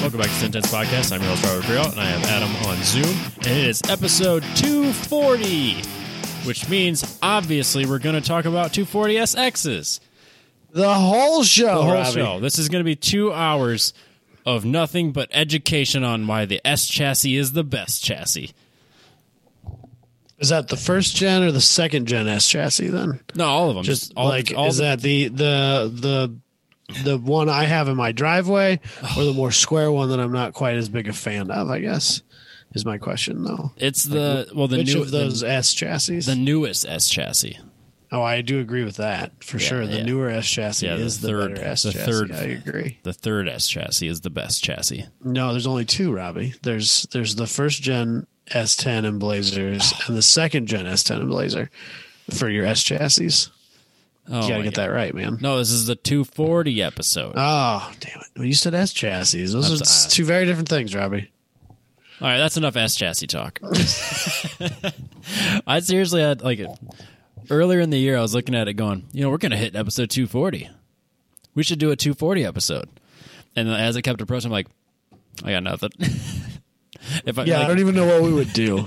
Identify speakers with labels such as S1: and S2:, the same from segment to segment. S1: Welcome back to Ten Tense Podcast. I'm your host, Robert Grill, and I have Adam on Zoom. And it is episode 240, which means obviously we're going to talk about 240SXs.
S2: The whole show.
S1: The whole
S2: Robbie.
S1: show. This is going to be two hours of nothing but education on why the S chassis is the best chassis.
S2: Is that the first gen or the second gen S chassis then?
S1: No, all of them.
S2: Just
S1: all,
S2: like
S1: all
S2: is
S1: the-
S2: that the the the the one I have in my driveway or the more square one that I'm not quite as big a fan of, I guess. Is my question though.
S1: it's the well the
S2: Which
S1: new
S2: of those
S1: the,
S2: S chassis?
S1: the newest S chassis.
S2: oh, I do agree with that for sure. The
S1: yeah.
S2: newer S chassis
S1: Yeah, the
S2: is the,
S1: third-
S2: better S
S1: the
S2: chassis.
S1: third-
S2: I agree.
S1: The third S chassis is the best chassis.
S2: No, there's only two, Robbie. There's there's the first gen S10 and Blazers, and the second gen S10 and Blazer for your S chassis.
S1: Oh,
S2: You gotta
S1: my
S2: get
S1: God.
S2: that right, man.
S1: No, this is the 240 episode.
S2: Oh, damn it. Well, you said S chassis. Those are
S1: That's-
S2: s- two very different things, Robbie.
S1: All right, that's enough S chassis talk. I seriously had like earlier in the year, I was looking at it going, you know, we're going to hit episode 240. We should do a 240 episode. And then as it kept approaching, I'm like, I got nothing. if I,
S2: Yeah, I
S1: like,
S2: don't even know what we would do.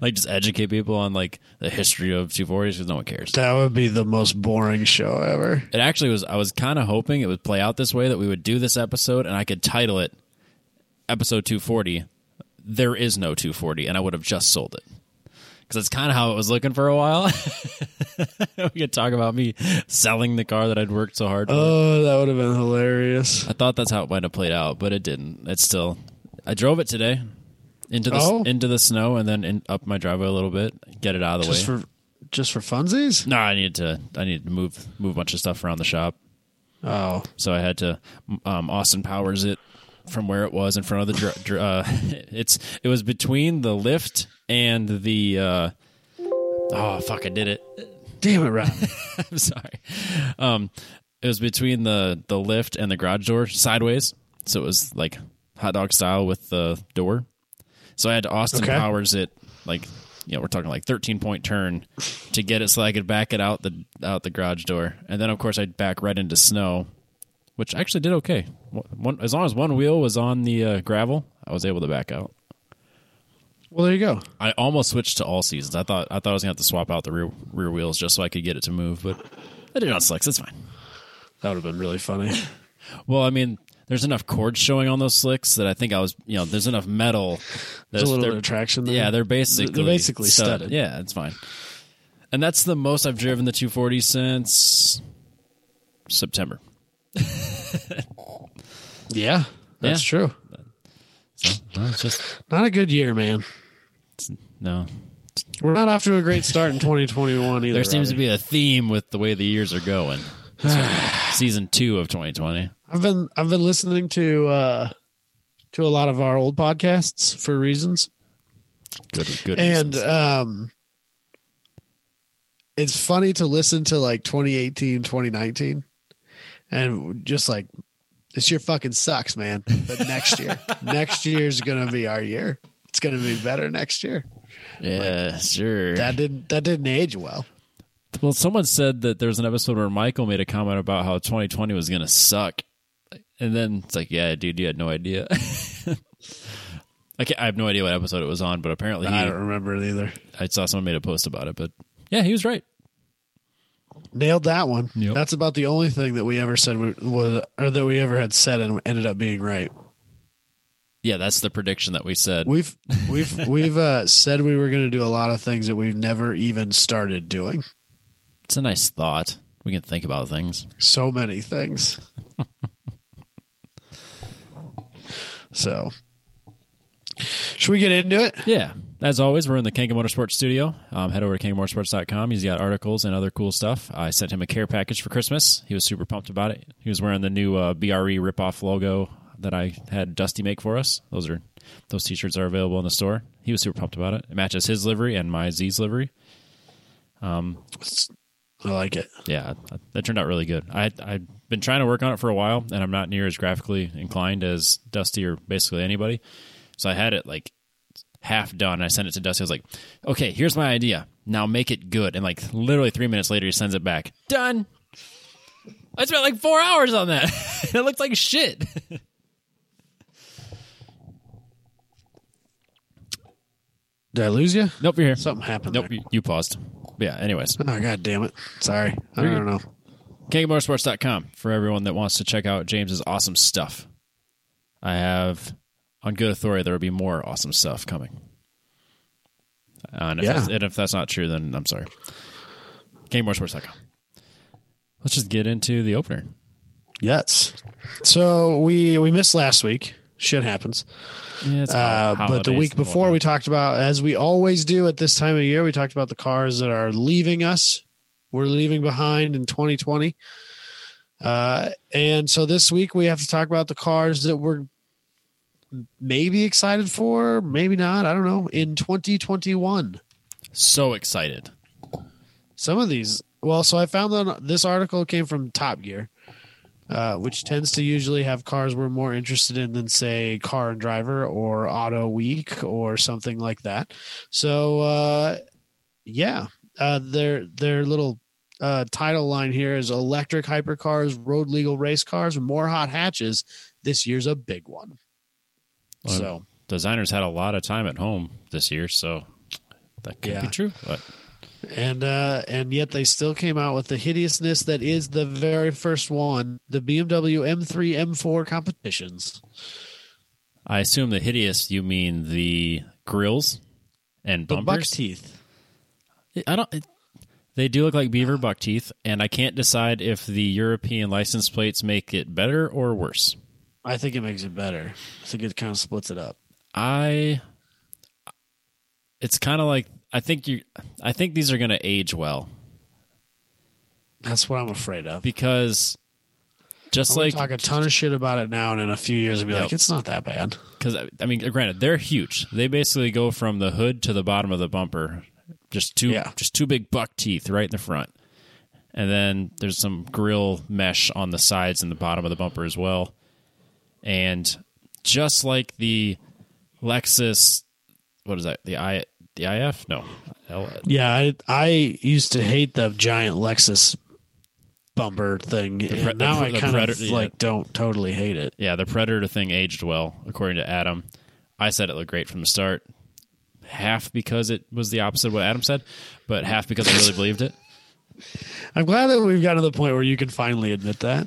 S1: like just educate people on like the history of 240s because no one cares.
S2: that would be the most boring show ever.
S1: It actually was. I was kind of hoping it would play out this way that we would do this episode and I could title it episode 240. There is no 240, and I would have just sold it because that's kind of how it was looking for a while. we could talk about me selling the car that I'd worked so hard. for.
S2: Oh, that would have been hilarious.
S1: I thought that's how it might have played out, but it didn't. It's still. I drove it today into the
S2: Oh.
S1: into the snow and then in, up my driveway a little bit, get it out of the
S2: Just
S1: way.
S2: for just for funsies?
S1: no, I needed to. I needed to move move a bunch of stuff around the shop.
S2: Oh.
S1: so I had to um, Austin Powers it from where it was in front of the dr- dr- uh, it's it was between the lift and the uh, oh fuck I did it
S2: Damn it, Rob.
S1: I'm sorry um, it was between the the lift and the garage door sideways so it was like hot dog style with the door so I had to Austin
S2: Okay.
S1: Powers it like you know we're talking like 13 point turn to get it so I could back it out the out the garage door and then of course I'd back right into snow which I actually did okay. One, as long as one wheel was on the uh, gravel, I was able to back out.
S2: well, there you go.
S1: I almost switched to all seasons. I thought I thought I was gonna have to swap out the rear rear wheels just so I could get it to move, but I did it on slicks. That's fine.
S2: That would have been really funny.
S1: Well, I mean, there's enough cords showing on those slicks that I think I was, you know, there's enough metal.
S2: There's a little
S1: they're-
S2: bit of traction there.
S1: Yeah, they're basically
S2: They're basically studded.
S1: Yeah, it's fine. And that's the most I've driven the 240 since September.
S2: Yeah. That's
S1: Yeah.
S2: true.
S1: No, it's just
S2: Not a good year, man.
S1: no.
S2: We're not off to a great start in 2021 either.
S1: There seems to
S2: Robbie.
S1: be a theme with the way the years are going. Season two of 2020.
S2: I've been I've been listening to uh to a lot of our old podcasts for reasons.
S1: Good, good.
S2: and
S1: reasons.
S2: um it's funny to listen to like 2018 2019 and just like this year fucking sucks man but next year next year's gonna be our year it's gonna be better next year
S1: yeah, sure.
S2: that didn't that didn't age well
S1: well, someone said that there was an episode where Michael made a comment about how 2020 was going to suck, and then it's like, yeah, dude, you had no idea. I, can't, I have no idea what episode it was on, but apparently he,
S2: i
S1: I,
S2: don't remember it either
S1: saw someone made a post about it. But yeah, he was right.
S2: nailed that one
S1: Yep.
S2: that's about the only thing that we ever said we, was or that we ever had said and ended up being right
S1: Yeah, that's the prediction that we said.
S2: we've we've we've uh, said we were gonna do a lot of things that we've never even started doing
S1: it's a nice thought. We can think about things.
S2: so many things. so, should we get into it?
S1: Yeah. As always, we're in the Kanka Motorsports studio. Um, head over to kangamotorsports.com. He's got articles and other cool stuff. I sent him a care package for Christmas. He was super pumped about it. He was wearing the new uh, BRE ripoff logo that I had Dusty make for us. Those are those t-shirts are available in the store. He was super pumped about it. It matches his livery and my Z's livery.
S2: I like it.
S1: Yeah, that turned out really good. I I've been trying to work on it for a while, and I'm not near as graphically inclined as Dusty or basically anybody. So I had it like half done. I sent it to Dusty. I was like, "Okay, here's my idea. Now make it good." And like literally three minutes later, he sends it back. Done. I spent like four hours on that. it looked like shit.
S2: Did I lose you?
S1: Nope, you're here.
S2: Something happened.
S1: Nope,
S2: there.
S1: you, you paused. Yeah, anyways.
S2: Oh god damn it! Sorry, I
S1: You're
S2: don't know.
S1: KMotorsports.com for everyone that wants to check out James's awesome stuff. I have, on good authority, there will be more awesome stuff coming. Uh, and, if
S2: Yeah.
S1: that's, and if that's not true, then I'm sorry. KMotorsports.com. Let's just get into the opener.
S2: Yes. So we we missed last week. Shit happens.
S1: Yeah, it's hol-
S2: Uh, but the
S1: holidays
S2: week
S1: and whatnot.
S2: before, we talked about, as we always do at this time of year, we talked about the cars that are leaving us. We're leaving behind in 2020. Uh, and so this week, we have to talk about the cars that we're maybe excited for, maybe not. I don't know. In 2021,
S1: so excited.
S2: some of these. Well, so I found that this article came from Top Gear, uh, which tends to usually have cars we're more interested in than, say, Car and Driver or Auto Week or something like that. So, uh, yeah, uh, their their little uh, title line here is electric hypercars, road legal race cars, more hot hatches. This year's a big one.
S1: Well,
S2: so
S1: Designers had a lot of time at home this year, so that could be
S2: Yeah.
S1: true. But
S2: and uh, and yet they still came out with the hideousness that is the very first one, the BMW M3 M4 competitions.
S1: I assume the hideous, you mean the grills and
S2: The buck
S1: bumpers?
S2: teeth.
S1: I don't. It, they do look like beaver buck teeth, and I can't decide if the European license plates make it better or worse.
S2: I think it makes it better. I think it kind of splits it up.
S1: I. It's kind of like I think you. I think these are going to age well
S2: That's what I'm afraid of.
S1: because just
S2: I'm gonna
S1: like
S2: talk a ton of shit about it now, and in a few years, I'll be
S1: Yep.
S2: like, it's not that bad.
S1: because I mean, granted, they're huge. They basically go from the hood to the bottom of the bumper, just two,
S2: Yeah.
S1: just two big buck teeth right in the front, and then there's some grill mesh on the sides and the bottom of the bumper as well. And just like the Lexus, what is that? The i the if no, L,
S2: Yeah, I I used to hate the giant Lexus bumper thing,
S1: pre-
S2: and now
S1: the-
S2: I
S1: the
S2: kind of
S1: Predator, yeah.
S2: like don't totally hate it.
S1: yeah, the Predator thing aged well according to Adam. I said it looked great from the start, half because it was the opposite of what Adam said, but half because I really believed it.
S2: I'm glad that we've gotten to the point where you can finally admit that.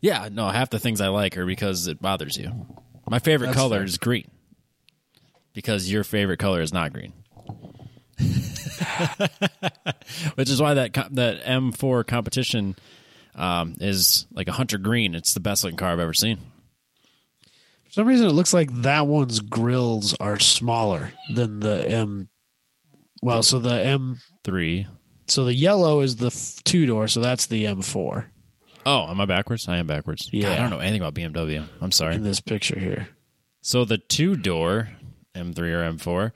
S1: Yeah, no, half the things I like are because it bothers you. My favorite
S2: That's
S1: color
S2: fair.
S1: is green. Because your favorite color is not green. Which is why that co- that M4 competition um, is like a hunter green. It's the best looking car I've ever seen.
S2: For some reason, it looks like that one's grills are smaller than the M. Well, so the M,
S1: Three.
S2: so the yellow is the f- two door, so that's the M4
S1: Oh, am I backwards? I am backwards. God, I
S2: Yeah.
S1: don't know anything about BMW. I'm sorry.
S2: in this picture here.
S1: So the two door M3 or M4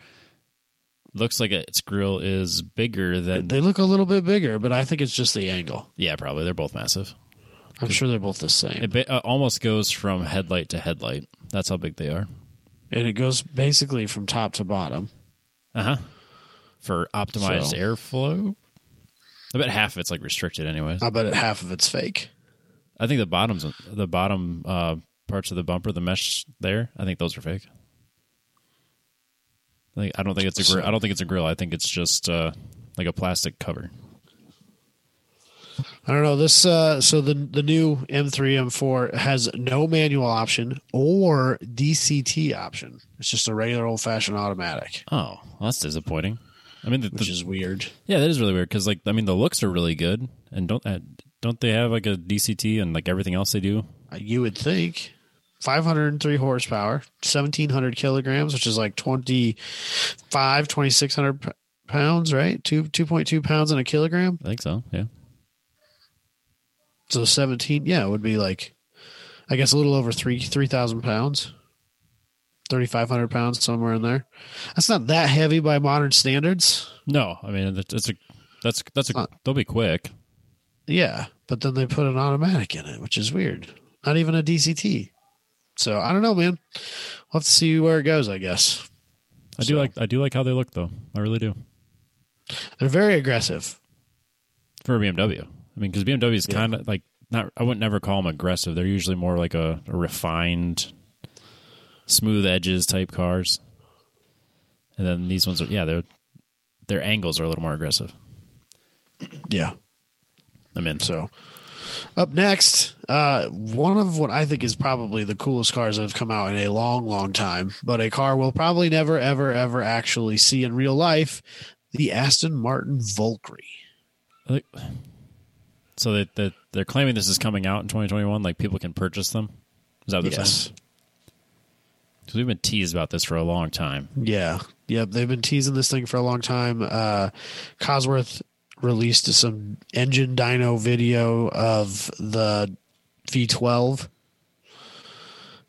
S1: looks like its grill is bigger than.
S2: They look a little bit bigger, but I think it's just the angle.
S1: Yeah, probably. They're both massive.
S2: I'm sure they're both the same.
S1: It ba- uh, almost goes from headlight to headlight. That's how big they are.
S2: and it goes basically from top to bottom.
S1: Uh huh. For optimized
S2: So-
S1: airflow, I bet half of it's like restricted, anyways.
S2: I bet it, half of it's fake.
S1: I think the bottoms, the bottom uh, parts of the bumper, the mesh there, I think those are fake. I, think, I don't think it's a grill. I don't think it's a grill. I think it's just uh, like a plastic cover.
S2: I don't know this. Uh, so the the new M3 M4 has no manual option or DCT option. It's just a regular old fashioned automatic,
S1: Oh, well, that's disappointing. I mean, the,
S2: which
S1: the,
S2: is weird.
S1: yeah, that is really weird because like I mean, the looks are really good, and don't uh, don't they have like a DCT and like everything else they do?
S2: You would think 503 horsepower, 1700 kilograms, which is like 25, 2600 p- pounds, right? Two, 2.2 pounds in a kilogram.
S1: I think so. Yeah.
S2: So 17, yeah, it would be like, I guess a little over three, 3,000 pounds, 3,500 pounds, somewhere in there. That's not that heavy by modern standards.
S1: No, I mean that's that's a that's that's a
S2: Huh.
S1: they'll be quick.
S2: Yeah. But then they put an automatic in it, which is weird. Not even a DCT. So I don't know, man. We'll have to see where it goes, I guess.
S1: I do
S2: So-
S1: like I do like how they look though. I really do
S2: They're very aggressive.
S1: for a BMW. I mean, because BMW is kind of like not. I wouldn't never call them aggressive. They're usually more like a, a refined, smooth edges type cars. And then these ones are yeah, they're their angles are a little more aggressive.
S2: Yeah.
S1: I'm in.
S2: So up next, uh, one of what I think is probably the coolest cars that have come out in a long, long time, but a car we'll probably never, ever, ever actually see in real life the Aston Martin Valkyrie.
S1: I think- So that that they're claiming this is coming out in 2021. Like people can purchase them. Is that what they're saying?
S2: Yes.
S1: Because we've been teased about this for a long time.
S2: Yeah. Yep. They've been teasing this thing for a long time. Uh, Cosworth released some engine dyno video of the V12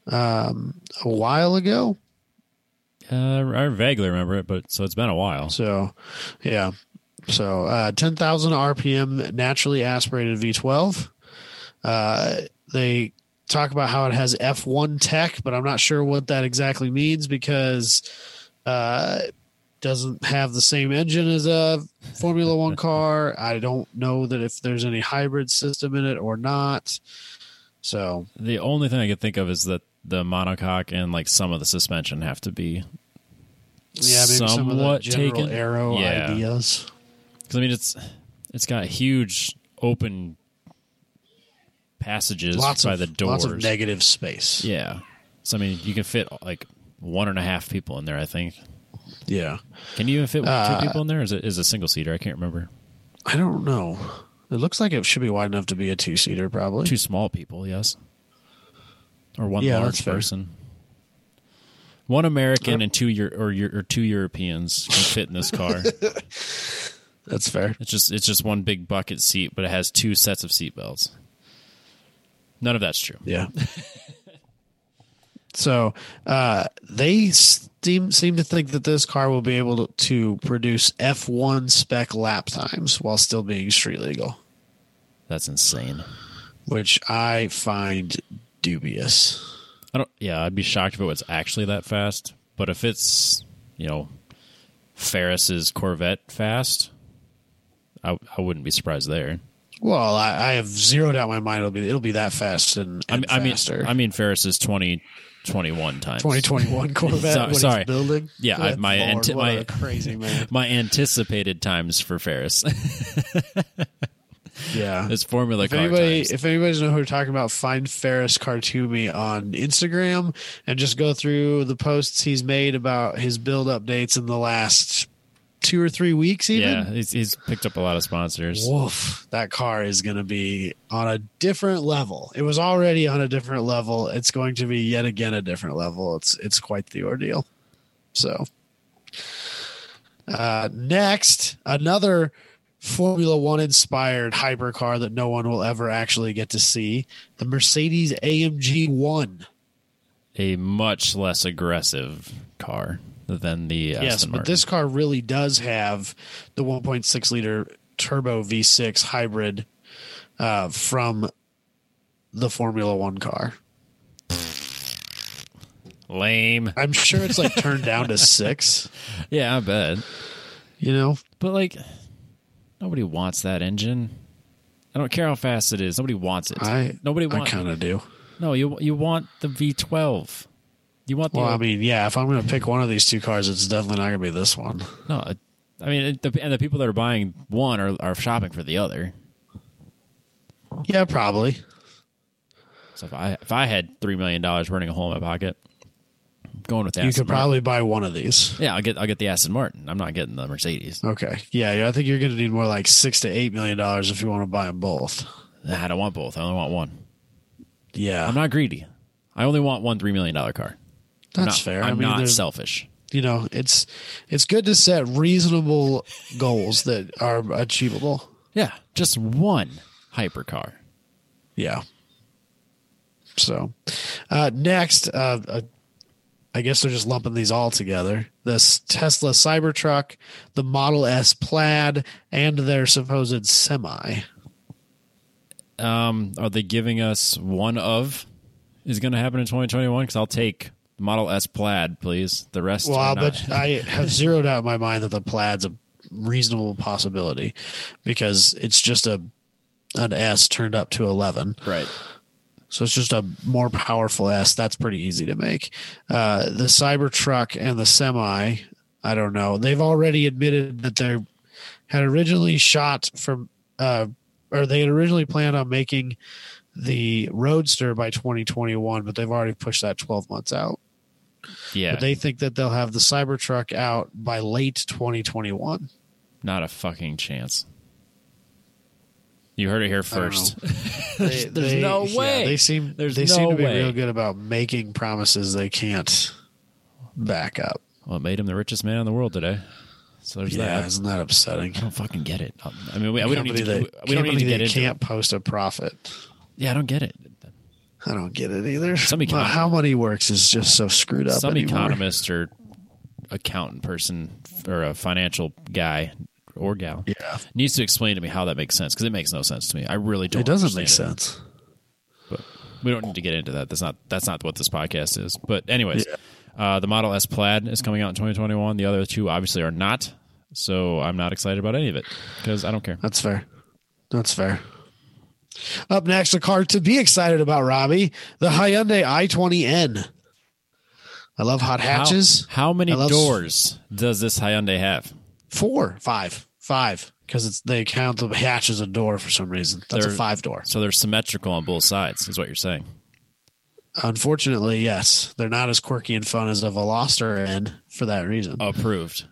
S2: um, a while ago.
S1: Uh, I vaguely remember it, but so it's been a while.
S2: So, yeah. So, uh, 10,000 RPM naturally aspirated V12. Uh, they talk about how it has F1 tech, but I'm not sure what that exactly means because uh, it doesn't have the same engine as a Formula One car. I don't know that if there's any hybrid system in it or not. So,
S1: The only thing I could think of is that the monocoque and like some of the suspension have to be
S2: yeah, maybe some of the
S1: Somewhat
S2: general
S1: taken?
S2: aero
S1: Yeah.
S2: ideas.
S1: Because I mean, it's it's got huge open passages
S2: Lots
S1: by
S2: of,
S1: the doors.
S2: lots of negative space.
S1: yeah, so I mean, you can fit like one and a half people in there. I think.
S2: yeah.
S1: Can you even fit
S2: Uh,
S1: two people in there? Or is it is it a single seater? I can't remember.
S2: I don't know. It looks like it should be wide enough to be a two seater, probably.
S1: Two small people, yes, or one
S2: Yeah, that's
S1: large
S2: fair. Uh,
S1: person. One American and two Euro- or, Eu- or two Europeans can fit in this car.
S2: That's fair.
S1: It's just it's just one big bucket seat, but it has two sets of seat belts. None of that's true.
S2: Yeah. so uh, they seem seem to think that this car will be able to, to produce F1 spec lap times while still being street legal,
S1: That's insane.
S2: which I find dubious.
S1: I don't. Yeah, I'd be shocked if it was actually that fast. But if it's you know Ferris's Corvette fast, I I wouldn't be surprised there.
S2: Well, I, I have zeroed out my mind. It'll be it'll be that fast and,
S1: I mean,
S2: and
S1: I mean,
S2: faster.
S1: I mean Ferris's twenty twenty one times.
S2: 2021 Corvette.
S1: So-
S2: what he's
S1: sorry.
S2: building.
S1: Yeah, I-
S2: Good
S1: my
S2: Lord,
S1: anti-
S2: what
S1: my-
S2: a crazy man.
S1: My anticipated times for Ferris
S2: Yeah,
S1: is Formula
S2: if
S1: Car
S2: anybody
S1: times.
S2: if anybody's know who we're talking about find ferris cartoumi on instagram and just go through the posts he's made about his build updates in the last two or three weeks even
S1: yeah, he's, he's picked up a lot of sponsors.
S2: woof that car is going to be on a different level it was already on a different level it's going to be yet again a different level it's it's quite the ordeal so uh next another formula one inspired hypercar that no one will ever actually get to see the mercedes amg 1
S1: A much less aggressive car than the Aston
S2: yes but
S1: Martin.
S2: this car really does have the 1.6 liter turbo v6 hybrid uh, from the formula one car
S1: lame.
S2: i'm sure it's like turned down to six
S1: Yeah, I bet.
S2: you know
S1: But like, nobody wants that engine. I don't care how fast it is. Nobody wants it.
S2: i
S1: nobody
S2: i
S1: wants.
S2: kind of do
S1: No, you you want the V12. You want the
S2: well i mean yeah if i'm gonna pick one of these two cars it's definitely not gonna be this one
S1: no. I mean, it, the, and the people that are buying one are are shopping for the other.
S2: yeah probably
S1: So if I if I had three million dollars burning a hole in my pocket, I'm going with the
S2: you
S1: Aston
S2: could probably buy one of these
S1: Martin. yeah, I'll get I'll get the Aston Martin. I'm not getting the Mercedes.
S2: okay yeah yeah, i think you're gonna need more like six to eight million dollars if you want to buy them both
S1: Nah, I don't want both. I only want one.
S2: yeah
S1: I'm not greedy. I only want one three million dollar car. I'm
S2: that's
S1: not-
S2: fair
S1: I'm
S2: mean
S1: not
S2: there's-
S1: selfish.
S2: you know it's it's good to set reasonable goals that are achievable
S1: Yeah, just one hypercar.
S2: yeah so uh next uh, uh i guess they're just lumping these all together this tesla cybertruck the model s plaid and their supposed semi
S1: Um, are they giving us one of is going to happen in 2021? Because I'll take Model S plaid, please. The rest,
S2: well
S1: are
S2: I'll
S1: not.
S2: bet i have zeroed out in my mind that the plaid's a reasonable possibility because it's just a an s turned up to 11
S1: right.
S2: So it's just a more powerful S. That's pretty easy to make. Uh, the Cybertruck and the Semi I don't know. They've already admitted that they had originally shot from, uh, or they had originally planned on making the Roadster by 2021, but they've already pushed that 12 months out.
S1: Yeah,
S2: But they think that they'll have the Cybertruck out by late 2021.
S1: not a fucking chance. You heard it here
S2: don't
S1: first.
S2: They-
S1: there's
S2: they-
S1: no
S2: yeah,
S1: way.
S2: they seem
S1: There's
S2: they seem
S1: no
S2: to be
S1: way.
S2: real good about making promises they can't back up.
S1: well, it made him the richest man in the world today. So there's
S2: Yeah,
S1: that.
S2: isn't that upsetting?
S1: I don't fucking get it. I mean, we, we don't need to.
S2: Company that-
S1: we don't
S2: company
S1: need to get
S2: that
S1: into. it.
S2: can't post a profit.
S1: Yeah, I don't get it.
S2: I don't get it either.
S1: Some
S2: Wow,
S1: econ-
S2: how money works is just so screwed up.
S1: Some
S2: anymore.
S1: economist or accountant person or a financial guy or gal
S2: Yeah,
S1: needs to explain to me how that makes sense because it makes no sense to me. I really don't.
S2: it doesn't make
S1: understand
S2: sense.
S1: it. We don't need to get into that. That's not that's not what this podcast is. But anyways, uh, the Model S Plaid is coming out in 2021. The other two obviously are not. So I'm not excited about any of it because I don't care.
S2: That's fair. That's fair. Up next, a car to be excited about, Robbie, the Hyundai i20N. I love hot hatches.
S1: How, how many
S2: I love-
S1: doors does this Hyundai have?
S2: Four, five, five, because it's they count the hatch as a door for some reason. That's
S1: They're-
S2: a five door.
S1: So they're symmetrical on both sides, is what you're saying.
S2: Unfortunately, yes, they're not as quirky and fun as a Veloster N for that reason.
S1: Approved.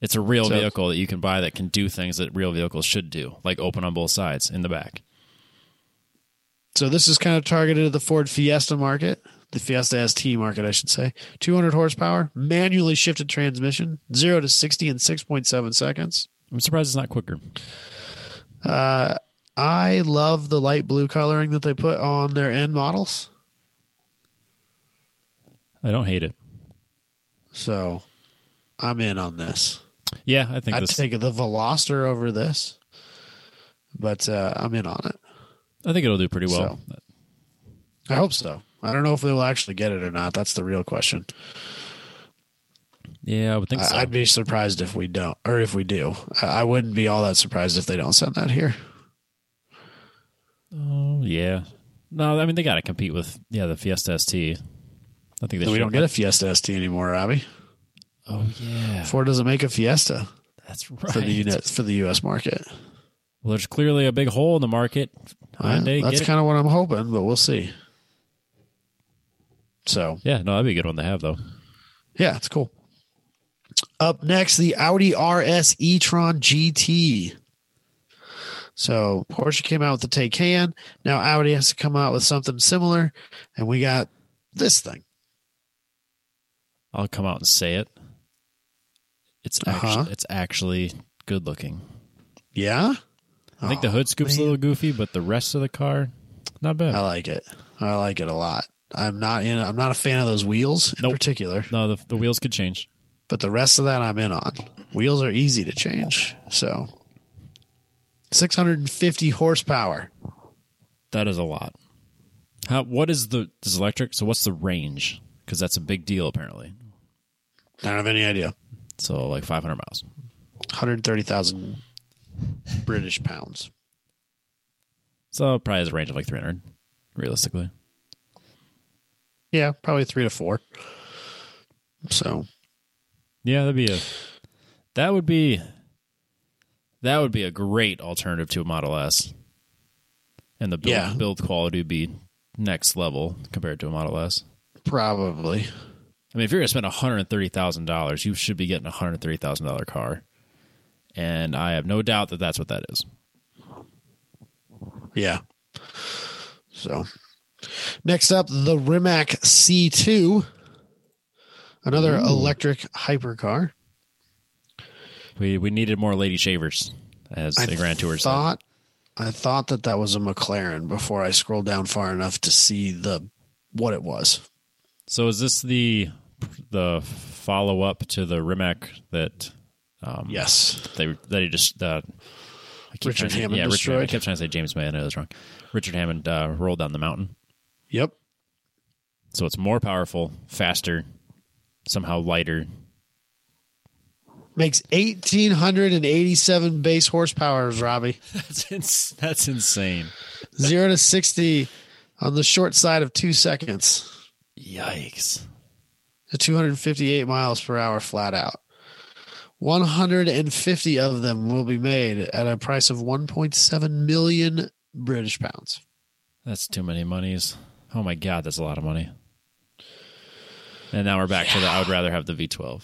S1: It's a real
S2: So-
S1: vehicle that you can buy that can do things that real vehicles should do, like open on both sides in the back.
S2: So this is kind of targeted at the Ford Fiesta market, the Fiesta ST market, I should say. 200 horsepower, manually shifted transmission, zero to 60 in 6.7 seconds.
S1: I'm surprised it's not quicker.
S2: Uh, I love the light blue coloring that they put on their end models.
S1: I don't hate it.
S2: So I'm in on this.
S1: Yeah, I think
S2: I'd
S1: this.
S2: take the Veloster over this, but uh, I'm in on it.
S1: I think it'll do pretty well.
S2: I hope so. I don't know if they will actually get it or not. That's the real question.
S1: yeah, I would think
S2: I-
S1: so.
S2: I'd be surprised if we don't, or if we do. I I wouldn't be all that surprised if they don't send that here.
S1: oh, yeah. No, I mean they got to compete with yeah the Fiesta ST. I think they
S2: we
S1: should.
S2: don't get a Fiesta ST anymore, Robbie.
S1: Oh yeah,
S2: Ford doesn't make a Fiesta
S1: that's right.
S2: for the unit for the U.S. market.
S1: Well, there's clearly a big hole in the market. Hyundai,
S2: That's
S1: get it.
S2: kind of what I'm hoping, but we'll see. So
S1: yeah, no, that'd be a good one to have though.
S2: yeah, it's cool. Up next, the Audi RS e-tron GT. So Porsche came out with the Taycan. Now Audi has to come out with something similar, and we got this thing.
S1: I'll come out and say it. It's actually,
S2: Uh-huh.
S1: it's actually good looking.
S2: Yeah.
S1: I think the hood scoop's a little goofy, but the rest of the car, not bad.
S2: I like it. I like it a lot. I'm not in. I'm not a fan of those wheels in
S1: Nope.
S2: particular,
S1: No, the, the wheels could change.
S2: but the rest of that I'm in on. Wheels are easy to change. So, 650 horsepower.
S1: That is a lot. How? What is the this is electric? So what's the range? Because that's a big deal apparently.
S2: I don't have any idea.
S1: So like 500 miles.
S2: 130,000 British pounds.
S1: So it probably has a range of like 300, realistically.
S2: Yeah, probably three to four. So
S1: Yeah, that'd be a. That would be. That would be a great alternative to a Model S. And the build,
S2: Yeah.
S1: build quality would be next level compared to a Model S.
S2: probably.
S1: I mean, if you're going to spend $130,000, you should be getting a $130,000 car. And I have no doubt that that's what that is.
S2: Yeah. So next up, the Rimac C2, another electric hypercar.
S1: We we needed more lady shavers as the Grand Tour said.
S2: thought I thought that that was a McLaren before I scrolled down far enough to see the what it was.
S1: So is this the the follow up to the Rimac that um,
S2: Yes,
S1: they they just uh, I keep
S2: Richard
S1: trying to-
S2: Hammond
S1: yeah, Richard Hammond. I
S2: destroyed.
S1: kept trying to say James May. I know that's wrong. Richard Hammond uh, rolled down the mountain,
S2: yep,
S1: so it's more powerful, faster, somehow lighter.
S2: makes eighteen hundred and eighty-seven base horsepower, Robbie.
S1: That's ins- that's insane.
S2: Zero to sixty on the short side of two seconds.
S1: Yikes!
S2: To two hundred fifty-eight miles per hour flat out. 150 of them will be made at a price of 1.7 million British pounds.
S1: That's too many monies. Oh my god, that's a lot of money. And now we're back to the I would rather have the V12.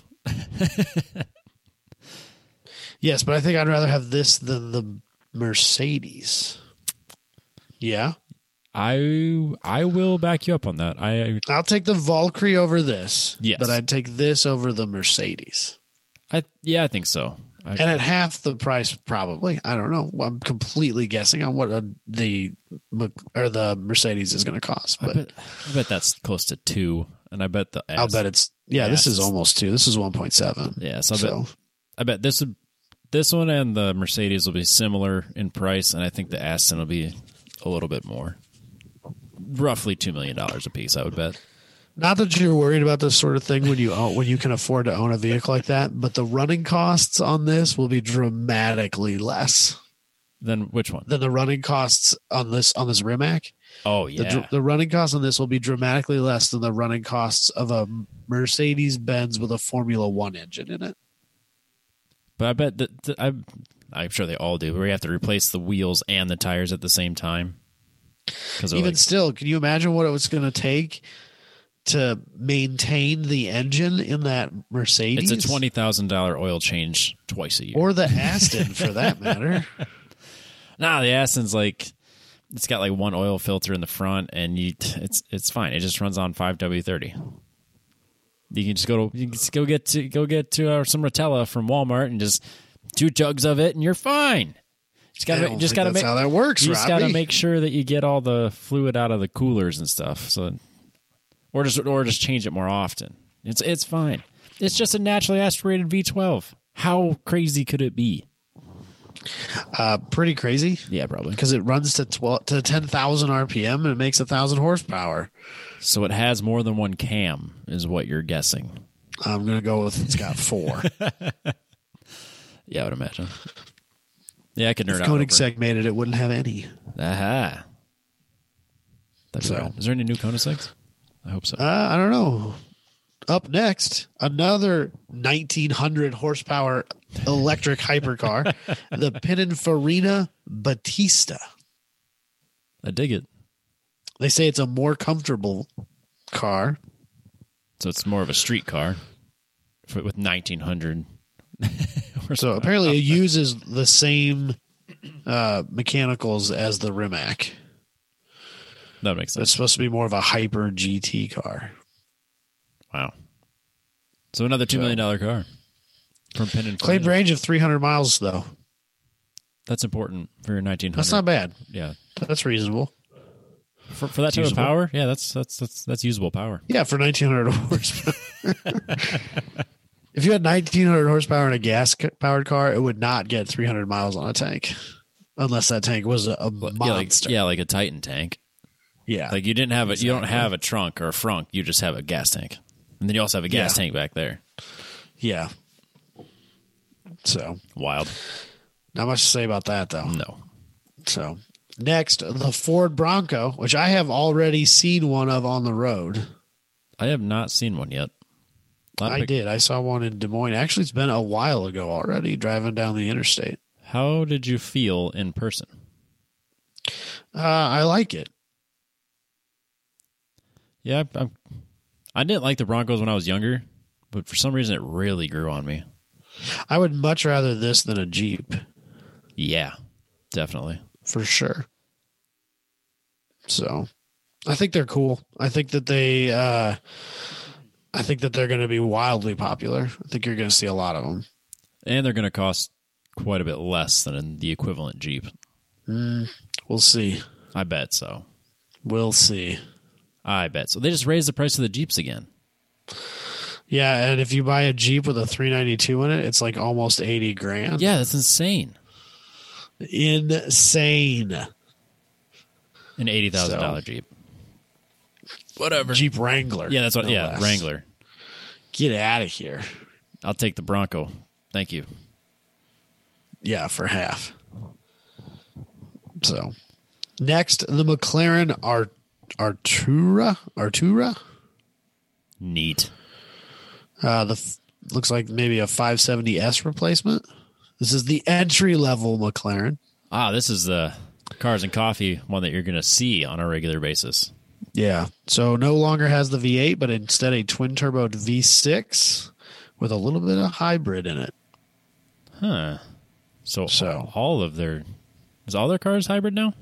S2: Yes, but I think I'd rather have this than the Mercedes. Yeah.
S1: I I will back you up on that. I
S2: I'll take the Valkyrie over this.
S1: Yes.
S2: But I'd take this over the Mercedes.
S1: I yeah, I think so. I,
S2: And at half the price, probably. I don't know. I'm completely guessing on what uh, the Mc- or the Mercedes is going to cost.
S1: I
S2: But
S1: bet, I bet that's close to 2 and I bet the
S2: I'll bet it's yeah.
S1: Yeah,
S2: this is
S1: it's-
S2: almost two. This is 1.7.
S1: Yeah, so I bet
S2: so
S1: I bet this would, this one and the Mercedes will be similar in price, and I think the Aston will be a little bit more, roughly two million dollars a piece. I would bet.
S2: not that you're worried about this sort of thing when you own, when you can afford to own a vehicle like that, but the running costs on this will be dramatically less.
S1: Then which one?
S2: than the running costs on this on this Rimac.
S1: Oh
S2: The,
S1: yeah,
S2: dr- the running costs on this will be dramatically less than the running costs of a Mercedes Benz with a Formula One engine in it.
S1: but I bet that, that I. I'm sure they all do. Where you have to replace the wheels and the tires at the same time. Because
S2: Even
S1: like,
S2: still, can you imagine what it was going to take to maintain the engine in that Mercedes?
S1: it's a twenty thousand dollar oil change twice a year.
S2: or the Aston for that matter.
S1: Nah, the Aston's like it's got like one oil filter in the front, and you it's it's fine. It just runs on five W thirty. You can just go to you can just go get to go get to uh, some Rotella from Walmart and just two jugs of it, and you're fine. Just
S2: I
S1: gotta
S2: don't
S1: just
S2: think
S1: gotta
S2: that's
S1: make
S2: how that works.
S1: you just gotta
S2: Robbie.
S1: make sure that you get all the fluid out of the coolers and stuff. So, or just or just change it more often. It's it's fine. It's just a naturally aspirated V12. How crazy could it be?
S2: uh, pretty crazy
S1: Yeah, probably.
S2: because it runs to twelve to ten thousand RPM and it makes a thousand horsepower.
S1: So it has more than one cam, is what you're guessing.
S2: I'm going to go with it's got four.
S1: Yeah, I would imagine. Yeah, I could nerd
S2: if
S1: out. over-
S2: Koenigsegg made it, it wouldn't have any.
S1: Aha. That'd be
S2: So-
S1: right. Is there any new Koenigseggs? I hope so.
S2: Uh, I don't know. Up next, another 1900 horsepower electric hypercar, the Pininfarina Batista.
S1: I dig it.
S2: They say it's a more comfortable car.
S1: So it's more of a street car for, with 1900. or
S2: So apparently, it uses the same uh, mechanicals as the Rimac.
S1: that makes
S2: So it's
S1: sense.
S2: supposed to be more of a hyper GT car.
S1: Wow. So another two million dollar car from Penn and
S2: Claimed
S1: Ferry.
S2: range of 300 miles, though.
S1: That's important for your 1900.
S2: That's not bad.
S1: yeah.
S2: That's reasonable.
S1: For, for that type
S2: Usable.
S1: of power, yeah, that's that's that's that's usable power.
S2: Yeah, for nineteen hundred horsepower. if you had nineteen hundred horsepower in a gas c- powered car, it would not get three hundred miles on a tank, unless that tank was a, a monster.
S1: Yeah, like, yeah, like a Titan tank.
S2: yeah.
S1: Like you didn't have a you don't have a trunk or a frunk, you just have a gas tank. And then you also have a gas
S2: Yeah.
S1: tank back there.
S2: yeah. So
S1: Wild.
S2: not much to say about that though.
S1: No.
S2: So next, the Ford Bronco, which I have already seen one of on the road.
S1: I have not seen one yet. A lot of
S2: I
S1: pic-
S2: did. I saw one in Des Moines. Actually, it's been a while ago already. Driving down the interstate.
S1: How did you feel in person?
S2: Uh, I like it.
S1: Yeah, I, I'm I didn't like the Broncos when I was younger, but for some reason it really grew on me.
S2: I would much rather this than a Jeep.
S1: Yeah. Definitely.
S2: for sure. So, I think they're cool. I think that they, uh, I think that they're going to be wildly popular. I think you're going to see a lot of them.
S1: And they're gonna cost quite a bit less than in the equivalent Jeep.
S2: We'll see.
S1: I bet so.
S2: We'll see.
S1: I bet so. They just raised the price of the Jeeps again.
S2: Yeah, and if you buy a Jeep with a 392 in it, it's like almost 80 grand.
S1: Yeah, that's insane.
S2: Insane.
S1: An eighty thousand dollar
S2: So-
S1: Jeep.
S2: Whatever. Jeep Wrangler.
S1: Yeah, that's what
S2: no
S1: yeah,
S2: less.
S1: Wrangler.
S2: Get out of here.
S1: I'll take the Bronco. Thank you.
S2: Yeah, for half. So, next, the McLaren Art- Artura. Artura?
S1: Neat.
S2: Uh, the f- looks like maybe a 570S replacement. This is the entry level McLaren.
S1: Ah, this is the cars and coffee one that you're going to see on a regular basis.
S2: Yeah. So no longer has the V8, but instead a twin turbo V6 with a little bit of hybrid in it.
S1: Huh. So,
S2: So-
S1: all of their is all their cars hybrid now?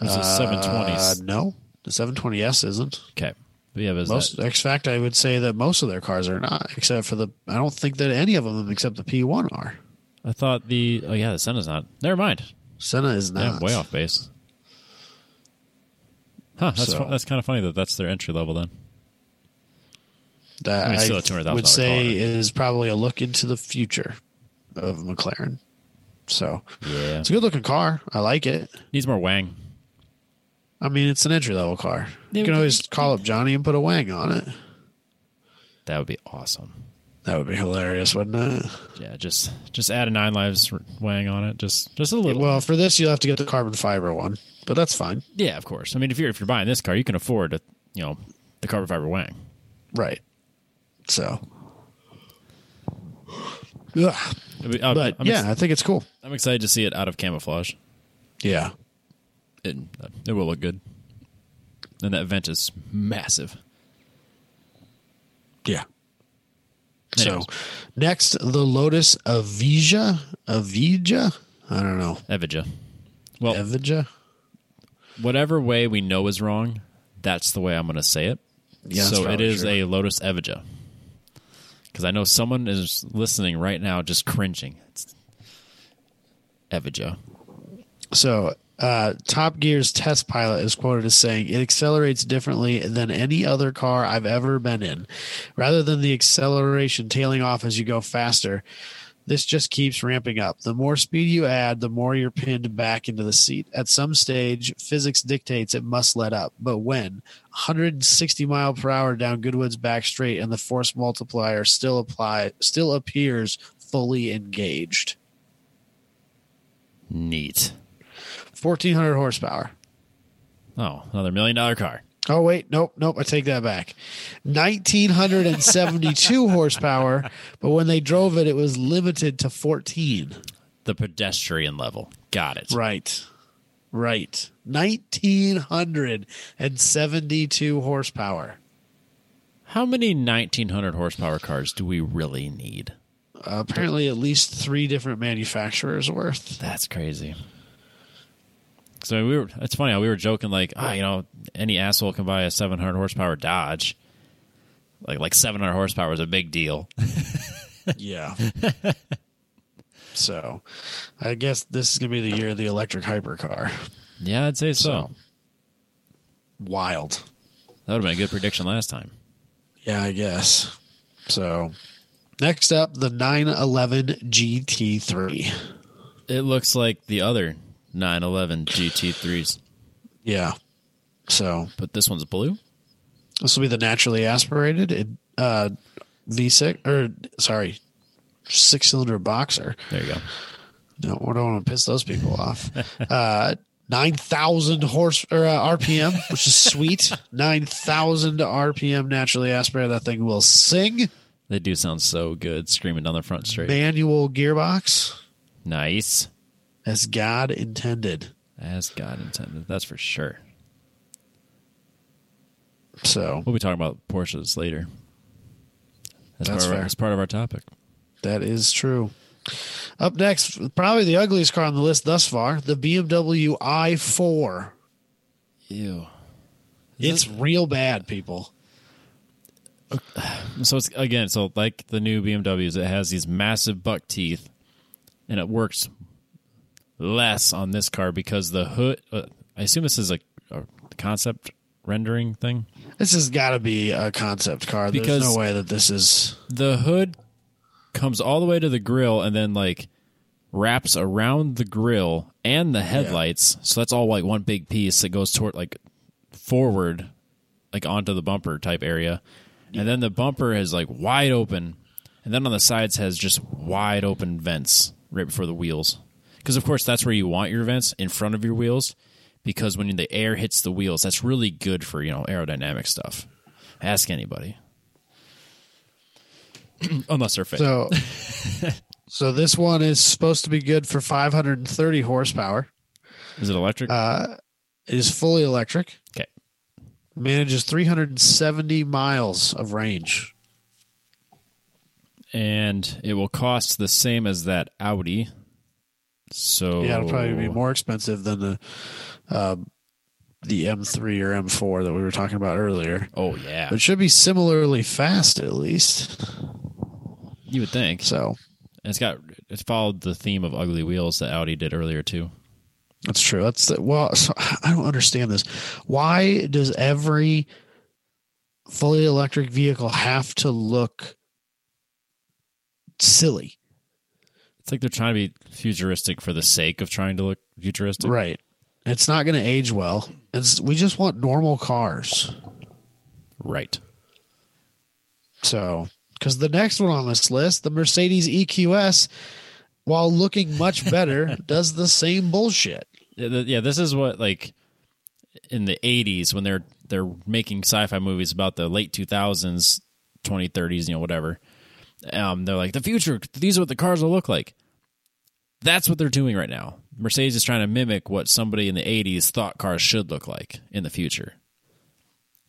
S1: This is seven
S2: Uh,
S1: twenties.
S2: no, the 720S isn't.
S1: Okay. Yeah, but is
S2: Most,
S1: that,
S2: in fact, I would say that most of their cars are not, except for the. I don't think that any of them, except the P1, are.
S1: I thought the oh yeah, the Senna's not. Never mind.
S2: Senna is
S1: Yeah,
S2: not.
S1: way off base. Huh. That's
S2: So-
S1: fu- that's kind of funny that that's their entry level then.
S2: That
S1: I mean,
S2: I,
S1: still a $200,000
S2: would
S1: car.
S2: say is probably a look into the future of McLaren. So
S1: Yeah.
S2: it's a good looking car. I like it.
S1: Needs more wang.
S2: I mean, it's an entry level car.
S1: Yeah,
S2: You can
S1: but-
S2: always call up Johnny and put a wang on it.
S1: That would be awesome.
S2: That would be hilarious, wouldn't it?
S1: Yeah, just just add a nine lives r- wang on it. Just just a little.
S2: Well, for this, you'll have to get the carbon fiber one, but that's fine.
S1: yeah, of course. I mean, if you're if you're buying this car, you can afford a, you know the carbon fiber wang.
S2: Right. So. Ugh.
S1: I mean, I'm-
S2: But
S1: I'm ex-
S2: yeah, I think it's cool.
S1: I'm excited to see it out of camouflage.
S2: Yeah.
S1: It it will look good. And that vent is massive.
S2: Yeah.
S1: Anyways.
S2: So next, the Lotus Avija. Avija? I don't know.
S1: Evija. Well,
S2: Avija?
S1: whatever way we know is wrong, that's the way I'm going to say it.
S2: Yeah, that's
S1: so it
S2: probably
S1: is
S2: true.
S1: a Lotus Evija. Because I know someone is listening right now just cringing. It's Evija.
S2: So uh, Top Gear's test pilot is quoted as saying, It accelerates differently than any other car I've ever been in. Rather than the acceleration tailing off as you go faster, this just keeps ramping up. The more speed you add, the more you're pinned back into the seat. At some stage, physics dictates it must let up. But when 160 mile per hour down Goodwood's back straight and the force multiplier still apply still appears fully engaged.
S1: Neat.
S2: 1400 horsepower.
S1: Oh, another million dollar car.
S2: Oh wait, nope, nope. I take that back. Nineteen hundred and seventy-two horsepower, but when they drove it, it was limited to fourteen.
S1: The pedestrian level. Got it.
S2: Right, right. Nineteen hundred and seventy-two horsepower.
S1: How many 1900 horsepower cars do we really need?
S2: Uh, apparently, at least three different manufacturers worth.
S1: That's crazy. So we were. It's funny how we were joking, like, ah, you know, any asshole can buy a 700 horsepower Dodge. Like, like 700 horsepower is a big deal.
S2: Yeah. so, I guess this is gonna be the year of the electric hypercar.
S1: Yeah, I'd say so.
S2: So. Wild.
S1: That would have been a good prediction last time.
S2: Yeah, I guess. So next up, the 911 GT3.
S1: It looks like the other 911 GT3s,
S2: Yeah. So
S1: but this one's blue.
S2: this will be the naturally aspirated it- uh, V6 or sorry, six cylinder boxer.
S1: There you go.
S2: No, we don't want to piss those people off. Uh, 9,000 horse or uh, RPM, which is sweet. 9,000 RPM naturally aspirated. That thing will sing.
S1: They do sound so good screaming down the front straight.
S2: Manual gearbox
S1: Nice.
S2: as God intended.
S1: As God intended. That's for sure.
S2: So
S1: We'll be talking about Porsches later. That's,
S2: That's
S1: part, of our,
S2: fair.
S1: that's part of our topic.
S2: That is true. Up next, probably the ugliest car on the list thus far, the BMW i4.
S1: Ew.
S2: It's real bad, people.
S1: So it's again, so like the new BMWs, it has these massive buck teeth, and it works less on this car because the hood. Uh, I assume this is a, a concept rendering thing.
S2: This has got to be a concept car.
S1: Because-
S2: There's no way that this is.
S1: The hood comes all the way to the grill and then like wraps around the grill and the headlights. So that's all like one big piece that goes toward like forward, like onto the bumper type area. And then the bumper is like wide open. And then on the sides has just wide open vents right before the wheels. Because, of course, that's where you want your vents in front of your wheels. Because when the air hits the wheels, that's really good for, you know, aerodynamic stuff. Ask anybody. unless they're fake.
S2: So, so this one is supposed to be good for 530 horsepower.
S1: Is it electric?
S2: Uh, it is fully electric.
S1: Okay.
S2: Manages 370 miles of range.
S1: and it will cost the same as that Audi. So
S2: Yeah, it'll probably
S1: Oh.
S2: be more expensive than the uh, the M3 or M4 that we were talking about earlier.
S1: Oh yeah,
S2: But It should be similarly fast, at least.
S1: you would think.
S2: So
S1: And it's got it's followed the theme of ugly wheels that Audi did earlier too.
S2: That's true. That's the, well. So I don't understand this. Why does every fully electric vehicle have to look silly?
S1: It's like they're trying to be futuristic for the sake of trying to look futuristic.
S2: Right. It's not going to age well. It's we just want normal cars.
S1: Right.
S2: So because the next one on this list, the Mercedes EQS, while looking much better, does the same bullshit.
S1: Yeah, th- yeah, this is what like in the 80s when they're they're making sci-fi movies about the late 2000s, 2030s, you know, whatever. Um, they're like the future. These are what the cars will look like. That's what they're doing right now. Mercedes is trying to mimic what somebody in the 80s thought cars should look like in the future.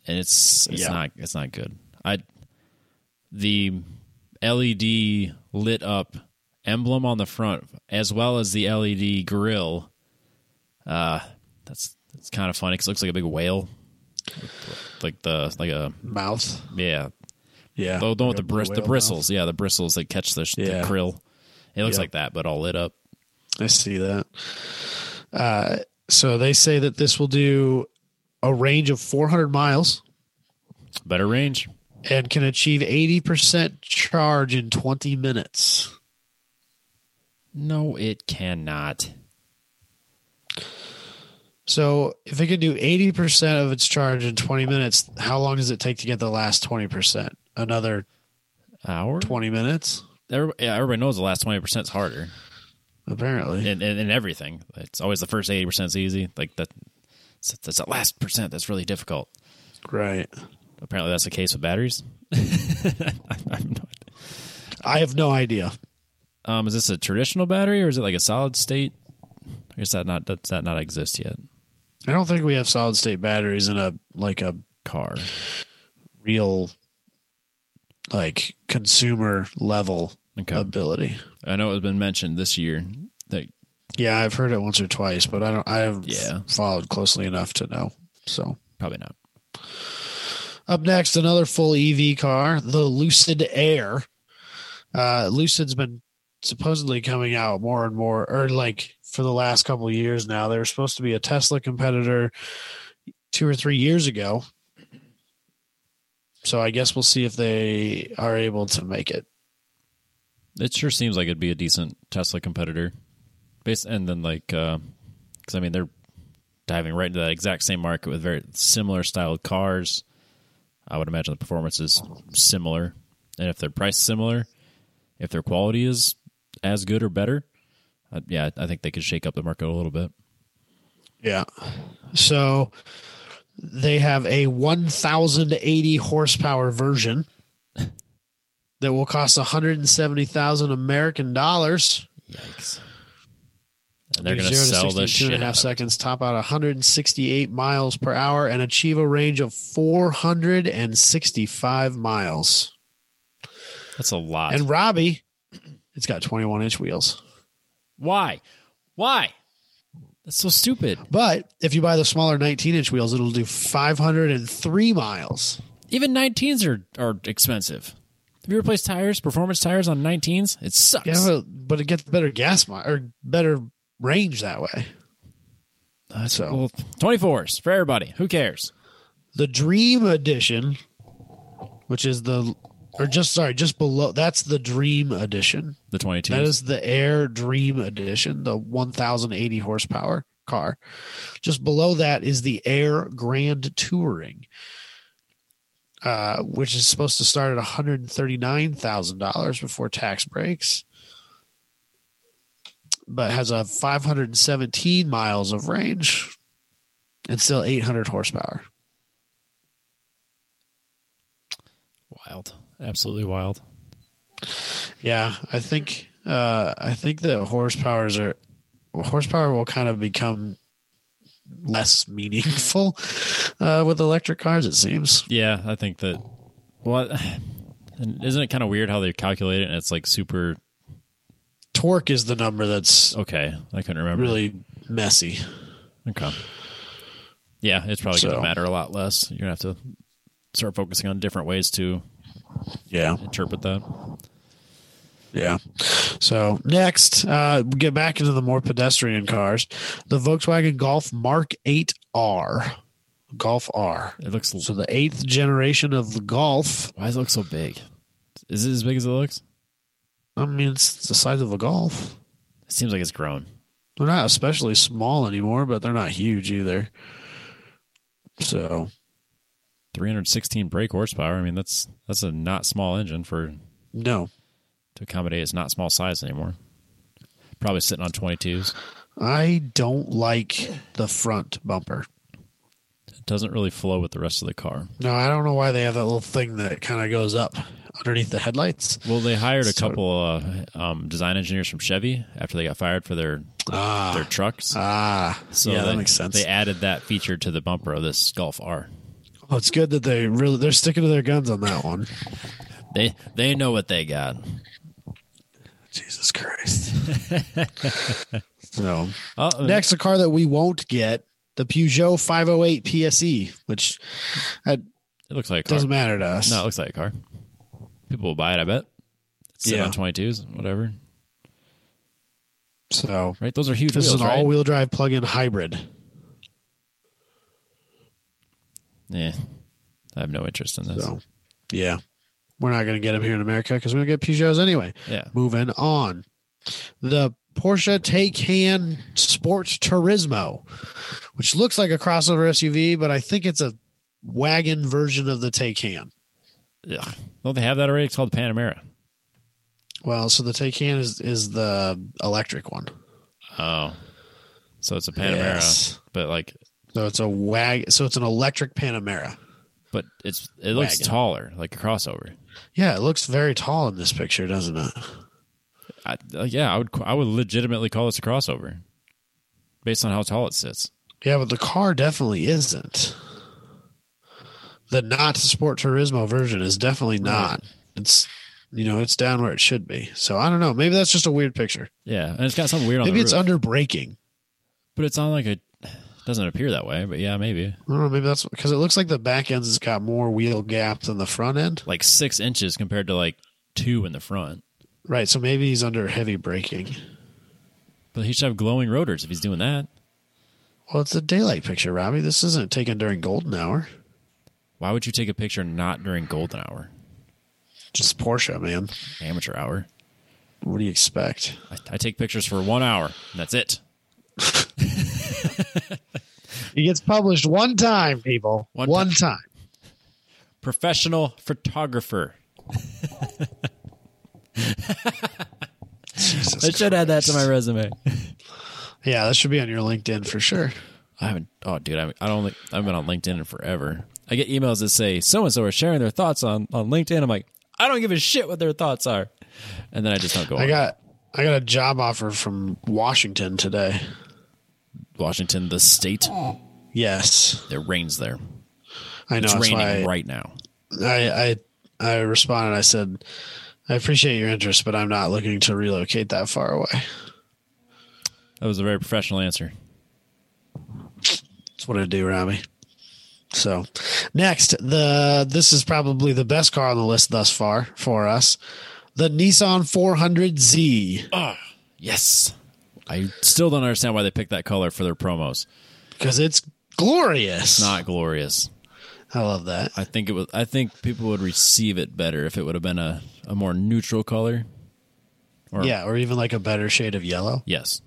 S1: And it's it's
S2: Yeah.
S1: not it's not good. I the LED lit up emblem on the front as well as the LED grill uh, that's that's kind of funny because it looks like a big whale, like the like a
S2: Mouth.
S1: yeah,
S2: Yeah.
S1: the one with the
S2: Like a
S1: bris the
S2: whale mouth.
S1: bristles, yeah, the bristles that catch the, the
S2: Yeah.
S1: krill. It looks
S2: Yep.
S1: like that, but all lit up.
S2: I see that. Uh, so they say that this will do a range of 400 miles
S1: Better range.
S2: and can achieve 80% charge in 20 minutes.
S1: No, it cannot.
S2: So if it can do 80% of its charge in 20 minutes, how long does it take to get the last 20%? Another
S1: Hour.
S2: 20 minutes?
S1: Everybody, yeah, everybody knows the last twenty percent is harder,
S2: Apparently.
S1: and and and everything. It's always the first eighty percent is easy. Like that, it's- that's the last percent that's really difficult.
S2: Right.
S1: Apparently, that's the case with batteries. I have no
S2: I have no idea.
S1: Um, is this a traditional battery or is it like a solid state? Or is that not does that not exist yet?
S2: I don't think we have solid state batteries in a like a
S1: Car.
S2: real like consumer level
S1: Okay.
S2: ability.
S1: I know it's been mentioned this year that
S2: Yeah, I've heard it once or twice, but I don't. I haven't
S1: Yeah.
S2: followed closely enough to know. So
S1: probably not.
S2: up next, another full EV car, the Lucid Air. Uh, Lucid's been supposedly coming out more and more, or like for the last couple of years now. They were supposed to be a Tesla competitor two or three years ago. So I guess we'll see if they are able to make it.
S1: It sure seems like it'd be a decent Tesla competitor. Based and then like because I mean they're diving right into that exact same market with very similar styled cars. I would imagine the performance is similar, and if their price is similar, if their quality is as good or better, uh, yeah, I think they could shake up the market a little bit.
S2: Yeah. So they have a 1080 horsepower version that will cost 170,000 American dollars.
S1: Yikes. And they're going
S2: Zero
S1: to sell this
S2: 60 in two
S1: shit.
S2: and a half
S1: out.
S2: seconds, top out 168 miles per hour, and achieve a range of 465 miles.
S1: That's a lot.
S2: And Robbie, it's got 21 inch wheels.
S1: why? Why? That's so stupid.
S2: But if you buy the smaller 19 inch wheels, it'll do 503 miles.
S1: Even 19s are, are expensive. Have you replaced tires, performance tires on 19s? It sucks.
S2: Yeah, but, but it gets better gas mi- or better range that way.
S1: That's-
S2: so-
S1: well, 24s for everybody. Who cares?
S2: The Dream Edition, which is the or just sorry, just below that's the Dream Edition.
S1: The 22s.
S2: That is the Air Dream Edition, the 1080 horsepower car. Just below that is the Air Grand Touring. Uh, which is supposed to start at $139,000 before tax breaks, but has a 517 miles of range and still 800 horsepower.
S1: wild. Absolutely wild.
S2: Yeah, I think uh, I think that horsepowers are horsepower will kind of become less meaningful uh, with electric cars. It seems.
S1: Yeah, I think that. Well, and isn't it kind of weird how they calculate it? And it's like super.
S2: Torque is the number that's
S1: Okay, I couldn't remember.
S2: really messy.
S1: Okay. Yeah, it's probably going
S2: So-
S1: to matter a lot less. You're going to have to start focusing on different ways to
S2: Yeah,
S1: interpret that.
S2: yeah. So next, uh, we get back into the more pedestrian cars. The Volkswagen Golf Mark 8R, Golf R.
S1: It looks.
S2: So the eighth generation of the Golf.
S1: why does it look so big? Is it as big as it looks?
S2: I mean, it's the size of a Golf.
S1: It seems like it's grown.
S2: They're not especially small anymore, but they're not huge either. So
S1: 316 brake horsepower. I mean, that's that's a not small engine for
S2: no,
S1: to accommodate its not small size anymore. Probably sitting on 22s.
S2: I don't like the front bumper.
S1: It doesn't really flow with the rest of the car.
S2: No, I don't know why they have that little thing that kind of goes up underneath the headlights.
S1: Well, they hired a
S2: So-
S1: couple uh, um, design engineers from Chevy after they got fired for their
S2: Ah,
S1: their trucks.
S2: ah,
S1: So
S2: yeah,
S1: they,
S2: that makes sense.
S1: They added that feature to the bumper of this Golf R.
S2: Well, Oh, it's good that they really they're sticking to their guns on that one.
S1: They they know what they got.
S2: Jesus Christ. so
S1: Oh,
S2: next, a car that we won't get the Peugeot 508 PSE, E, which that
S1: it looks like a car.
S2: doesn't matter to us.
S1: No, it looks like a car. People will buy it. I bet. Sit
S2: Yeah.
S1: on 22s, whatever.
S2: So
S1: Right? Those are huge
S2: this
S1: wheels,
S2: is an
S1: right?
S2: all-wheel drive plug-in hybrid.
S1: yeah. I have no interest in this.
S2: So yeah, we're not going to get them here in America because we don't get Peugeots anyway.
S1: Yeah.
S2: Moving on, the Porsche Taycan Sport Turismo, which looks like a crossover SUV, but I think it's a wagon version of the Taycan.
S1: Ugh. Don't they have that already? It's called Panamera.
S2: Well, so the Taycan is is the electric one.
S1: Oh. So it's a Panamera,
S2: Yes.
S1: but like,
S2: So it's a wag. So it's an electric Panamera.
S1: but it's it looks
S2: Wagon.
S1: taller, like a crossover.
S2: Yeah, it looks very tall in this picture, doesn't it?
S1: I, uh, yeah, I would I would legitimately call this a crossover, based on how tall it sits.
S2: Yeah, but the car definitely isn't. The not Sport Turismo version is definitely not. It's you know, it's down where it should be. So I don't know. Maybe that's just a weird picture.
S1: Yeah, and it's got something weird on
S2: Maybe
S1: the
S2: it's
S1: roof,
S2: under braking.
S1: but it's on like a doesn't appear that way. But yeah, maybe
S2: I don't know, maybe that's because it looks like the back end's got more wheel gap than the front end.
S1: like six inches compared to like two in the front.
S2: Right, so maybe he's under heavy braking.
S1: But he should have glowing rotors if he's doing that.
S2: Well, it's a daylight picture, Robbie. This isn't taken during golden hour.
S1: Why would you take a picture not during golden hour,
S2: Just Porsche, man.
S1: amateur hour?
S2: What do you expect?
S1: I, I take pictures for one hour. And that's it.
S2: It gets published one time, people.
S1: One
S2: One,
S1: ti-
S2: time.
S1: Professional photographer.
S2: Jesus
S1: I should add that to my resume.
S2: Yeah, that should be on your LinkedIn for sure.
S1: I haven't. Oh, dude, I, I don't. think- I've been on LinkedIn in forever. I get emails that say so and so are sharing their thoughts on on LinkedIn. I'm like, I don't give a shit what their thoughts are, and then I just don't go.
S2: I
S1: on.
S2: got I got a job offer from Washington today.
S1: Washington, the state.
S2: Yes,
S1: It rains there.
S2: I know.
S1: It's
S2: That's
S1: raining
S2: why I,
S1: right now.
S2: I I I responded. I said, I appreciate your interest, but I'm not looking to relocate that far away.
S1: That was a very professional answer.
S2: That's what I do, Rami. So, next, the this is probably the best car on the list thus far for us, the Nissan 400Z.
S1: Yes. I still don't understand why they picked that color for their promos.
S2: because it's glorious.
S1: Not glorious.
S2: I love that.
S1: I think it was. I think people would receive it better if it would have been a, a more neutral color. Or,
S2: Yeah, or even like a better shade of yellow.
S1: Yes.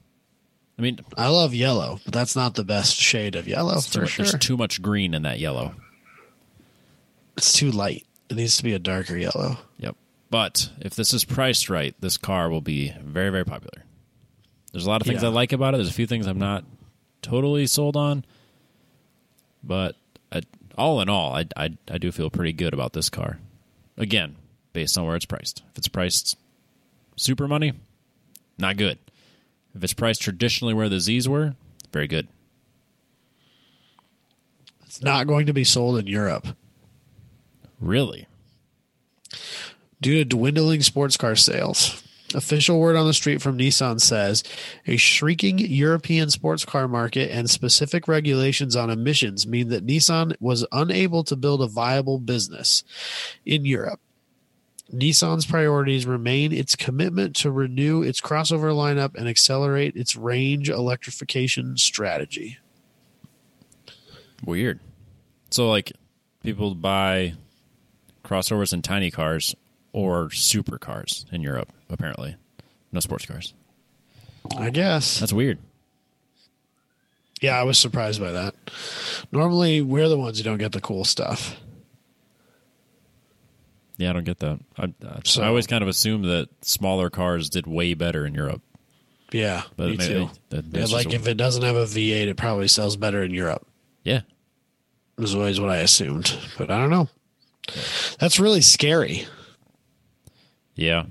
S1: I mean,
S2: I love yellow, but that's not the best shade of yellow
S1: too
S2: for
S1: much-
S2: sure.
S1: there's too much green in that yellow.
S2: it's too light. It needs to be a darker yellow.
S1: Yep. But if this is priced right, this car will be very, very popular. There's a lot of things
S2: Yeah.
S1: I like about it. There's a few things I'm not totally sold on. uh, But I, all in all, I, I, I do feel pretty good about this car. Again, based on where it's priced. If it's priced super money, not good. If it's priced traditionally where the Z's were, very good.
S2: It's not going to be sold in Europe
S1: Really?
S2: due to dwindling sports car sales. Official word on the street from Nissan says a shrinking European sports car market and specific regulations on emissions mean that Nissan was unable to build a viable business in Europe. Nissan's priorities remain its commitment to renew its crossover lineup and accelerate its range electrification strategy.
S1: Weird. So like people buy crossovers and tiny cars or supercars in Europe, apparently. No sports cars.
S2: I guess.
S1: That's weird.
S2: Yeah, I was surprised by that. Normally, we're the ones who don't get the cool stuff.
S1: Yeah, I don't get that. I, I,
S2: So-
S1: I always kind of assumed that smaller cars did way better in Europe.
S2: Yeah,
S1: But
S2: me
S1: may-
S2: too.
S1: that-
S2: Yeah,
S1: that's just
S2: like
S1: a-
S2: if it doesn't have a V8, it probably sells better in Europe.
S1: yeah,
S2: Was always what I assumed, but I don't know. That's really scary
S1: yeah.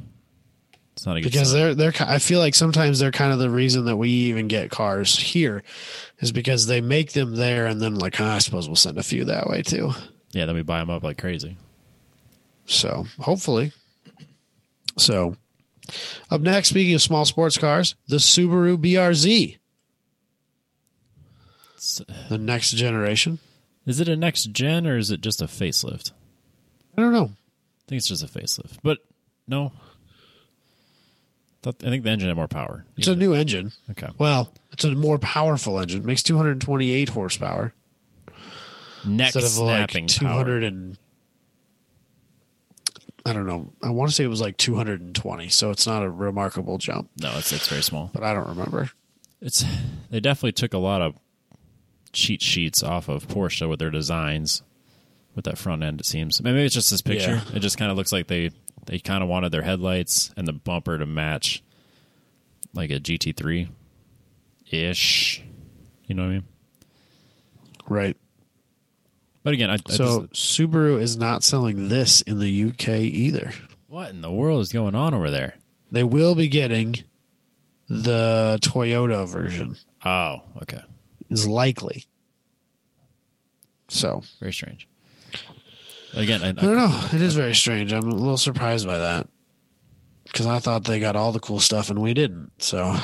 S1: It's not a good
S2: because
S1: sign.
S2: they're they're. ki- I feel like sometimes they're kind of the reason that we even get cars here, is because they make them there and then like "Ah, I suppose we'll send a few that way too.
S1: yeah. Then we buy them up like crazy.
S2: So hopefully. So up next, speaking of small sports cars, the Subaru BRZ,
S1: It's-
S2: the next generation.
S1: Is it a next gen or is it just a facelift?
S2: I don't know.
S1: I think it's just a facelift, but no. Thought- I think the engine had more power.
S2: It's a new engine.
S1: okay.
S2: Well, it's a more powerful engine. It makes 228 horsepower
S1: Neck
S2: instead of
S1: snapping
S2: like
S1: power.
S2: 200 and I don't know. I want to say it was like 220, so it's not a remarkable jump,
S1: No, it's it's very small.
S2: but I don't remember.
S1: It's they definitely took a lot of cheat sheets off of Porsche with their designs with that front end. It seems maybe it's just this picture. It just kind of looks like they they kind of wanted their headlights and the bumper to match like a GT3 ish. You know what I mean?
S2: Right.
S1: But again, I, I
S2: So
S1: just,
S2: Subaru is not selling this in the UK either.
S1: what in the world is going on over there?
S2: They will be getting the Toyota version
S1: Oh, okay,
S2: is likely. So
S1: very strange. Again, I,
S2: I don't know. It is very strange. I'm a little surprised by that because I thought they got all the cool stuff and we didn't. So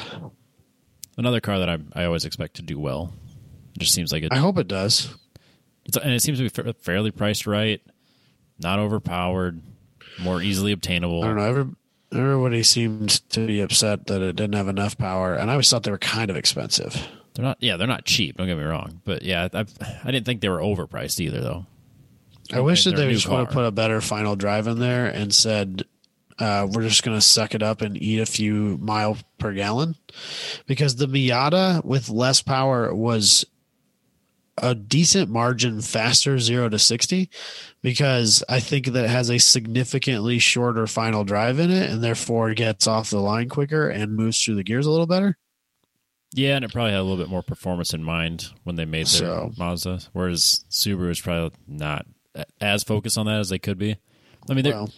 S1: another car that I I always expect to do well. It just seems like it
S2: I hope it does.
S1: It's, and it seems to be fa- fairly priced right, not overpowered, more easily obtainable.
S2: I don't know. Every, everybody seemed to be upset that it didn't have enough power, and I always thought they were kind of expensive.
S1: They're not, yeah, they're not cheap. Don't get me wrong, but yeah, I, I didn't think they were overpriced either, though.
S2: I wish
S1: And
S2: that
S1: their
S2: they
S1: new
S2: just would have
S1: car.
S2: put a better final drive in there and said, uh, "We're just going to suck it up and eat a few mile per gallon," because the Miata with less power was a decent margin faster zero to sixty, because I think that it has a significantly shorter final drive in it, and therefore gets off the line quicker and moves through the gears a little better.
S1: Yeah, and it probably had a little bit more performance in mind when they made their
S2: So-
S1: Mazda, whereas Subaru is probably not a- as focused on that as they could be. I mean, they're
S2: Well,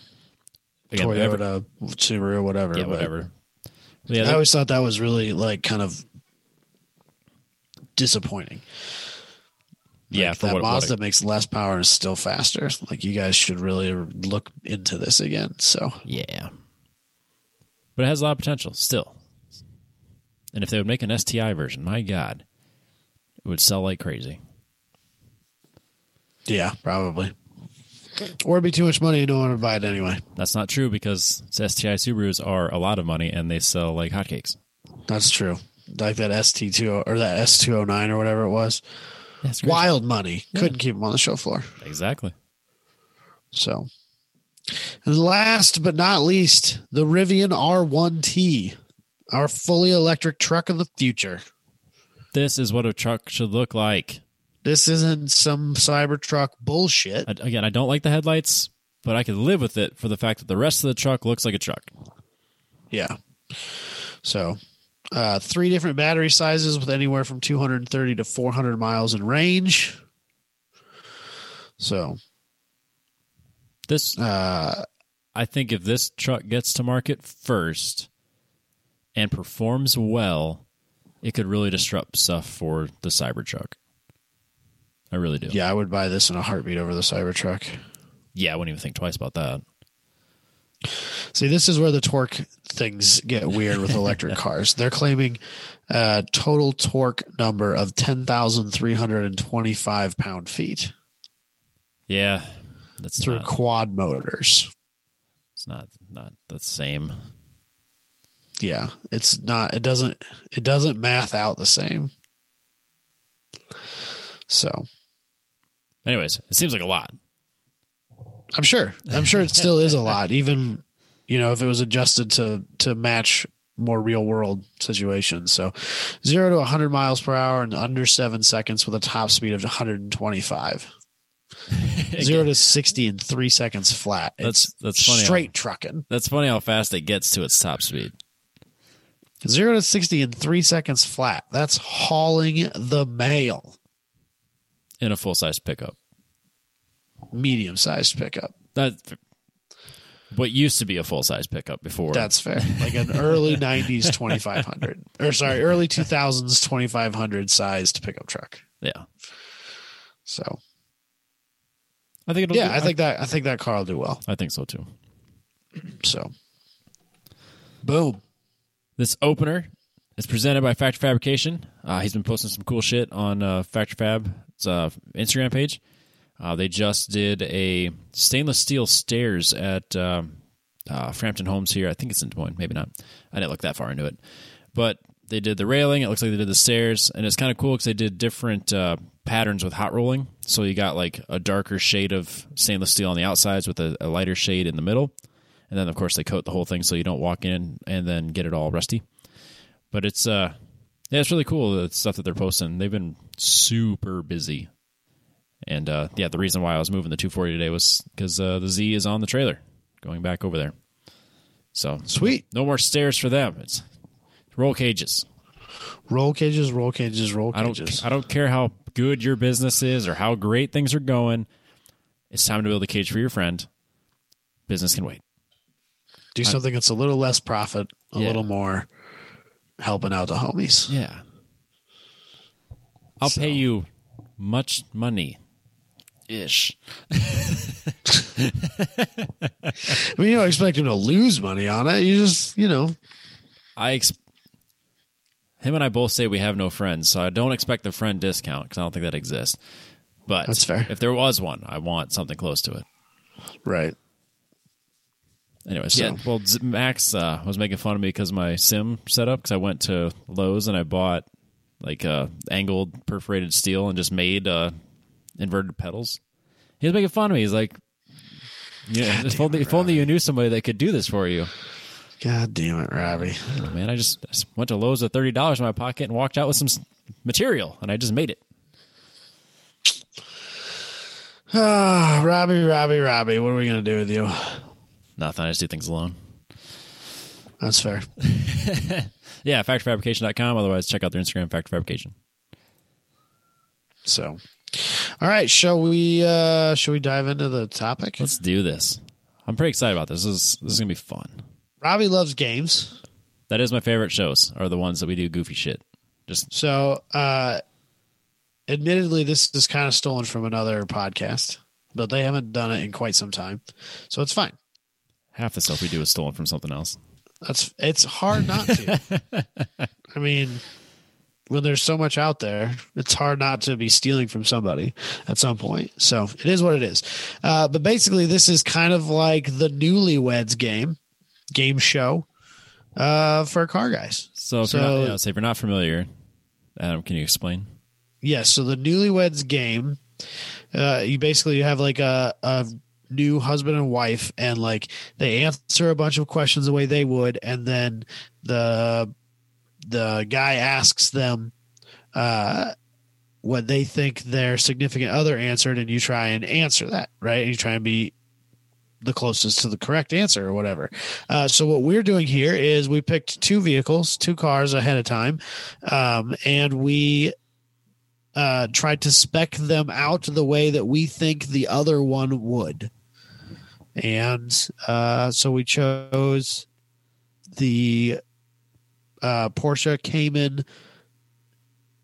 S1: again,
S2: Toyota,
S1: every-
S2: Subaru, whatever.
S1: yeah,
S2: but-
S1: whatever. But yeah,
S2: I
S1: they're-
S2: always thought that was really like kind of disappointing. Like,
S1: yeah, for
S2: that
S1: what, what
S2: Mazda
S1: it-
S2: makes less power and is still faster. Like you guys should really look into this again. So
S1: yeah, but it has a lot of potential still. And if they would make an STI version, my God, it would sell like crazy.
S2: yeah, probably. Or it'd be too much money and no one would buy it anyway.
S1: That's not true because STI Subarus are a lot of money and they sell like hotcakes.
S2: That's true. Like that ST two or that S two oh nine or whatever it was.
S1: That's
S2: Wild money. Couldn't keep them on the show floor.
S1: Exactly.
S2: So and last but not least, the Rivian R one T, our fully electric truck of the future.
S1: This is what a truck should look like.
S2: This isn't some Cybertruck bullshit.
S1: I, again, I don't like the headlights, but I could live with it for the fact that the rest of the truck looks like a truck.
S2: Yeah. So, uh, three different battery sizes with anywhere from 230 to 400 miles in range. So,
S1: This
S2: uh,
S1: I think if this truck gets to market first and performs well, it could really disrupt stuff for the Cybertruck. I really do.
S2: Yeah, I would buy this in a heartbeat over the Cybertruck.
S1: Yeah, I wouldn't even think twice about that.
S2: See, this is where the torque things get weird with electric cars. They're claiming a total torque number of 10,325 pound feet
S1: Yeah, that's
S2: through
S1: not,
S2: quad motors.
S1: it's not not the same.
S2: Yeah, it's not it doesn't it doesn't math out the same. So,
S1: Anyways, it seems like a lot.
S2: I'm sure. I'm sure it still is a lot even you know if it was adjusted to to match more real world situations. So, 0 to 100 miles per hour in under 7 seconds with a top speed of 125. zero to sixty in three seconds flat.
S1: That's-
S2: it's
S1: that's funny.
S2: Straight trucking.
S1: That's funny how fast it gets to its top speed.
S2: Zero to sixty in three seconds flat. That's hauling the mail.
S1: in a full size pickup.
S2: Medium sized pickup.
S1: That what used to be a full size pickup before.
S2: That's fair. Like an early nineties twenty five hundred, or sorry, early two thousands twenty five hundred sized pickup truck.
S1: yeah.
S2: So
S1: I think it'll.
S2: yeah, I think that I think that car will do well.
S1: I think so too.
S2: So boom.
S1: This opener is presented by Factor Fabrication. Uh, he's been posting some cool shit on uh, Factor Fab's uh, Instagram page. Uh, they just did a stainless steel stairs at um, uh, Frampton Homes here. I think it's in Des Moines, maybe not. I didn't look that far into it, but they did the railing. It looks like they did the stairs, and it's kind of cool because they did different uh, patterns with hot rolling. So you got like a darker shade of stainless steel on the outsides with a, a lighter shade in the middle, and then of course they coat the whole thing so you don't walk in and then get it all rusty. But it's uh, yeah, it's really cool the stuff that they're posting. They've been super busy. And uh, yeah, the reason why I was moving the 240 today was because uh, the Z is on the trailer, going back over there. So
S2: Sweet.
S1: no more stairs for them. It's roll cages.
S2: Roll cages, roll cages, roll
S1: I don't.
S2: cages.
S1: I don't care how good your business is or how great things are going. It's time to build a cage for your friend. Business can wait.
S2: do something that's a little less profit, a
S1: Yeah.
S2: little more helping out the homies.
S1: Yeah. I'll pay you much money, ish.
S2: I mean, you don't expect him to lose money on it. You just, you know,
S1: I ex- him and I both say we have no friends, so I don't expect the friend discount because I don't think that exists. But
S2: That's fair.
S1: If there was one, I want something close to it.
S2: right.
S1: Anyway,
S2: So-
S1: so yeah, well, Z- Max uh, was making fun of me because my sim setup. Because I went to Lowe's and I bought like uh, angled perforated steel and just made uh, inverted pedals. He was making fun of me. He's like, "Yeah, if only, if only you knew somebody that could do this for you."
S2: God damn it, Robbie.
S1: I don't know, man, I just, I just went to Lowe's with thirty dollars in my pocket and walked out with some s- material, and I just made it.
S2: Ah, Robbie, Robbie, Robbie. What are we gonna do with you?
S1: Nothing. I just do things alone.
S2: That's fair.
S1: Yeah, factorfabrication.com. Otherwise, check out their Instagram, Factor Fabrication.
S2: So, all right. Shall we? uh Shall we dive into the topic?
S1: Let's do this. I'm pretty excited about this. This is this is gonna be fun.
S2: Robbie loves games,
S1: That is my favorite shows are the ones that we do goofy shit. Just
S2: so uh admittedly, this is kind of stolen from another podcast, but they haven't done it in quite some time, so it's fine.
S1: half the stuff we do is stolen from something else.
S2: That's it's hard not to. I mean, when there's so much out there, it's hard not to be stealing from somebody at some point. So it is what it is. Uh, but basically, this is kind of like the newlyweds game, game show uh, for car guys.
S1: So, if
S2: So-
S1: you're not, yeah, so if you're not familiar, Adam, can you explain?
S2: Yes. so the newlyweds game, uh, you basically have like a, a new husband and wife, and like they answer a bunch of questions the way they would, and then the the guy asks them uh, what they think their significant other answered, and you try and answer that, right? And you try and be the closest to the correct answer or whatever. Uh, so what we're doing here is we picked two vehicles, two cars ahead of time, um, and we uh, tried to spec them out the way that we think the other one would. and uh, so we chose the uh, Porsche Cayman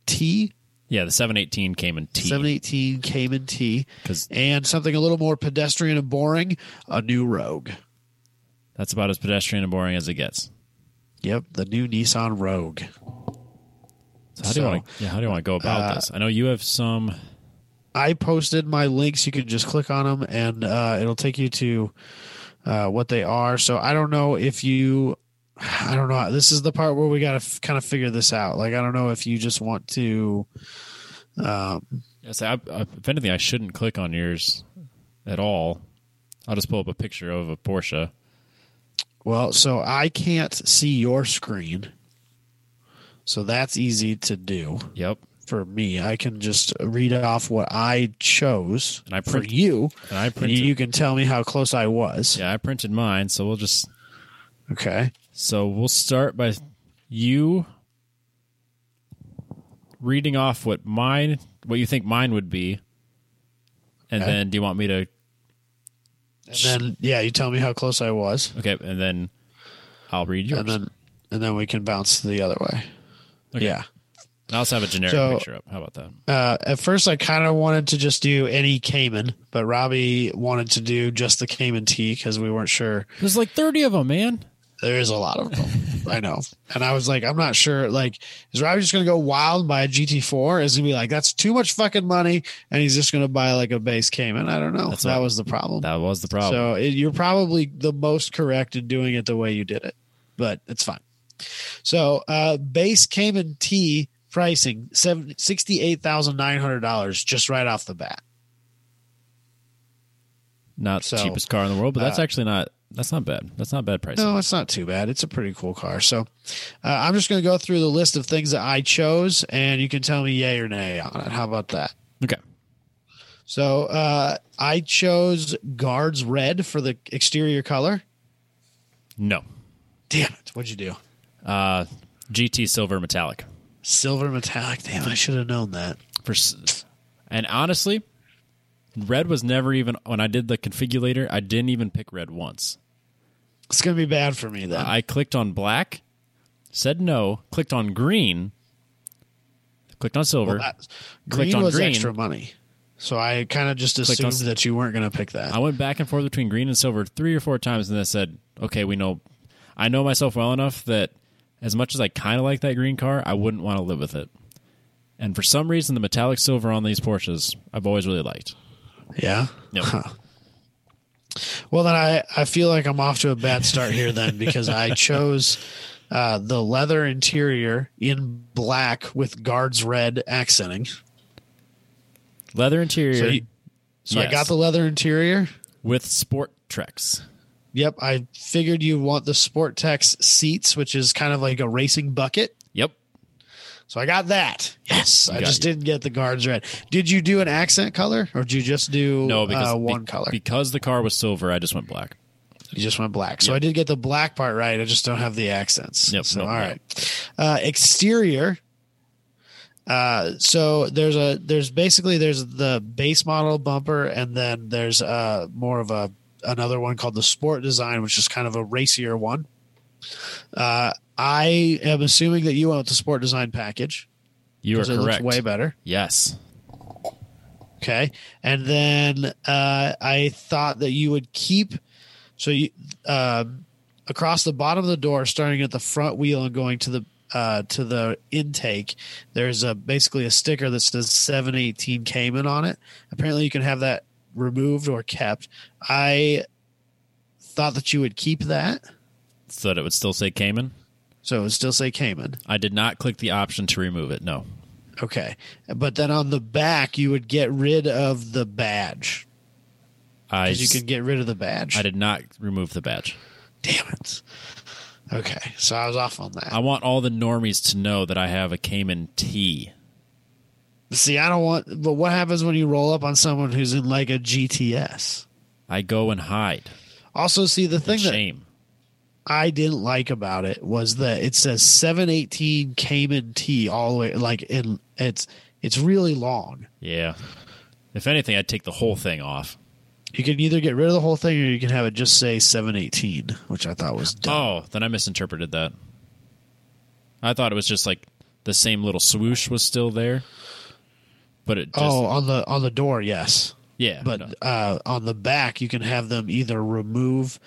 S2: T
S1: Yeah, the 718 came in T.
S2: seven eighteen Cayman T,
S1: 'Cause-
S2: and something a little more pedestrian and boring, a new Rogue.
S1: That's about as pedestrian and boring as it gets.
S2: Yep, the new Nissan Rogue.
S1: So how do you
S2: So,
S1: want to? Yeah, how do you want to go about
S2: uh,
S1: this? I know you have some.
S2: I posted my links. You can just click on them, and uh, it'll take you to uh, what they are. So I don't know if you, I don't know. This is the part where we got to f- kind of figure this out. Like I don't know if you just want to. Um,
S1: Yes, I, I, if anything, I shouldn't click on yours at all. I'll just pull up a picture of a Porsche.
S2: well, so I can't see your screen, so that's easy to do
S1: Yep,
S2: for me. I can just read off what I chose
S1: And I
S2: for
S1: print-
S2: you.
S1: and I
S2: And
S1: printed.
S2: you can tell me how close I was.
S1: yeah, I printed mine. So we'll just.
S2: Okay.
S1: So we'll start by you reading off what mine, what you think mine would be, and
S2: Okay.
S1: then do you want me to?
S2: And then yeah, you tell me how close I was.
S1: Okay, and then I'll read yours.
S2: and then and then we can bounce the other way.
S1: Okay.
S2: Yeah.
S1: I also have a generic
S2: So-
S1: picture up. How about that?
S2: Uh, at first, I kind of wanted to just do any Cayman, but Robbie wanted to do just the Cayman T because we weren't sure.
S1: There's like 30 of them, man.
S2: There is a lot of them, I know. And I was like, I'm not sure. Like, is Robbie just gonna go wild and buy a GT4? Is he gonna be like, that's too much fucking money, and he's just gonna buy like a base Cayman? I don't know.
S1: That's
S2: that
S1: right.
S2: was the problem.
S1: That was the problem.
S2: So it, you're probably the most correct in doing it the way you did it, but it's fine. So uh, base Cayman T pricing seven sixty eight thousand nine hundred dollars just right off the bat.
S1: not the
S2: So,
S1: cheapest car in the world, but that's
S2: uh,
S1: actually not that's not bad. That's not bad pricing.
S2: No, it's not too bad. It's a pretty cool car. So uh, I'm just going to go through the list of things that I chose, and you can tell me yay or nay on it. How about that?
S1: Okay.
S2: So uh, I chose Guards Red for the exterior color.
S1: No.
S2: Damn it! What'd you do?
S1: Uh, GT silver metallic.
S2: Silver metallic. Damn, I should have known that.
S1: For s- and honestly, red was never even when I did the configurator. I didn't even pick red once.
S2: It's gonna be bad for me then.
S1: I clicked on black, said no, clicked on green, clicked on silver.
S2: That-
S1: clicked
S2: green
S1: on
S2: was
S1: green.
S2: extra money, so I kind of just
S1: Clicked on
S2: assumed
S1: s-
S2: that you weren't gonna pick that.
S1: I went back and forth between green and silver three or four times, and then I said, "Okay, we know. I know myself well enough that as much as I kind of like that green car, I wouldn't want to live with it." And for some reason, the metallic silver on these Porsches, I've always really liked.
S2: yeah.
S1: Yep.
S2: Well, then I I feel like I'm off to a bad start here then because I chose uh, the leather interior in black with guards red accenting.
S1: Leather interior
S2: So, you- so I
S1: Yes.
S2: got the leather interior.
S1: with sport treks.
S2: Yep, I figured you want the Sport Tex seats, which is kind of like a racing bucket.
S1: Yep.
S2: So I got that. Yes, I
S1: got
S2: just
S1: it.
S2: didn't get the guards red. Did you do an accent color, or did you just do
S1: No, because
S2: uh,
S1: be-
S2: one color?
S1: because the car was silver, I just went black.
S2: You just went black. So I did get the black part right. I just don't have the accents.
S1: Yep,
S2: So
S1: nope,
S2: all
S1: nope.
S2: right. Uh, exterior. Uh, so there's a there's basically there's the base model bumper, and then there's uh more of a another one called the sport design, which is kind of a racier one. Uh, I am assuming that you went with the sport design package
S1: You are
S2: because it
S1: correct.
S2: looks way better.
S1: yes.
S2: Okay. And then uh, I thought that you would keep so you um across the bottom of the door, starting at the front wheel and going to the uh, to the intake. There's a basically a sticker that says 718 Cayman on it. Apparently, you can have that removed or kept. I thought that you would keep that,
S1: So that it would still say Cayman.
S2: so it would still say Cayman.
S1: I did not click the option to remove it. No.
S2: Okay, but then on the back, you would get rid of the badge.
S1: I
S2: 'Cause You
S1: s-
S2: can get rid of the badge.
S1: I did not remove the badge.
S2: Damn it. Okay, so I was off on that.
S1: I want all the normies to know that I have a Cayman T.
S2: See, I don't want. But what happens when you roll up on someone who's in like a GTS?
S1: I go and hide.
S2: Also, see the thing that
S1: Shame.
S2: I didn't like about it was that it says 718 Cayman T all the way. Like in it's it's really long.
S1: Yeah. If anything, I'd take the whole thing off.
S2: You can either get rid of the whole thing or you can have it just say 718, which I thought was dumb.
S1: Oh, then I misinterpreted that. I thought it was just like the same little swoosh was still there, but it just
S2: oh, on the on the door, yes.
S1: yeah.
S2: But
S1: no.
S2: uh, on the back, you can have them either remove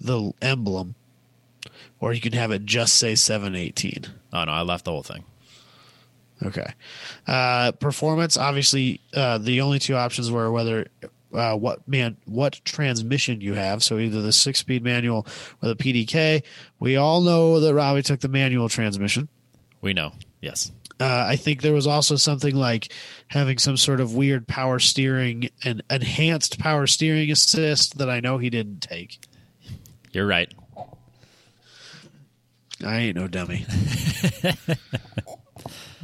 S2: the emblem or you can have it just say 718.
S1: oh no, I left the whole thing.
S2: Okay. Uh, performance. Obviously, uh, the only two options were whether uh, what man what transmission you have. So either the six speed manual or the PDK. We all know that Robbie took the manual transmission.
S1: We know. Yes.
S2: Uh, I think there was also something like having some sort of weird power steering and enhanced power steering assist that I know he didn't take.
S1: You're right.
S2: I ain't no dummy.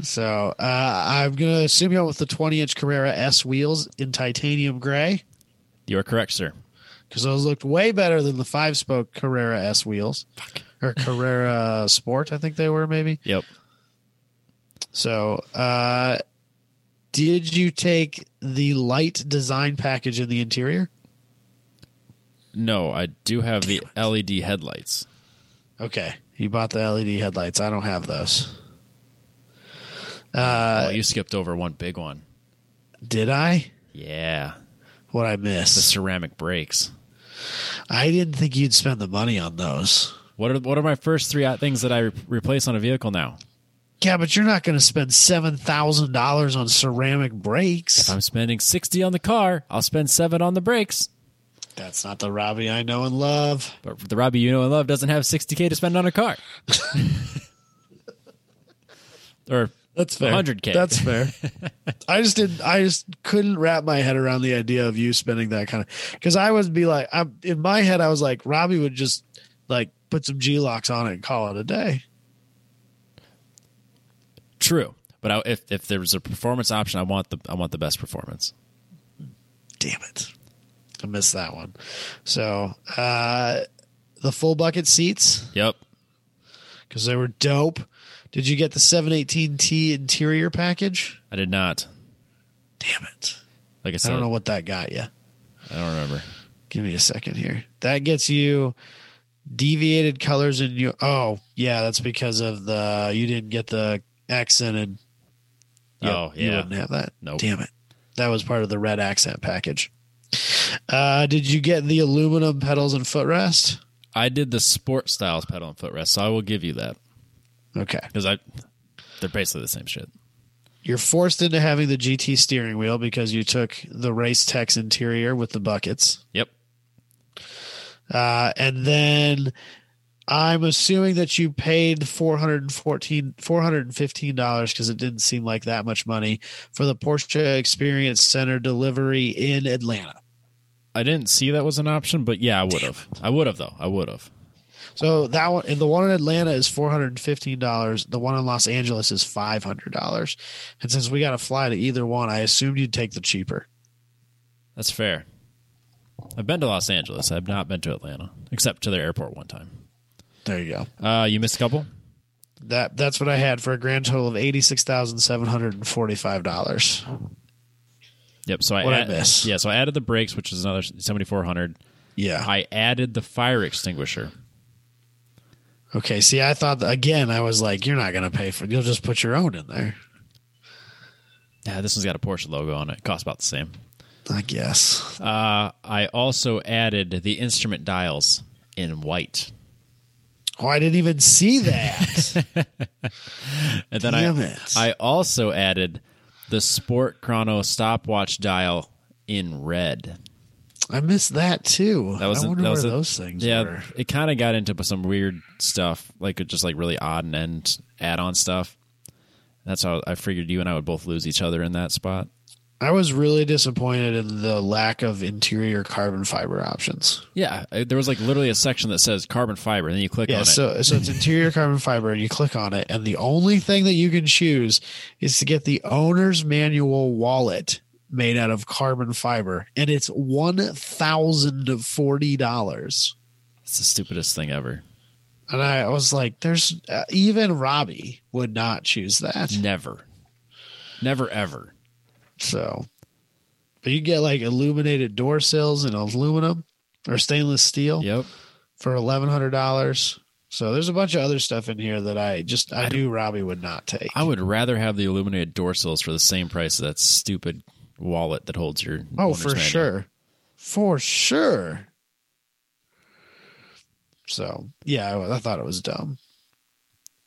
S2: so uh, I'm gonna assume you went with the 20 inch Carrera S wheels in titanium gray.
S1: You are correct, sir.
S2: because those looked way better than the five spoke Carrera S wheels
S1: Fuck.
S2: or Carrera Sport, I think they were maybe.
S1: Yep.
S2: So, uh, did you take the light design package in the interior?
S1: No, I do have the LED headlights.
S2: Okay, you bought the LED headlights. I don't have those.
S1: oh, you skipped over one big one.
S2: Did I?
S1: Yeah,
S2: What I
S1: the
S2: missed?
S1: ceramic brakes.
S2: I didn't think you'd spend the money on those.
S1: What are what are my first three things that I re- replace on a vehicle now?
S2: Yeah, but you're not going to spend seven thousand dollars on ceramic brakes.
S1: I'm spending sixty on the car. I'll spend seven on the brakes.
S2: That's not the Robbie I know and love.
S1: But the Robbie you know and love doesn't have 60k to spend on a car. or
S2: That's fair.
S1: 100K.
S2: That's fair. I just didn't. I just couldn't wrap my head around the idea of you spending that kind of. Because I would be like, I'm in my head. I was like, Robbie would just like put some G locks on it and call it a day.
S1: true. But I, if if there's a performance option, I want the I want the best performance.
S2: Damn it, I missed that one. So uh the full bucket seats
S1: Yep.
S2: because they were dope. Did you get the 718T interior package?
S1: I did not.
S2: Damn it,
S1: Like I
S2: I
S1: said,
S2: don't know what that got you.
S1: I don't remember.
S2: give me a second here. That gets you deviated colors in your. Oh, yeah, that's because of the you didn't get the accent and.
S1: Oh,
S2: you
S1: yeah.
S2: wouldn't have that.
S1: Nope.
S2: damn it, that was part of the red accent package. Uh, did you get the aluminum pedals and footrest?
S1: I did the sport styles pedal and footrest, so I will give you that
S2: Okay,
S1: because I they're basically the same shit.
S2: you're forced into having the GT steering wheel because you took the race tech's interior with the buckets.
S1: Yep.
S2: Uh, and then I'm assuming that you paid 414 $415 because it didn't seem like that much money for the Porsche Experience Center delivery in Atlanta.
S1: I didn't see that was an option, but yeah, I would have. I would have though. I would have.
S2: So that one and the one in Atlanta is $415. The one in Los Angeles is $500. And since we got to fly to either one, I assumed you'd take the cheaper.
S1: That's fair. I've been to Los Angeles. I've not been to Atlanta, except to their airport one time.
S2: There you go.
S1: Uh, you missed a couple.
S2: That that's what I had for a grand total of $86,745.
S1: Yep. So I,
S2: What'd I
S1: add-
S2: miss?
S1: yeah. So I added the brakes, which is another seventy four hundred.
S2: Yeah.
S1: I added the fire extinguisher.
S2: Okay. See, I thought again. I was like, you're not going to pay for. You'll just put your own in there.
S1: Yeah, this one's got a Porsche logo on it. it costs about the same.
S2: I guess.
S1: Uh, I also added the instrument dials in white,
S2: Oh, I didn't even see that.
S1: and then
S2: Damn
S1: I
S2: it.
S1: I also added the Sport Chrono stopwatch dial in red.
S2: I missed that too.
S1: That was
S2: I wonder
S1: that
S2: where
S1: was a-
S2: those things
S1: Yeah,
S2: were.
S1: it kind of got into some weird stuff, like just like really odd and end add-on stuff. That's how I figured you and I would both lose each other in that spot.
S2: I was really disappointed in the lack of interior carbon fiber options.
S1: Yeah, I- there was like literally a section that says carbon fiber, and then you click
S2: Yeah,
S1: on it.
S2: so so it's interior carbon fiber, and you click on it, and the only thing that you can choose is to get the owner's manual wallet made out of carbon fiber, and it's one thousand forty dollars.
S1: It's the stupidest thing ever.
S2: And I was like, there's uh, even Robbie would not choose that.
S1: Never, never, ever.
S2: So But you get like illuminated door sills in aluminum or stainless steel
S1: Yep.
S2: for eleven hundred dollars. So there's a bunch of other stuff in here that I just I, knew Robbie would not take.
S1: I would rather have the illuminated door sills for the same price as that stupid wallet that holds your.
S2: oh,
S1: owner's
S2: for
S1: manual.
S2: sure, for sure. So yeah, I, I thought it was dumb,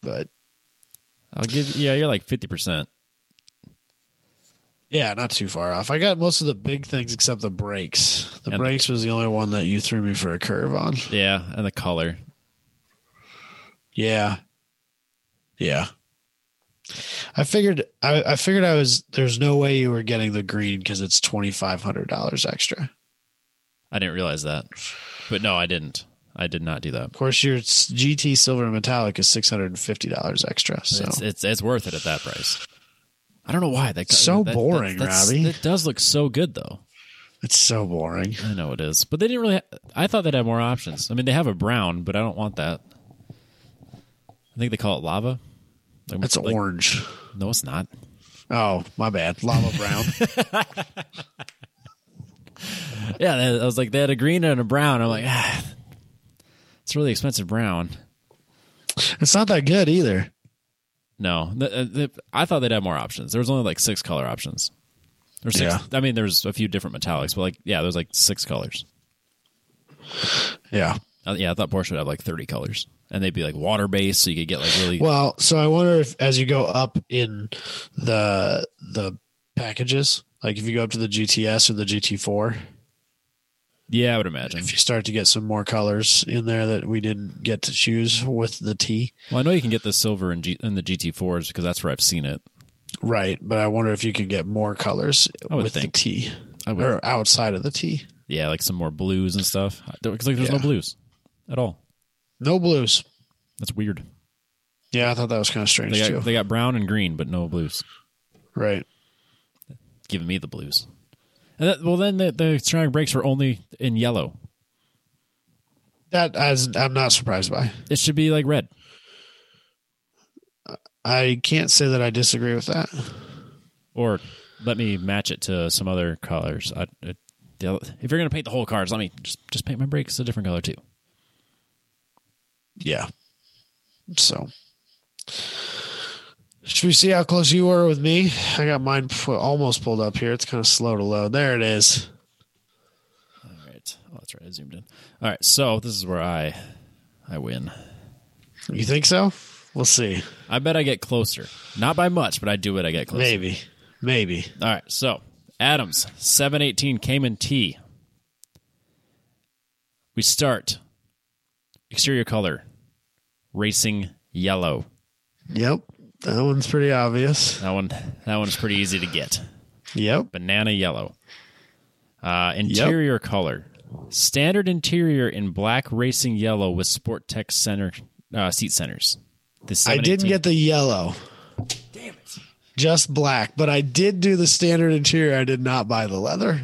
S2: but
S1: I'll give. Yeah, you're like fifty percent.
S2: yeah, not too far off. I got most of the big things except the brakes. The
S1: And-
S2: brakes was the only one that you threw me for a curve on.
S1: Yeah, and the color.
S2: Yeah. Yeah. I figured I, I figured I was there's no way you were getting the green because it's twenty five hundred dollars extra.
S1: I didn't realize that, but no, I didn't. I did not do that.
S2: Of course, your s- GT Silver Metallic is six hundred and fifty dollars extra. So
S1: It's, it's it's worth it at that price. I don't know why that
S2: So
S1: that- that-
S2: boring,
S1: that's-
S2: Robbie.
S1: It does look so good though.
S2: it's so boring.
S1: I know it is, but they didn't really. Ha- I thought they'd have more options. I mean, they have a brown, but I don't want that. I think they call it lava. Like,
S2: It's
S1: like-
S2: orange.
S1: No, it's not.
S2: Oh, my bad. Lava brown.
S1: Yeah, they- I was like, they had a green and a brown. I'm like, ah, it's a really expensive brown.
S2: it's not that good either.
S1: No, th- uh, th- I thought they'd have more options. There was only like six color options. Or six. I mean, there was a few different metallics, but like, yeah, there was like six colors.
S2: Yeah.
S1: Uh, yeah, I thought Porsche would have like 30 colors, and they'd be like water based, so you could get like really.
S2: Well, so I wonder if as you go up in the the packages, like if you go up to the GTS or the GT4,
S1: yeah, I would imagine.
S2: if you start to get some more colors in there that we didn't get to choose with the T.
S1: Well, I know you can get the silver in, G- in the GT4s because that's where I've seen it.
S2: Right, but I wonder if you could get more colors
S1: I would
S2: with
S1: think.
S2: the T
S1: I would,
S2: or outside of the T.
S1: yeah, like some more blues and stuff. Because like, there's no
S2: Yeah.
S1: blues at all.
S2: No blues.
S1: That's weird.
S2: Yeah, I thought that was kind of strange
S1: They
S2: too.
S1: got, they got brown and green, but no blues.
S2: right.
S1: Giving me the blues. And that, well, then the, the surrounding brakes were only in yellow.
S2: That as I'm not surprised by.
S1: It should be like red.
S2: I can't say that I disagree with that.
S1: Or let me match it to some other colors. I, it, the- if you're going to paint the whole cars, let me just, just paint my brakes a different color too.
S2: Yeah. So should we see how close you were with me? I got mine pu- almost pulled up here. It's kind of slow to load. There it is.
S1: All right. Oh, that's right. I zoomed in. All right. So this is where I, I win.
S2: You think so? We'll see.
S1: I bet I get closer. Not by much, but I do it. I get closer.
S2: Maybe. Maybe.
S1: All right. So Adams, 718 Cayman T. We start. Exterior color, racing yellow.
S2: Yep. That one's pretty obvious.
S1: That one, that one's pretty easy to get.
S2: Yep.
S1: Banana yellow. Uh, interior color, standard interior in black racing yellow with sport tech center uh, seat centers. The
S2: I
S1: 718
S2: didn't get the yellow. Damn it. Just black, but I did do the standard interior. I did not buy the leather.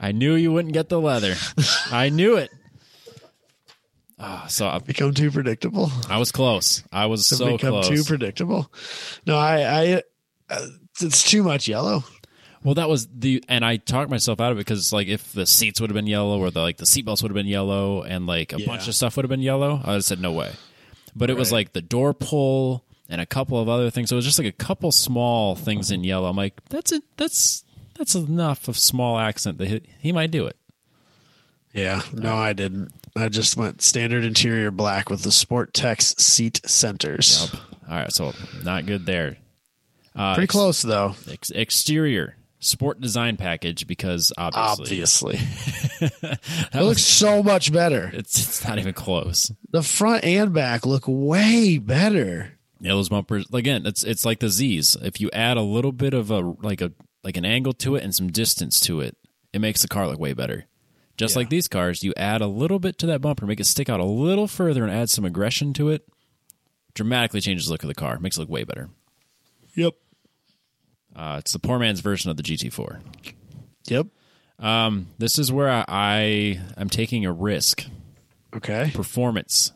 S1: I knew you wouldn't get the leather. I knew it. Ah, so I,
S2: Become too predictable.
S1: I was close. I was
S2: Have
S1: so
S2: become
S1: close.
S2: too predictable. No, I, I, uh, it's too much yellow.
S1: well, that was the and I talked myself out of it because like if the seats would have been yellow or the like the seatbelts would have been yellow and like a
S2: Yeah.
S1: bunch of stuff would have been yellow, I would have said no way. But it was
S2: Right.
S1: like the door pull and a couple of other things. So it was just like a couple small things in yellow. I'm like, that's it. That's that's enough of small accent that he, he might do it.
S2: Yeah, no, I didn't. I just went standard interior black with the Sport Tex seat centers.
S1: All right, so not good there. Uh,
S2: Pretty
S1: ex-
S2: close though,
S1: Ex- exterior sport design package because obviously
S2: obviously. it looks so much better.
S1: It's, it's not even close.
S2: The front and back look way better.
S1: Yeah, those bumpers again. It's it's like the Z's. If you add a little bit of a like a like an angle to it and some distance to it, it makes the car look way better. Just like these cars, you add a little bit to that bumper, make it stick out a little further, and add some aggression to it. Dramatically changes the look of the car. Makes it look way better.
S2: Yep.
S1: Uh, it's the poor man's version of the GT4.
S2: Yep.
S1: This is where I, I am taking a risk.
S2: Okay.
S1: Performance.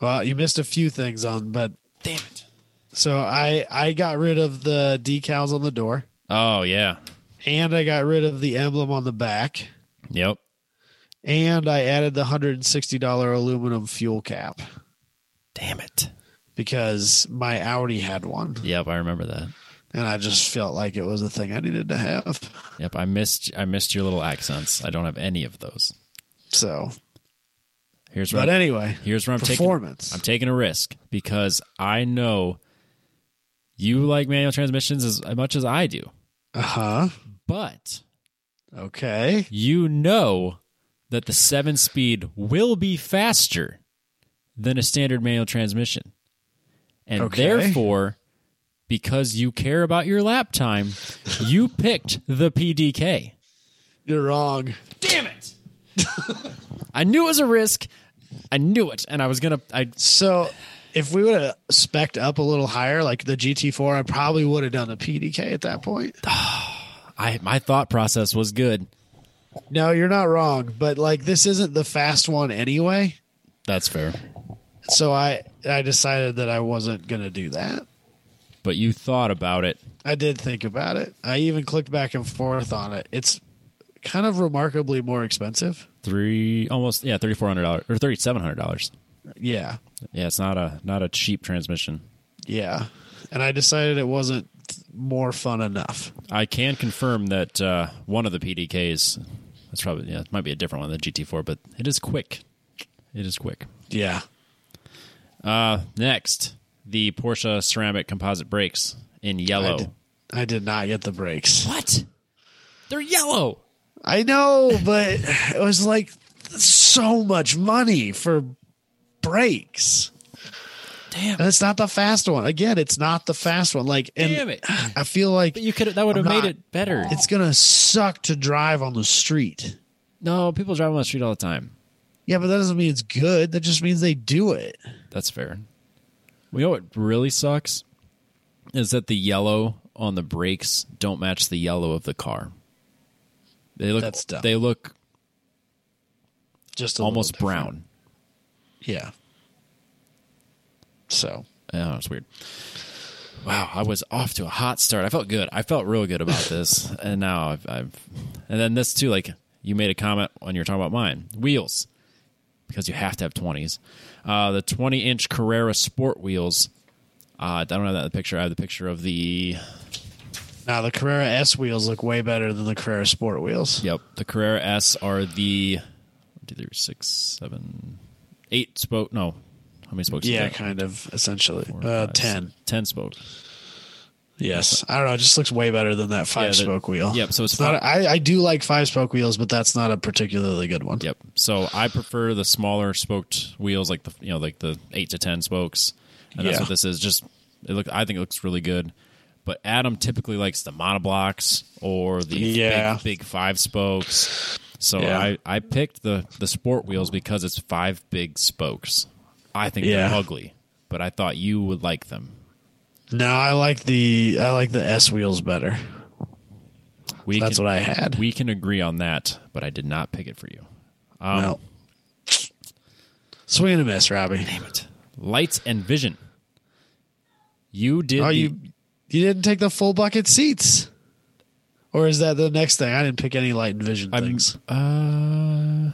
S2: Well, you missed a few things on, but
S1: Damn it.
S2: so I I got rid of the decals on the door.
S1: Oh yeah.
S2: and I got rid of the emblem on the back,
S1: Yep.
S2: and I added the hundred and sixty dollar aluminum fuel cap
S1: Damn it.
S2: because my Audi had one,
S1: Yep, I remember that.
S2: and I just felt like it was a thing I needed to have.
S1: Yep, I missed I missed your little accents. I don't have any of those.
S2: So,
S1: Here's what
S2: but
S1: I'm,
S2: anyway,
S1: here's where I'm taking
S2: performance.
S1: I'm taking a risk because I know you like manual transmissions as much as I do.
S2: Uh huh.
S1: But
S2: Okay.
S1: you know that the 7 speed will be faster than a standard manual transmission. And
S2: Okay.
S1: therefore, because you care about your lap time, you picked the PDK.
S2: You're wrong.
S1: Damn it. I knew it was a risk. I knew it. And I was going to I
S2: So if we would have specced up a little higher, like the GT4, I probably would have done the PDK at that point.
S1: I my thought process was good.
S2: No, you're not wrong, but like this isn't the fast one anyway.
S1: That's fair.
S2: So I I decided that I wasn't going to do that.
S1: But you thought about it.
S2: I did think about it. I even clicked back and forth on it. It's kind of remarkably more expensive.
S1: Three almost yeah, thirty four hundred dollars or thirty seven hundred dollars.
S2: Yeah.
S1: Yeah, it's not a not a cheap transmission.
S2: Yeah. And I decided it wasn't more fun enough.
S1: I can confirm that uh, one of the PDKs. That's probably yeah. It might be a different one than GT4, but it is quick. It is quick.
S2: Yeah.
S1: Next, the Porsche ceramic composite brakes in
S2: I
S1: yellow.
S2: did, I did not get the brakes.
S1: What? They're yellow.
S2: I know, but it was like so much money for brakes.
S1: Damn.
S2: And it's not the fast one. Again, it's not the fast one. Like, and
S1: Damn it.
S2: I feel like
S1: But you could that would have
S2: I'm
S1: made
S2: not-
S1: it better.
S2: it's gonna suck to drive on the street.
S1: no, people drive on the street all the time.
S2: Yeah, but that doesn't mean it's good. That just means they do it.
S1: That's fair. You know what really sucks is that the yellow on the brakes don't match the yellow of the car. They look
S2: That's dumb.
S1: they look
S2: Just a
S1: almost
S2: little
S1: brown.
S2: different. Yeah. So
S1: Oh, it's weird. Wow, I was off to a hot start. I felt good. I felt real good about this, and now I've, I've, and then this too. Like you made a comment when you were talking about mine wheels, because you have to have twenties. Uh, the twenty-inch Carrera Sport wheels. Uh, I don't have that in the picture. I have the picture of the
S2: now the Carrera S wheels look way better than the Carrera Sport wheels.
S1: Yep. The Carrera S are the one, two, three, six, seven, eight spoke. No, how many spokes?
S2: Yeah,
S1: is that?
S2: kind of essentially.
S1: Four,
S2: uh,
S1: five,
S2: ten.
S1: six, ten spokes.
S2: Yes, I don't know. It just looks way better than that five
S1: that-
S2: spoke wheel.
S1: Yep. So it's,
S2: It's not. a- I I do like five spoke wheels, but that's not a particularly good one.
S1: Yep. So I prefer the smaller spoked wheels, like the you know like the eight to ten spokes, and that's
S2: Yeah.
S1: what this is. Just it look. I think it looks really good. But Adam typically likes the monoblocks or the
S2: Yeah.
S1: big, big five spokes. So
S2: Yeah.
S1: I, I picked the, the sport wheels because it's five big spokes. I think
S2: Yeah.
S1: they're ugly, but I thought you would like them.
S2: No, I like the I like the S wheels better.
S1: We
S2: That's
S1: can,
S2: what I had.
S1: we can agree on that, but I did not pick it for you. um,
S2: no. Swing and a miss, Robbie.
S1: Damn it. Lights and vision. You did.
S2: Oh,
S1: the-
S2: you you didn't take the full bucket seats, or is that the next thing? I didn't pick any light and vision
S1: I'm-
S2: things,
S1: Uh,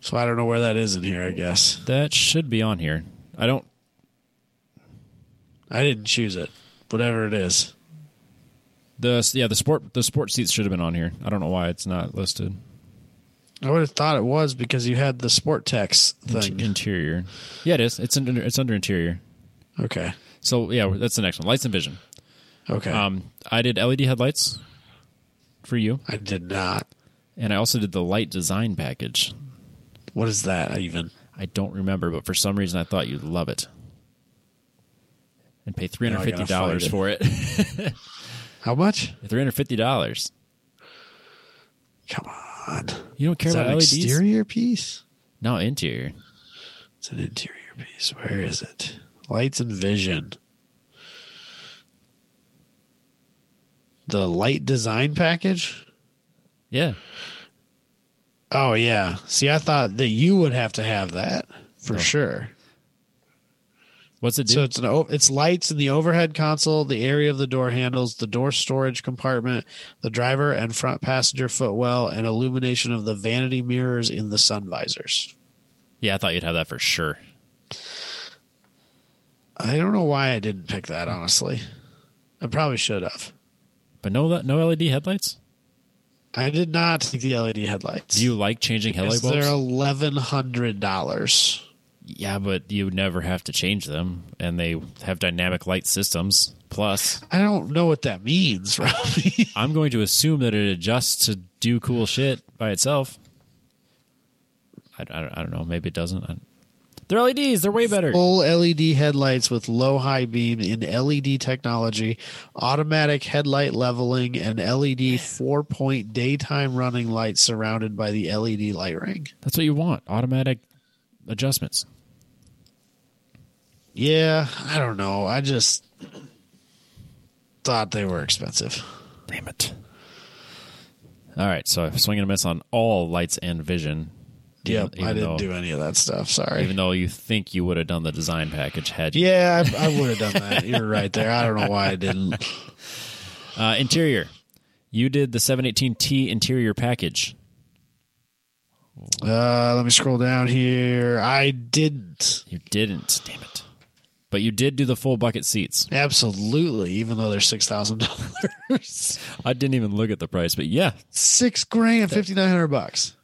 S2: so I don't know where that is in here. I guess
S1: that should be on here. I don't.
S2: I didn't choose it. Whatever it is,
S1: The yeah the sport the sport seats should have been on here. I don't know why it's not listed.
S2: I would have thought it was because you had the Sport Tex
S1: Inter-
S2: thing.
S1: Interior. Yeah, it is. It's under it's under interior.
S2: Okay,
S1: So yeah, that's the next one. Lights and vision.
S2: okay.
S1: Um, I did LED headlights for you,
S2: I did not.
S1: and I also did the light design package.
S2: What is that even?
S1: I don't remember, but for some reason I thought you'd love it. And pay three
S2: Now I
S1: hundred fifty
S2: gotta find
S1: dollars
S2: it.
S1: for it.
S2: How much?
S1: three hundred fifty dollars.
S2: Come on. Is
S1: You don't care
S2: that
S1: about E
S2: an
S1: LEDs?
S2: exterior piece?
S1: No interior.
S2: It's an interior piece. Where is it? Lights and vision. The light design package?
S1: Yeah.
S2: Oh yeah. See, I thought that you would have to have that for sure.
S1: What's it do?
S2: So it's an o- it's lights in the overhead console, the area of the door handles, the door storage compartment, the driver and front passenger footwell, and illumination of the vanity mirrors in the sun visors.
S1: yeah, I thought you'd have that for sure.
S2: I don't know why I didn't pick that. Honestly, I probably should have.
S1: But no, no LED headlights.
S2: I did not take the LED headlights.
S1: Do you like changing headlight
S2: They're
S1: bulbs?
S2: eleven hundred dollars.
S1: yeah, but you never have to change them, and they have dynamic light systems. Plus,
S2: I don't know what that means, Robbie.
S1: I'm going to assume that it adjusts to do cool shit by itself. I, I don't, I don't know. Maybe it doesn't. I, they're LEDs. They're way better.
S2: Full LED headlights with low high beam in LED technology, automatic headlight leveling, and LED four point daytime running light surrounded by the LED light ring.
S1: That's what you want. Automatic adjustments.
S2: Yeah, I don't know. I just thought they were expensive.
S1: Damn it. All right. So I'm swinging a miss on all lights and vision.
S2: Yep,
S1: Even-
S2: I
S1: even
S2: didn't
S1: though-
S2: do any of that stuff. Sorry.
S1: Even though you think you would have done the design package had you.
S2: yeah, I, I would have done that. You're right there. I don't know why I didn't.
S1: Uh, interior. You did the 718T interior package.
S2: Uh, let me scroll down here. I didn't.
S1: You didn't. Damn it. But you did do the full bucket seats.
S2: Absolutely, even though they're six thousand dollars,
S1: I didn't even look at the price, but yeah.
S2: six grand, fifty nine hundred bucks,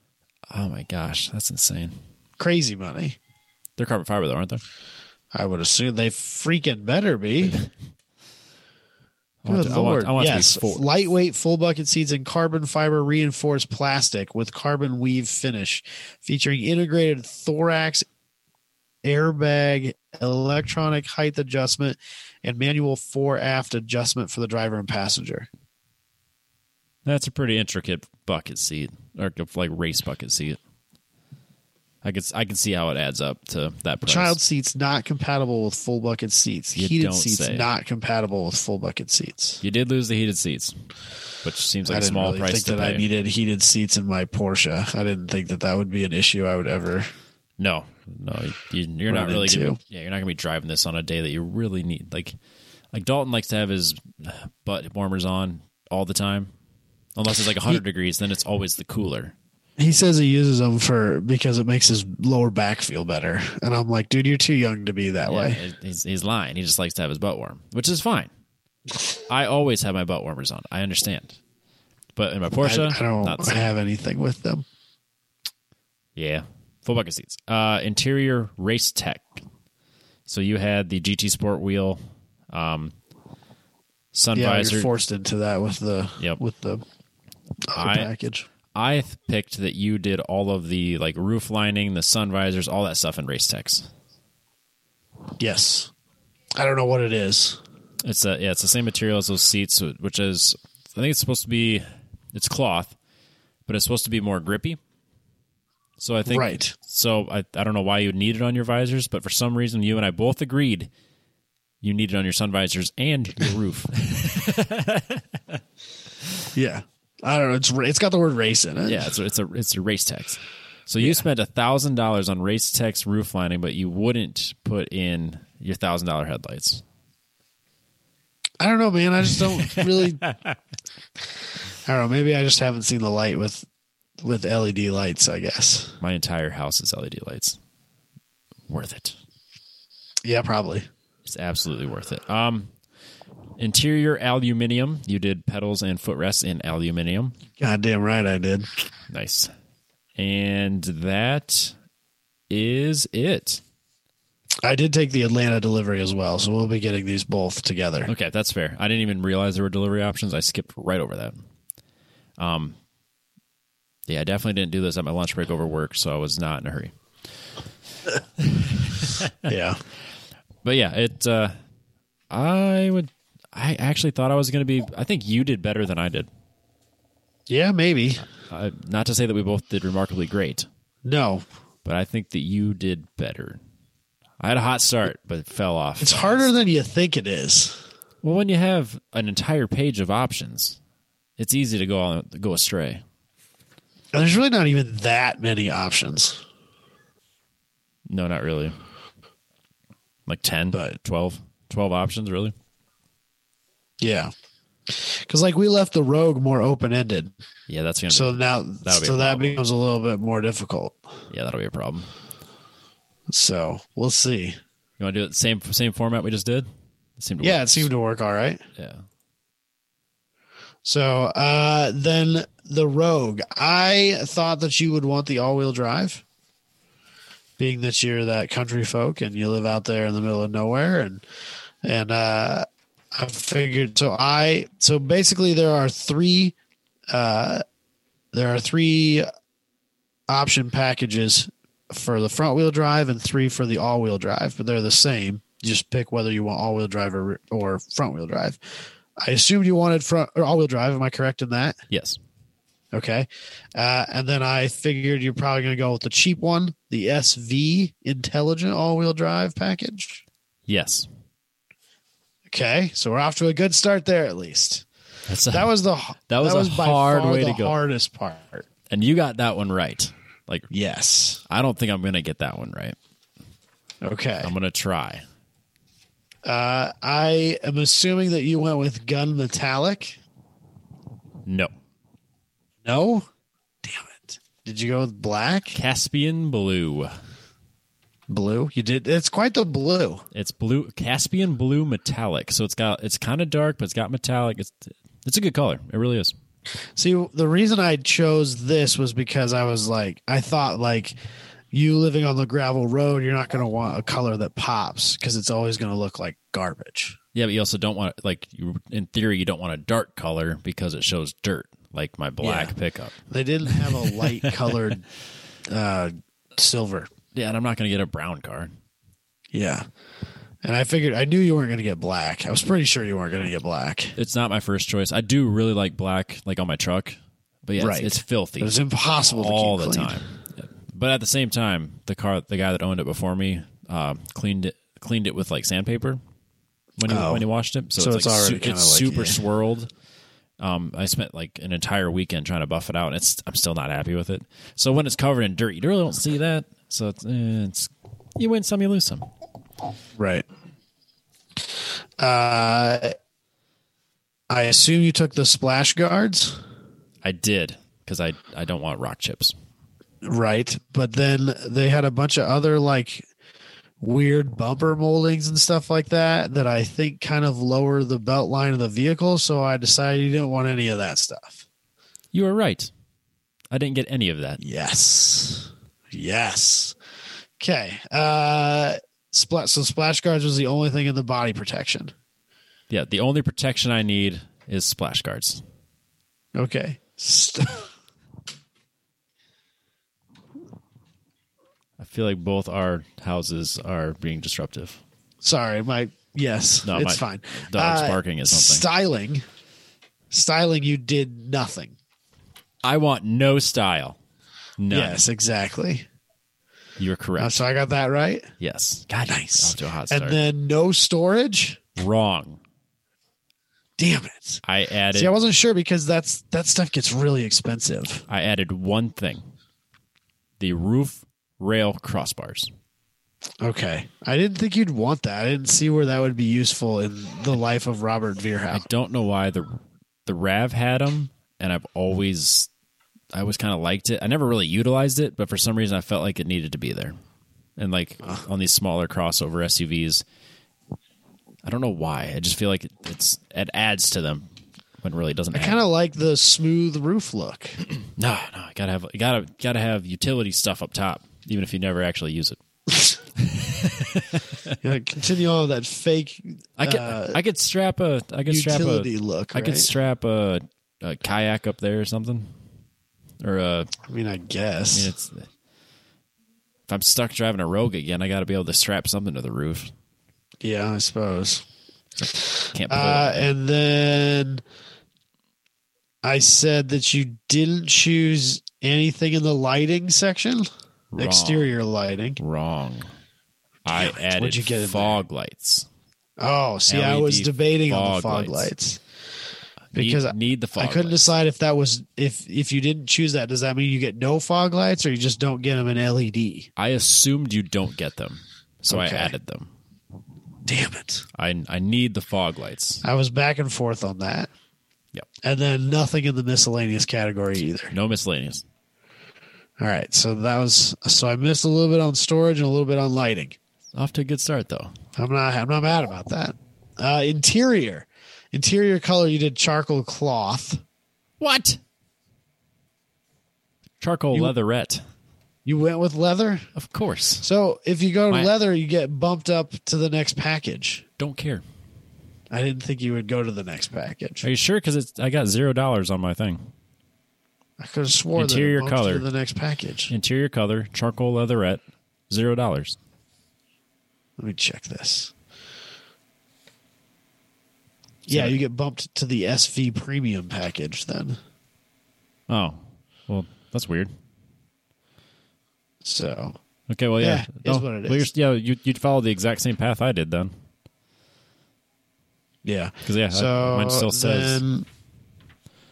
S1: Oh my gosh, that's insane.
S2: crazy money.
S1: They're carbon fiber though, aren't they?
S2: I would assume they freaking better be.
S1: I want
S2: Good
S1: to- I want-
S2: lord,
S1: I want it to be
S2: yes,
S1: full.
S2: lightweight full bucket seats in carbon fiber reinforced plastic with carbon weave finish, featuring integrated thorax, airbag, electronic height adjustment, and manual fore aft adjustment for the driver and passenger.
S1: That's a pretty intricate bucket seat, or like race bucket seat. I could I can see how it adds up to that price.
S2: Child seats not compatible with full bucket seats.
S1: You
S2: Heated
S1: don't
S2: seats
S1: say.
S2: not compatible with full bucket seats.
S1: you did lose the heated seats, which seems like
S2: I
S1: a
S2: didn't
S1: small
S2: really
S1: price
S2: think
S1: to
S2: that
S1: pay.
S2: I needed heated seats in my Porsche. I didn't think that that would be an issue I would ever.
S1: no, no, you, you're not
S2: Run
S1: really. Gonna,
S2: into.
S1: yeah, you're not gonna be driving this on a day that you really need. Like, like Dalton likes to have his butt warmers on all the time, unless it's like 100 degrees. Then it's always the cooler.
S2: He says he uses them for because it makes his lower back feel better, and I'm like, dude, you're too young to be that
S1: Yeah,
S2: way.
S1: he- he's, he's lying. He just likes to have his butt warm, which is fine. I always have my butt warmers on. I understand. But in my
S2: I,
S1: Porsche,
S2: I don't
S1: not so-
S2: have anything with them.
S1: yeah, full bucket seats. Uh, interior race tech. So you had the GT Sport wheel, um, sun
S2: Yeah,
S1: visor.
S2: you're forced into that with the
S1: Yep.
S2: with the other
S1: I-
S2: package.
S1: I th- picked that you did all of the like roof lining, the sun visors, all that stuff in race techs.
S2: Yes, I don't know what it is.
S1: It's a, yeah, it's the same material as those seats, which is I think it's supposed to be it's cloth, but it's supposed to be more grippy. So I think
S2: Right.
S1: So I I don't know why you need it on your visors, but for some reason you and I both agreed you need it on your sun visors and your roof.
S2: Yeah. I don't know. It's ra- it's got the word race in it.
S1: yeah, it's a, it's a it's a race text. So you spent a thousand dollars on race text roof lining, but you wouldn't put in your thousand dollar headlights.
S2: I don't know, man. I just don't really. I don't know. Maybe I just haven't seen the light with with LED lights. I guess.
S1: My entire house is LED lights. Worth it.
S2: Yeah, probably.
S1: It's absolutely worth it. Um, interior aluminum. You did pedals and footrests in aluminum.
S2: Goddamn right, I did.
S1: Nice. And that is it.
S2: I did take the Atlanta delivery as well, so we'll be getting these both together.
S1: Okay, that's fair. I didn't even realize there were delivery options. I skipped right over that. Um, yeah, I definitely didn't do this at my lunch break over work, so I was not in a hurry.
S2: Yeah.
S1: But yeah, it. Uh, I would. I actually thought I was going to be. I think you did better than I did.
S2: Yeah, maybe.
S1: Uh, not to say that we both did remarkably great.
S2: No,
S1: but I think that you did better. I had a hot start, but it fell off.
S2: it's harder than you think it is.
S1: well, when you have an entire page of options, it's easy to go on, go astray.
S2: And There's really not even that many options.
S1: No, not really. like 10,
S2: But-
S1: 12, 12 options, really.
S2: Yeah. Because like we left the rogue more open ended,
S1: Yeah, that's gonna
S2: so now
S1: be a
S2: so that
S1: problem.
S2: becomes a little bit more difficult.
S1: be, yeah, that'll be a problem.
S2: So we'll see.
S1: You want to do it same same format we just did? It seemed to
S2: Yeah,
S1: work.
S2: it seemed to work all right.
S1: yeah.
S2: So uh, then the Rogue. I thought that you would want the all wheel drive, being that you're that country folk and you live out there in the middle of nowhere. And, and uh, I figured so. I so basically there are three, uh, there are three option packages for the front wheel drive and three for the all wheel drive, but they're the same. You just pick whether you want all wheel drive or, or front wheel drive. I assumed you wanted front or all wheel drive. Am I correct in that?
S1: Yes.
S2: Okay. Uh, and then I figured you're probably going to go with the cheap one, the SV intelligent all wheel drive package.
S1: Yes.
S2: Okay. So we're off to a good start there at least.
S1: That's
S2: That was the
S1: That was a
S2: by
S1: hard
S2: far
S1: way
S2: the
S1: to go.
S2: hardest part.
S1: and you got that one right. Like
S2: Yes.
S1: I don't think I'm gonna get that one right.
S2: Okay.
S1: I'm gonna try.
S2: Uh, I am assuming that you went with gun metallic.
S1: No.
S2: No. Damn it. Did you go with black?
S1: Caspian blue.
S2: Blue? You did. It's quite the blue.
S1: It's blue Caspian blue metallic. So it's got it's kind of dark, but it's got metallic. It's it's a good color. It really is.
S2: See, the reason I chose this was because I was like, I thought like you living on the gravel road, you're not going to want a color that pops because it's always going to look like garbage.
S1: Yeah, but you also don't want like you in theory you don't want a dark color because it shows dirt, like my black
S2: Yeah.
S1: pickup.
S2: They didn't have a light colored uh, silver.
S1: Yeah, and I'm not gonna get a brown car.
S2: Yeah. And I figured I knew you weren't going to get black. I was pretty sure you weren't going to get black.
S1: It's not my first choice. I do really like black, like on my truck, but yeah,
S2: Right.
S1: it's, it's
S2: It
S1: filthy.
S2: was impossible
S1: all
S2: to
S1: the
S2: keep clean.
S1: time. But at the same time, the car, the guy that owned it before me, uh, cleaned it, cleaned it with like sandpaper when he
S2: Oh.
S1: when he washed it. So,
S2: So
S1: it's,
S2: it's
S1: like,
S2: already
S1: su-
S2: kinda
S1: it's
S2: like-
S1: super
S2: yeah.
S1: swirled. Um, I spent like an entire weekend trying to buff it out, and it's I'm still not happy with it. So when it's covered in dirt, you really don't see that. So it's, eh, it's you win some, you lose some.
S2: Right. Uh, I assume you took the splash guards.
S1: I did because I I don't want rock chips.
S2: Right. But then they had a bunch of other like weird bumper moldings and stuff like that that I think kind of lower the belt line of the vehicle. So I decided you didn't want any of that stuff.
S1: You were right. I didn't get any of that.
S2: Yes. Yes. Okay. Uh splat so splash guards was the only thing in the body protection.
S1: Yeah, the only protection I need is splash guards.
S2: Okay. St-
S1: I feel like both our houses are being disruptive.
S2: Sorry, my yes,
S1: No,
S2: it's
S1: my
S2: fine.
S1: dog's
S2: Uh,
S1: barking at something.
S2: Styling. Styling you did nothing.
S1: I want no style. No.
S2: Yes, exactly.
S1: You're correct.
S2: Uh, So I got that right.
S1: yes. God,
S2: Nice.
S1: I'll do a hot
S2: and
S1: start.
S2: then no storage.
S1: Wrong.
S2: Damn it!
S1: I added
S2: See, I wasn't sure because that's that stuff gets really expensive.
S1: I added one thing. The roof rail crossbars.
S2: Okay, I didn't think you'd want that. I didn't see where that would be useful in the life of Robert
S1: I
S2: Veerhout.
S1: don't know why the the Rav had them and I've always I always kind of liked it. I never really utilized it, but for some reason I felt like it needed to be there. And like on these smaller crossover SUVs, I don't know why. I just feel like it, it's it adds to them when it really doesn't.
S2: I
S1: add.
S2: kind of like the smooth roof look.
S1: No, no, gotta have gotta gotta have utility stuff up top, even if you never actually use it.
S2: You know, continue on with that fake
S1: I could
S2: uh,
S1: I could strap a I could strap a
S2: utility look.
S1: I could
S2: right?
S1: strap a, a kayak up there or something, or a
S2: I mean, I
S1: I mean,
S2: guess.
S1: it's if I'm stuck driving a Rogue again, I got to be able to strap something to the roof.
S2: Yeah, I suppose.
S1: Can't put
S2: Uh,
S1: it.
S2: and then I said that you didn't choose anything in the lighting section,
S1: Wrong.
S2: exterior lighting.
S1: wrong. I
S2: Damn it,
S1: added
S2: what'd you get in
S1: fog lights
S2: Oh, see, I
S1: LED
S2: was debating on the
S1: E fog
S2: fog
S1: lights.
S2: lights,
S1: Need-
S2: because
S1: need,
S2: I-
S1: the fog.
S2: I couldn't
S1: lights.
S2: decide if that was if if you didn't choose that. Does that mean you get no fog lights, E or you just don't get them in LED?
S1: I assumed you don't get them, so I
S2: Okay.
S1: added them.
S2: damn it.
S1: I I need the fog lights.
S2: I was back and forth on that.
S1: Yep.
S2: And then nothing in the miscellaneous category either.
S1: No miscellaneous.
S2: All right. So that was so I missed a little bit on storage and a little bit on lighting.
S1: Off to a good start though.
S2: I'm not I'm not mad about that. Uh interior. Interior color you did charcoal cloth.
S1: What? Charcoal
S2: You-
S1: leatherette.
S2: You went with leather?
S1: Of course.
S2: So if you go to
S1: My-
S2: leather, you get bumped up to the next package.
S1: Don't care.
S2: I didn't think you would go to the next package.
S1: Are you sure? Because it's I got zero dollars on my thing.
S2: I could have sworn that it
S1: Interior
S2: bumped
S1: color.
S2: to the next package.
S1: Interior color, charcoal leatherette, zero dollars.
S2: Let me check this. Yeah,
S1: Sorry.
S2: you get bumped to the SV premium package then.
S1: Oh, well, that's weird.
S2: So
S1: Okay, well, yeah, Oh,
S2: Yeah, is what it
S1: well, you're-
S2: is.
S1: yeah, you, you'd follow the exact same path I did then,
S2: yeah,
S1: because yeah, I-
S2: so
S1: mine still says.
S2: then,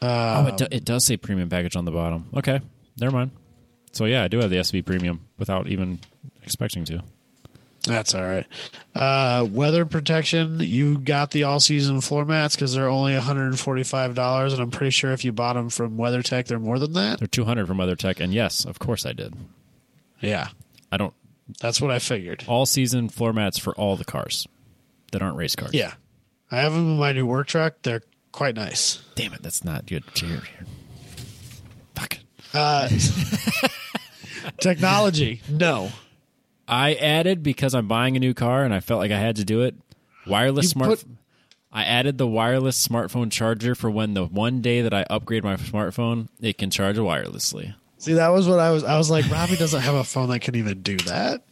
S1: oh, it, do, it does say premium package on the bottom. Okay, never mind. So yeah, I do have the SV premium without even expecting to.
S2: that's all right. Uh, weather protection, you got the all season floor mats because they're only one hundred and forty five dollars, and I'm pretty sure if you bought them from WeatherTech, they're more than that.
S1: They're two hundred from Other Tech, and yes, of course I did.
S2: Yeah,
S1: I don't
S2: that's what I figured.
S1: all season floor mats for all the cars that aren't race cars.
S2: Yeah, I have them in my new work truck. They're quite nice.
S1: Damn it, that's not good. Cheer here. Fuck.
S2: Uh, technology, no.
S1: I added because I'm buying a new car and I felt like I had to do it. Wireless
S2: You
S1: smart.
S2: put-
S1: I added the wireless smartphone charger for when the one day that I upgrade my smartphone, it can charge wirelessly.
S2: See, that was what I was. I was like, Robbie doesn't have a phone that can even do that.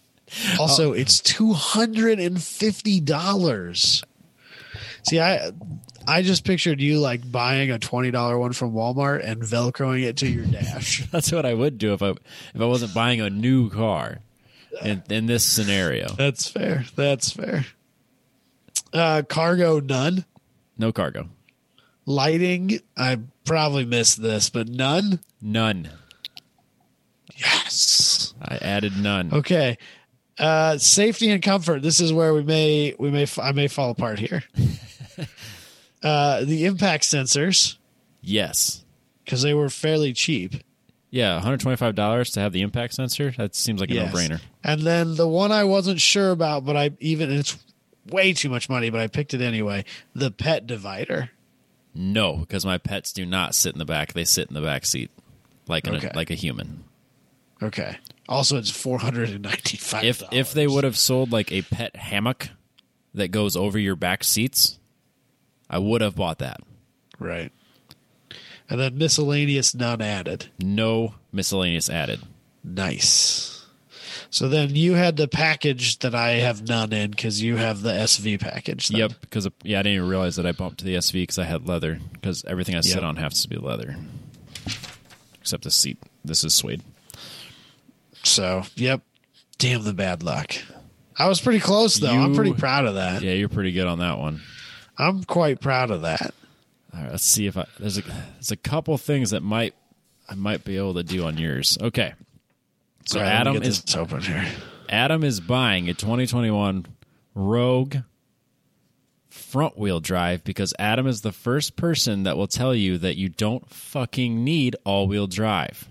S2: Also, it's two hundred and fifty dollars. See, I I just pictured you like buying a twenty dollar one from Walmart and velcroing it to your dash.
S1: That's what I would do if I if I wasn't buying a new car. In, in this scenario,
S2: That's fair. That's fair. Uh, cargo none.
S1: no cargo,
S2: Lighting, I probably missed this, but none.
S1: none.
S2: Yes.
S1: I added none.
S2: Okay. Uh, safety and comfort. This is where we may we may I may fall apart here. uh, the impact sensors
S1: Yes,
S2: because they were fairly cheap.
S1: yeah, one hundred twenty five dollars to have the impact sensor. That seems like a
S2: Yes.
S1: no brainer.
S2: And then the one I wasn't sure about, but I even it's way too much money, but I picked it anyway. The pet divider.
S1: No, because my pets do not sit in the back; they sit in the back seat, like
S2: Okay.
S1: an, like a human.
S2: Okay. Also, it's four hundred and ninety five.
S1: if if they would have sold like a pet hammock that goes over your back seats, I would have bought that.
S2: right. And then miscellaneous none added.
S1: No miscellaneous added.
S2: Nice. So then you had the package that I have none in because you have the SV package. then.
S1: Yep, because yeah, I didn't even realize that I bumped to the SV because I had leather because everything I sit
S2: Yep.
S1: on has to be leather, except the seat. This is suede.
S2: So, yep. Damn the bad luck. I was pretty close though. I'm
S1: You-
S2: pretty proud of that.
S1: Yeah, you're pretty good on that one.
S2: I'm quite proud of that.
S1: All right, let's see if I there's a there's a couple things that might I might be able to do on yours. Okay, so
S2: All right, let me
S1: Adam
S2: get
S1: is
S2: this open here.
S1: Adam is buying a 2021 Rogue front wheel drive because Adam is the first person that will tell you that you don't fucking need all wheel drive.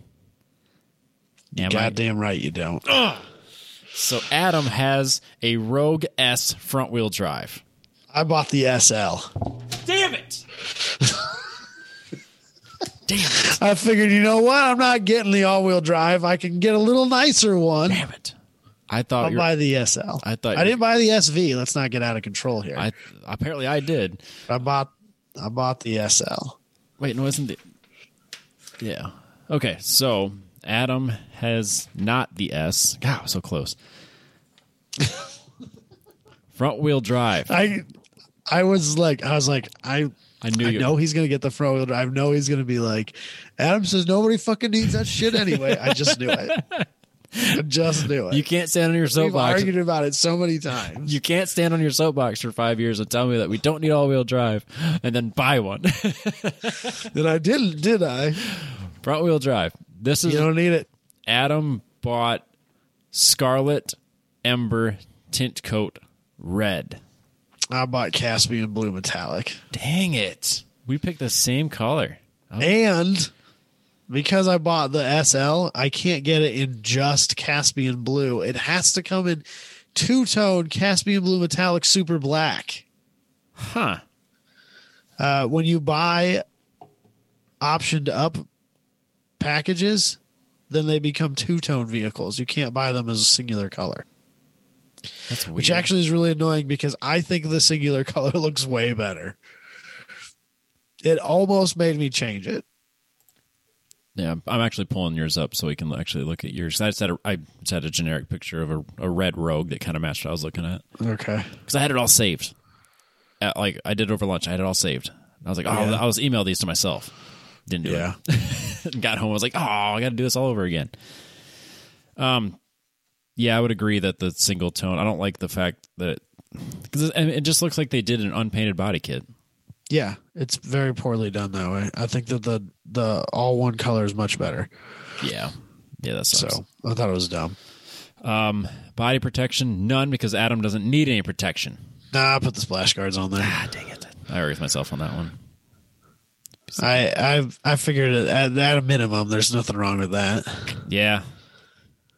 S1: Am I-
S2: Goddamn right you don't.
S1: So Adam has a Rogue S front wheel drive.
S2: I bought the SL.
S1: Damn it! Damn it!
S2: I figured, you know what? I'm not getting the all-wheel drive. I can get a little nicer one.
S1: Damn it! I thought
S2: I'll
S1: you
S2: buy the SL.
S1: I thought
S2: I
S1: you-
S2: didn't buy the SV. Let's not get out of control here.
S1: I apparently I did.
S2: I bought I bought the SL.
S1: Wait, no, isn't it? Yeah. Okay, so Adam has not the S. God, I was so close. Front wheel drive.
S2: I I was like I was like I
S1: I knew
S2: I
S1: you.
S2: know he's gonna get the front wheel drive. I know he's gonna be like Adam says nobody fucking needs that shit anyway. I just knew it. I just knew it.
S1: You can't stand on your
S2: We've
S1: soapbox.
S2: argued about it so many times.
S1: You can't stand on your soapbox for five years and tell me that we don't need all wheel drive and then buy one.
S2: That I didn't, did I?
S1: Front wheel drive. This is
S2: You don't need it.
S1: Adam bought Scarlet Ember Tint Coat Red
S2: I bought Caspian Blue Metallic.
S1: Dang it. We picked the same color.
S2: And because I bought the SL, I can't get it in just Caspian Blue. It has to come in two tone Caspian Blue Metallic Super Black.
S1: Huh.
S2: Uh, when you buy optioned up packages, then they become two tone vehicles. You can't buy them as a singular color,
S1: That's weird.
S2: which actually is really annoying because I think the singular color looks way better. It almost made me change it.
S1: yeah, I'm- I'm actually pulling yours up so we can actually look at yours. I just had a, I just had a generic picture of a, a red rogue that kind of matched what I was looking at
S2: Okay.
S1: because I had it all saved. Uh like I did over lunch, I had it all saved. And I was like, oh,
S2: Yeah.
S1: I was email these to myself. Didn't do it.
S2: Yeah.
S1: and got home. I was like, oh, I got to do this all over again. Um, yeah, I would agree that the single tone. I don't like the fact that because it, it just looks like they did an unpainted body kit.
S2: Yeah, it's very poorly done that way. I think that the the all one color is much better.
S1: Yeah, yeah, that
S2: So
S1: sucks.
S2: I thought it was dumb.
S1: Body protection, none, because Adam doesn't need any protection.
S2: Nah, I put the splash guards on there.
S1: Ah, dang it! I agree with myself on that one.
S2: I I've, I figured it at, at a minimum, there's nothing wrong with that.
S1: Yeah.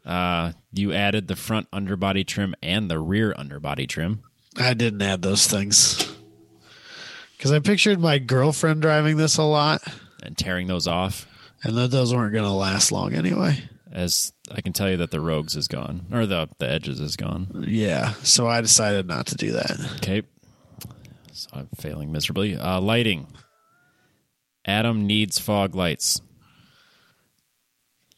S1: Uh, you added the front underbody trim and the rear underbody trim.
S2: I didn't add those things because I pictured my girlfriend driving this a lot,
S1: and tearing those off.
S2: and that those weren't going to last long anyway.
S1: As I can tell you that the rogues is gone, or the the edges is gone.
S2: Yeah, so I decided not to do that.
S1: Okay, so I'm failing miserably. Uh, lighting. Adam needs fog lights.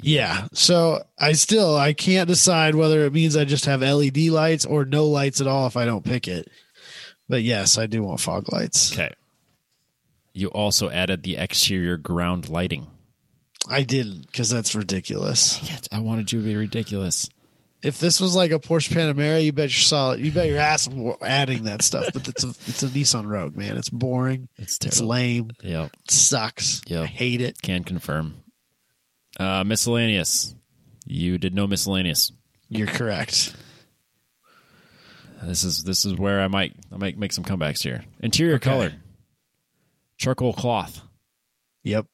S2: Yeah. So I still I can't decide whether it means I just have LED lights or no lights at all if I don't pick it. But yes, I do want fog lights.
S1: Okay. You also added the exterior ground lighting.
S2: I didn't because that's ridiculous.
S1: Yes, I wanted you to be ridiculous.
S2: If this was like a Porsche Panamera, you bet your solid, you bet your ass I'm wa- adding that stuff. But it's a it's a Nissan Rogue, man. It's boring.
S1: It's
S2: It's
S1: terrible.
S2: lame.
S1: Yeah,
S2: It sucks.
S1: Yeah.
S2: I hate it.
S1: can confirm. Uh, miscellaneous. You did no miscellaneous.
S2: You're correct.
S1: This is this is where I might I might make some comebacks here. Interior
S2: Okay.
S1: color, charcoal cloth.
S2: Yep.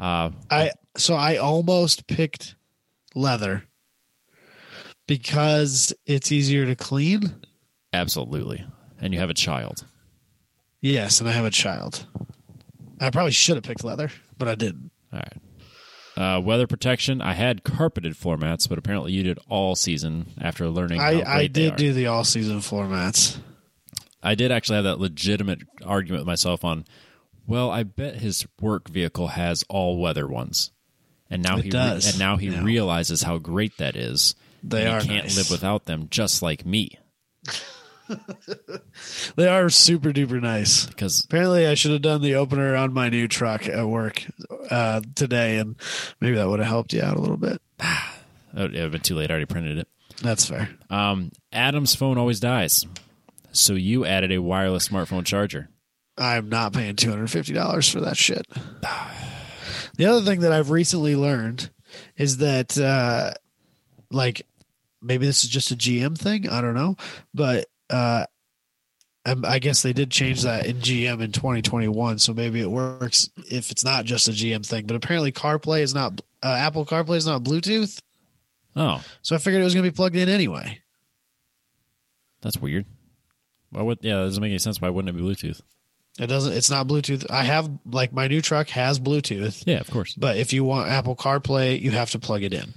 S1: Uh,
S2: I so I almost picked leather because it's easier to clean.
S1: absolutely. And you have a child.
S2: Yes, and I have a child. I probably should have picked leather, but I didn't.
S1: All right. Uh, weather protection. I had carpeted floor mats, but apparently you did all season after learning.
S2: I,
S1: how
S2: I
S1: great they
S2: did
S1: are.
S2: do the all season floor mats.
S1: I did actually have that legitimate argument with myself on. Well, I bet his work vehicle has all weather ones, and now
S2: It
S1: he
S2: does.
S1: and now he
S2: Yeah.
S1: realizes how great that is.
S2: They
S1: and
S2: are
S1: he can't
S2: nice.
S1: live without them, just like me,
S2: They are super duper nice.
S1: because
S2: Apparently, I should have done the opener on my new truck at work uh, today, and maybe that would have helped you out a little bit.
S1: Oh, it would have been too late. I already printed it.
S2: That's fair.
S1: Um, Adam's phone always dies. So you added a wireless smartphone charger.
S2: I'm not paying two hundred fifty dollars for that shit. The other thing that I've recently learned is that, uh, like, maybe this is just a GM thing. I don't know, but uh, I'm- I guess they did change that in GM in 2021, so maybe it works if it's not just a GM thing. But apparently, CarPlay is not uh, Apple CarPlay is not Bluetooth,
S1: Oh,
S2: so I figured it was going to be plugged in anyway.
S1: that's weird. Why would yeah, that doesn't make any sense. Why wouldn't it be Bluetooth?
S2: It doesn't. It's not Bluetooth. I have like my new truck has Bluetooth.
S1: Yeah, of course.
S2: But if you want Apple CarPlay, you have to plug it in.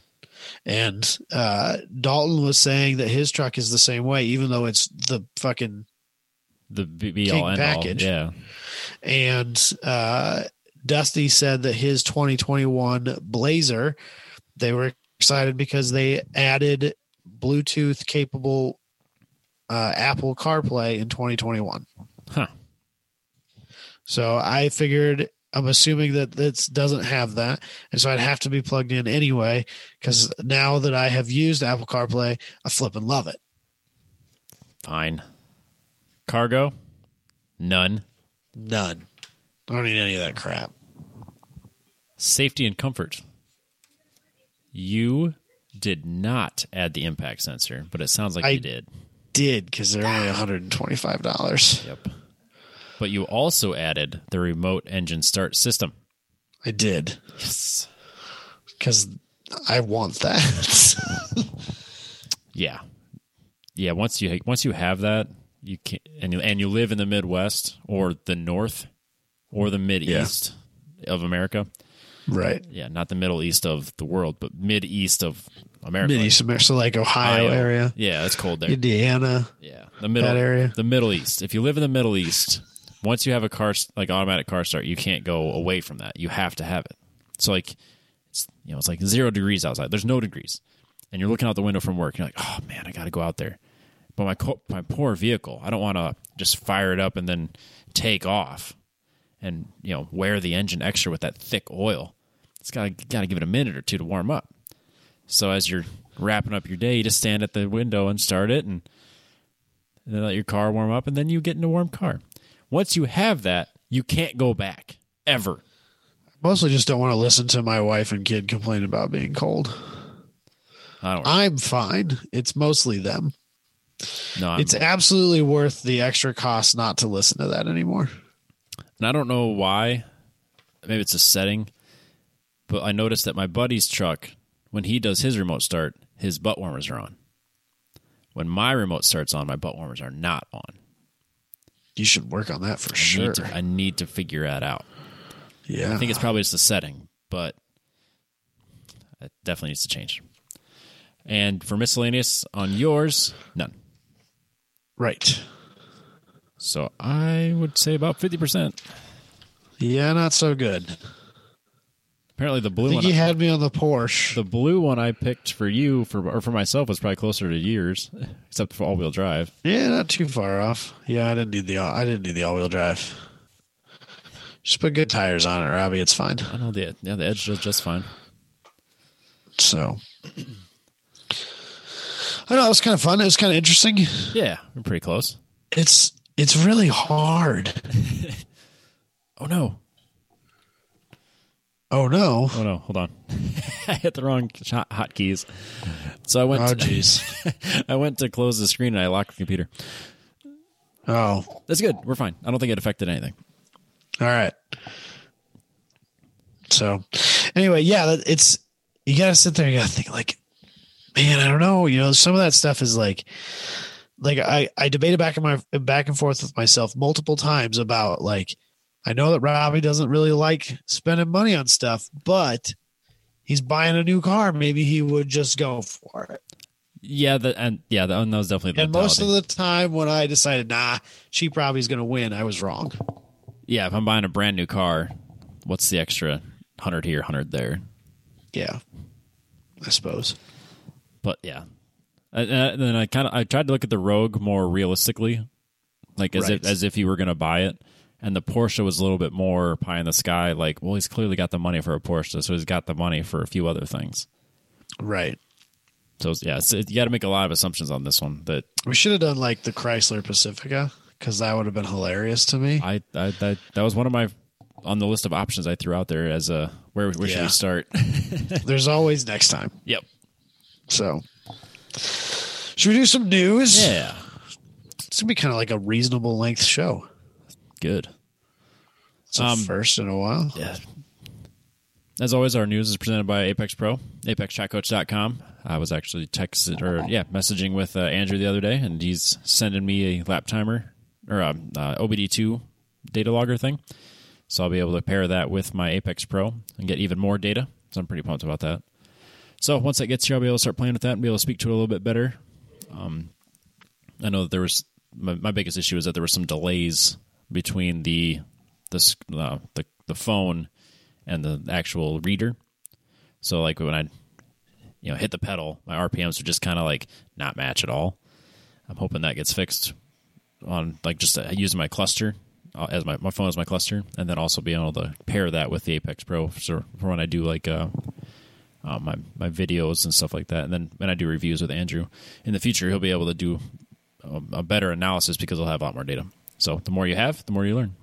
S2: And uh, Dalton was saying that his truck is the same way, even though it's the fucking.
S1: The be, be
S2: King
S1: all end
S2: package.
S1: all. Yeah.
S2: And uh, Dusty said that his 2021 Blazer, they were excited because they added Bluetooth capable uh, Apple CarPlay in 2021.
S1: Huh.
S2: So I figured I'm assuming that this doesn't have that, and so I'd have to be plugged in anyway. Because now that I have used Apple CarPlay, I flip and love it.
S1: Fine. Cargo? None.
S2: None. I don't need any of that crap.
S1: Safety and comfort. You did not add the impact sensor, but it sounds like
S2: I-
S1: you did.
S2: did because they're only $125.
S1: Yep. But you also added the remote engine start system.
S2: I did
S1: Yes.
S2: because I want that.
S1: Yeah. Yeah. Once you once you have that, you can and you, and you live in the Midwest or the North or the Mid
S2: Yeah.
S1: East of America.
S2: right.
S1: Yeah, not the Middle East of the world, but Mid East of America.
S2: Mid East America, so like Ohio,
S1: Iowa.
S2: area,
S1: Yeah, it's cold there.
S2: Indiana.
S1: Yeah, the middle
S2: That area.
S1: The Middle East. If you live in the Middle East, once you have a car like automatic car start, you can't go away from that. You have to have it. So like, it's, you know, it's like zero degrees outside. There's no degrees, and you're looking out the window from work. You're like, oh man, I got to go out there. But my co- my poor vehicle, I don't want to just fire it up and then take off, and you know wear the engine extra with that thick oil. It's got to got to give it a minute or two to warm up. So as you're wrapping up your day, you just stand at the window and start it, and and then let your car warm up, and then you get in a warm car. Once you have that, you can't go back ever.
S2: Mostly just don't want to listen to my wife and kid complain about being cold.
S1: I don't
S2: I'm fine. It's mostly them.
S1: know. I'm-
S2: It's absolutely worth the extra cost not to listen to that anymore.
S1: and I don't know why. Maybe it's a setting, but I noticed that my buddy's truck, when he does his remote start, his butt warmers are on. When my remote starts on, my butt warmers are not on.
S2: You should work on that for
S1: I
S2: sure.
S1: need to, I need to figure that out.
S2: yeah.
S1: I think it's probably just the setting, but it definitely needs to change. And for miscellaneous on yours, none.
S2: right.
S1: So I would say about fifty percent.
S2: Yeah, not so good.
S1: Apparently, the
S2: I
S1: blue
S2: think
S1: one,
S2: you had me on the Porsche.
S1: the blue one I picked for you for or for myself was probably closer to yours, except for all-wheel drive.
S2: yeah, not too far off. Yeah, I didn't need the I didn't need the all wheel drive. Just put good tires on it, Robbie. It's fine.
S1: I know the yeah the edge does just fine.
S2: So I know it was kind of fun. It was kind of interesting.
S1: Yeah, we're pretty close.
S2: It's it's really hard.
S1: Oh no,
S2: Oh no!
S1: oh no, hold on, I hit the wrong hot hotkeys. So I went
S2: Oh
S1: to,
S2: jeez!
S1: I went to close the screen and I locked the computer.
S2: Oh, all
S1: That's good. We're fine. I don't think it affected anything.
S2: right. So anyway, yeah, that- it's you gotta sit there. You gotta think like, man, I don't know. You know, some of that stuff is like, like I I debated back and my back and forth with myself multiple times about like, I know that Robbie doesn't really like spending money on stuff, but he's buying a new car. Maybe he would just go for it.
S1: Yeah, the, and yeah, the, and that was definitely the
S2: And most of
S1: mentality.
S2: the time when I decided, nah, she probably is going to win, I was wrong.
S1: yeah. If I'm buying a brand new car, what's the extra hundred here, hundred there?
S2: Yeah, I suppose.
S1: but yeah. And and then I kind of I tried to look at the Rogue more realistically, like as if
S2: Right.
S1: as if you were going to buy it. And the Porsche was a little bit more pie in the sky. Like, well, he's clearly got the money for a Porsche, so he's got the money for a few other things.
S2: Right.
S1: So it's- yeah, it's, you got to make a lot of assumptions on this one. That
S2: We should have done like the Chrysler Pacifica because that would have been hilarious to me.
S1: I, I that that was one of my on the list of options I threw out there as a where where should
S2: Yeah.
S1: we start?
S2: There's always next time.
S1: yep.
S2: So, should we do some news?
S1: Yeah.
S2: It's going to be kind of like a reasonable length show.
S1: Good.
S2: It's a
S1: Um,
S2: first in a while.
S1: Yeah. As always, our news is presented by Apex Pro, apexshotcoach.com. I was actually texted or yeah, messaging with uh, Andrew the other day, and he's sending me a lap timer or um, uh, OBD2 data logger thing. So I'll be able to pair that with my Apex Pro and get even more data. So I'm pretty pumped about that. So once that gets here, I'll be able to start playing with that and be able to speak to it a little bit better. Um, I know that there was my, my biggest issue is that there were some delays between the the s- uh, the the phone and the actual reader. So like when I you know hit the pedal, my RPMs would just kind of like not match at all. I'm hoping that gets fixed on like just uh, using my cluster uh, as my, my phone as my cluster, and then also being able to pair that with the Apex Pro for, for when I do like uh, uh, my my videos and stuff like that, and then when I do reviews with Andrew in the future, he'll be able to do a, a better analysis because he'll have a lot more data. So the more you have, the more you learn.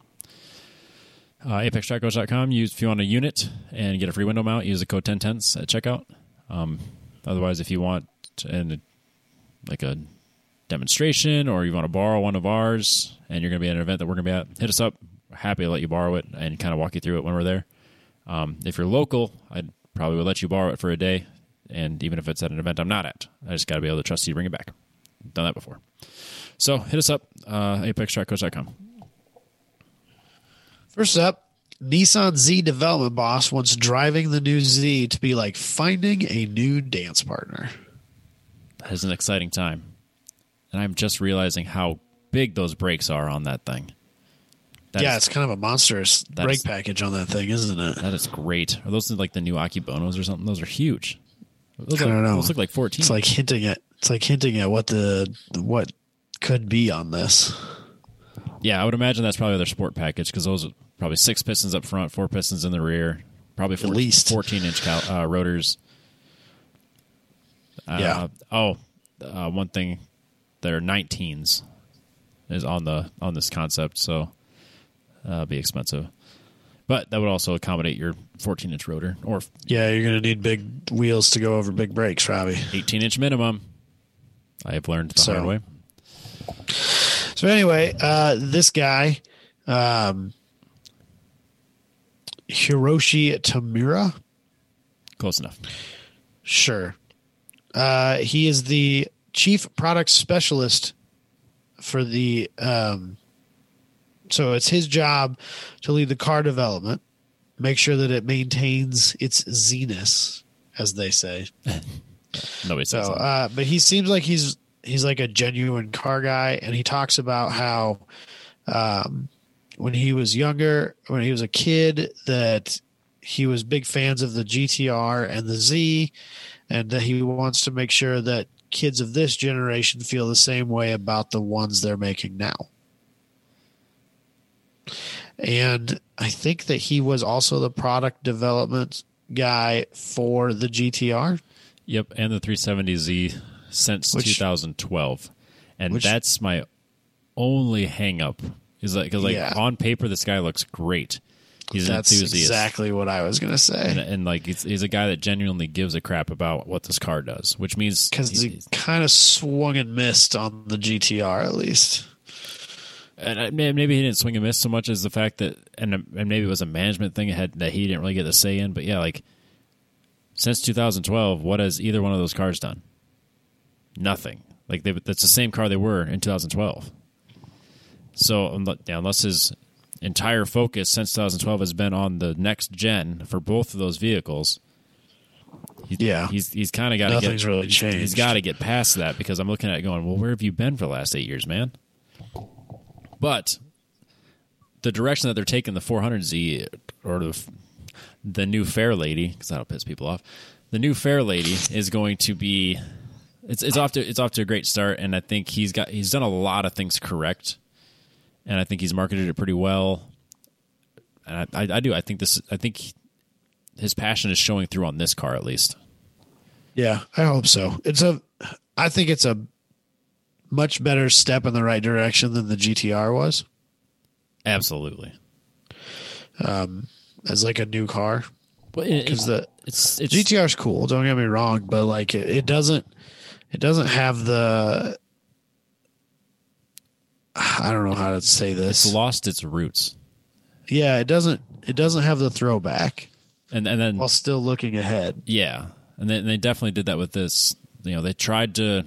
S1: Uh, ApexTracos.com. Use if you want a unit and get a free window mount. Use the code ten tenths at checkout. Um, otherwise, if you want and like a demonstration or you want to borrow one of ours and you're going to be at an event that we're going to be at, hit us up. We're happy to let you borrow it and kind of walk you through it when we're there. Um, if you're local, I probably would let you borrow it for a day. And even if it's at an event I'm not at, I just got to be able to trust you to bring it back. Done that before. So hit us up, uh, apextrackcoach.com.
S2: First up, Nissan Z development boss wants driving the new Z to be like finding a new dance partner.
S1: That is an exciting time. And I'm just realizing how big those brakes are on that thing. That
S2: yeah,
S1: is-
S2: it's kind of a monstrous
S1: that
S2: brake
S1: is-
S2: package on that thing, isn't it?
S1: that is great. Are those like the new Aki Bonos or something? Those are huge. Those,
S2: I
S1: look-
S2: don't know.
S1: those look like 14.
S2: It's like hinting at it's like hinting at what the what could be on this.
S1: yeah, I would imagine that's probably their sport package because those are probably six pistons up front, four pistons in the rear, probably four,
S2: least.
S1: 14 inch cal- uh, rotors. Uh,
S2: Yeah.
S1: Oh, uh, one thing, they're 19s is on the on this concept, so uh, it'll be expensive. But that would also accommodate your 14 inch rotor or
S2: Yeah, you're gonna need big wheels to go over big brakes, Robbie.
S1: 18 inch minimum. I have learned the
S2: So-
S1: hard way.
S2: So anyway, uh, this guy, um, Hiroshi Tamura,
S1: Close enough.
S2: sure, uh, he is the chief product specialist for the. Um, so it's his job to lead the car development, make sure that it maintains its zenith, as they say.
S1: Nobody
S2: So,
S1: says that.
S2: uh, but he seems like he's he's like a genuine car guy, and he talks about how um, when he was younger, when he was a kid, that he was big fans of the GTR and the Z, and that he wants to make sure that kids of this generation feel the same way about the ones they're making now. And I think that he was also the product development guy for the GTR.
S1: Yep, and the 370Z since
S2: Which-
S1: 2012, and
S2: which-
S1: that's my only hang up is like because like
S2: Yeah.
S1: on paper this guy looks great. He's
S2: That's
S1: an enthusiast,
S2: exactly what I was going to
S1: and,
S2: say.
S1: and like he's, he's a guy that genuinely gives a crap about what this car does, which means
S2: Because
S1: he's-
S2: he kind of swung and missed on the GTR, at least.
S1: and I- may- maybe he didn't swing and miss so much as the fact that and and maybe it was a management thing had, that he didn't really get the say in. But yeah, like since 2012, what has either one of those cars done? Nothing. Like they, that's the same car they were in 2012. So unle- yeah, unless his entire focus since 2012 has been on the next gen for both of those vehicles, he-
S2: Yeah.
S1: he's he's kind of got to
S2: Nothing's
S1: get
S2: really changed.
S1: he's got to get past that because I'm looking at it going, well, where have you been for the last eight years, man? But the direction that they're taking the 400Z or the the new fair lady, because that'll piss people off. The new fair lady is going to be it's it's off to it's off to a great start, and I think he's got he's done a lot of things correct, and I think he's marketed it pretty well. And I, I, I do I think this I think his passion is showing through on this car at least.
S2: Yeah, I hope so. It's a, I think it's a much better step in the right direction than the GTR was
S1: Absolutely.
S2: as like a new car.
S1: But it,
S2: Because
S1: it's,
S2: the
S1: it's it's
S2: GTR's cool. Don't get me wrong, but like it, it doesn't, it doesn't have the. I don't know how to say
S1: it's
S2: this.
S1: lost its roots,
S2: Yeah, it doesn't. It doesn't have the throwback
S1: and and then
S2: while still looking ahead.
S1: yeah, and then they definitely did that with this. You know, they tried to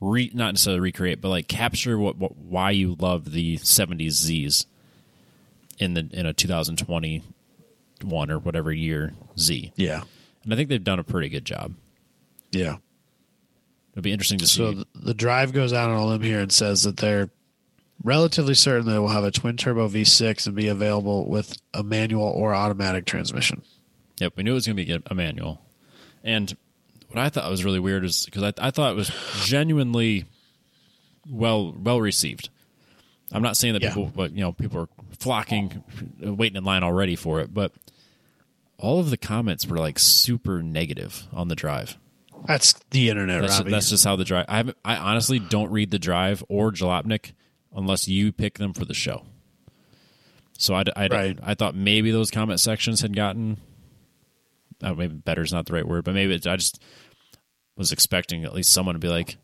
S1: re not necessarily recreate, but like capture what, what why you loved the '70s Z's in the in a 2021 or whatever year Z,
S2: Yeah.
S1: and I think they've done a pretty good job.
S2: Yeah.
S1: It'll be interesting to see.
S2: So th- the drive goes out on a limb here and says that they're relatively certain they will have a twin turbo V6 and be available with a manual or automatic transmission.
S1: Yep, we knew it was going to be a manual. And what I thought was really weird is because I, I thought it was genuinely well well received. I'm not saying that
S2: Yeah.
S1: people, but you know, people are flocking, waiting in line already for it. But all of the comments were like super negative on the drive.
S2: That's the internet,
S1: That's,
S2: Robbie.
S1: that's just how the drive. I haven't, I honestly don't read the drive or Jalopnik unless you pick them for the show. So I, I,
S2: Right.
S1: I thought maybe those comment sections had gotten. Uh, maybe better is not the right word, but maybe it, I just was expecting at least someone to be like,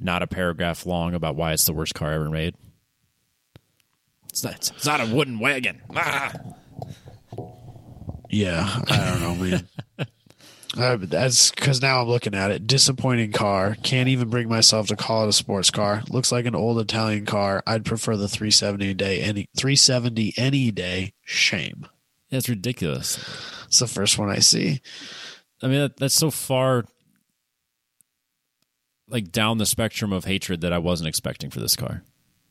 S1: not a paragraph long about why it's the worst car ever made. It's not, it's not a wooden wagon. Ah!
S2: Yeah, I don't know, man. I, that's because now I'm looking at it. Disappointing car. Can't even bring myself to call it a sports car. Looks like an old Italian car. I'd prefer the 370 day any 370 any day. Shame.
S1: That's ridiculous.
S2: It's the first one I see.
S1: I mean, that, that's so far like down the spectrum of hatred that I wasn't expecting for this car.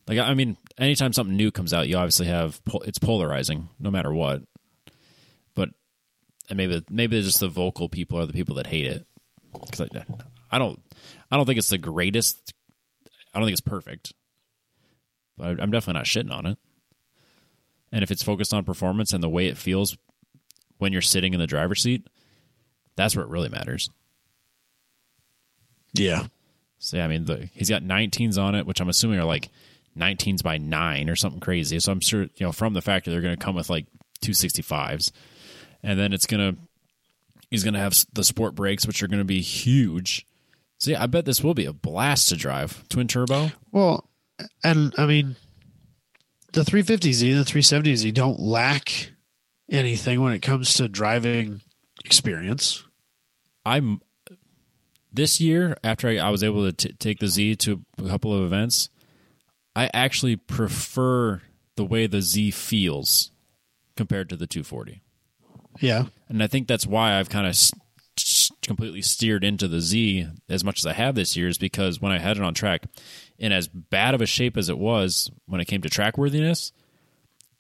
S1: Like, I I mean, anytime something new comes out, you obviously have pol- it's polarizing, no matter what. But and maybe maybe just the vocal people are the people that hate it. 'Cause I, I don't, I don't think it's the greatest. I don't think it's perfect. But I- I'm definitely not shitting on it. And if it's focused on performance and the way it feels when you're sitting in the driver's seat, that's where it really matters.
S2: Yeah.
S1: So yeah, I mean, the, he's got 19s on it, which I'm assuming are like 19s by nine or something crazy. So I'm sure you know from the factory they're going to come with like 265s, and then it's going to he's going to have s- the sport brakes, which are going to be huge. So yeah, I bet this will be a blast to drive. Twin turbo.
S2: Well, and I mean, the 350Z and the 370Z don't lack anything when it comes to driving experience.
S1: I'm this year after I, I was able to t- take the Z to a couple of events, I actually prefer the way the Z feels compared to the 240.
S2: Yeah.
S1: and I think that's why I've kind of s- s- completely steered into the Z as much as I have this year is because when I had it on track, in as bad of a shape as it was when it came to track worthiness,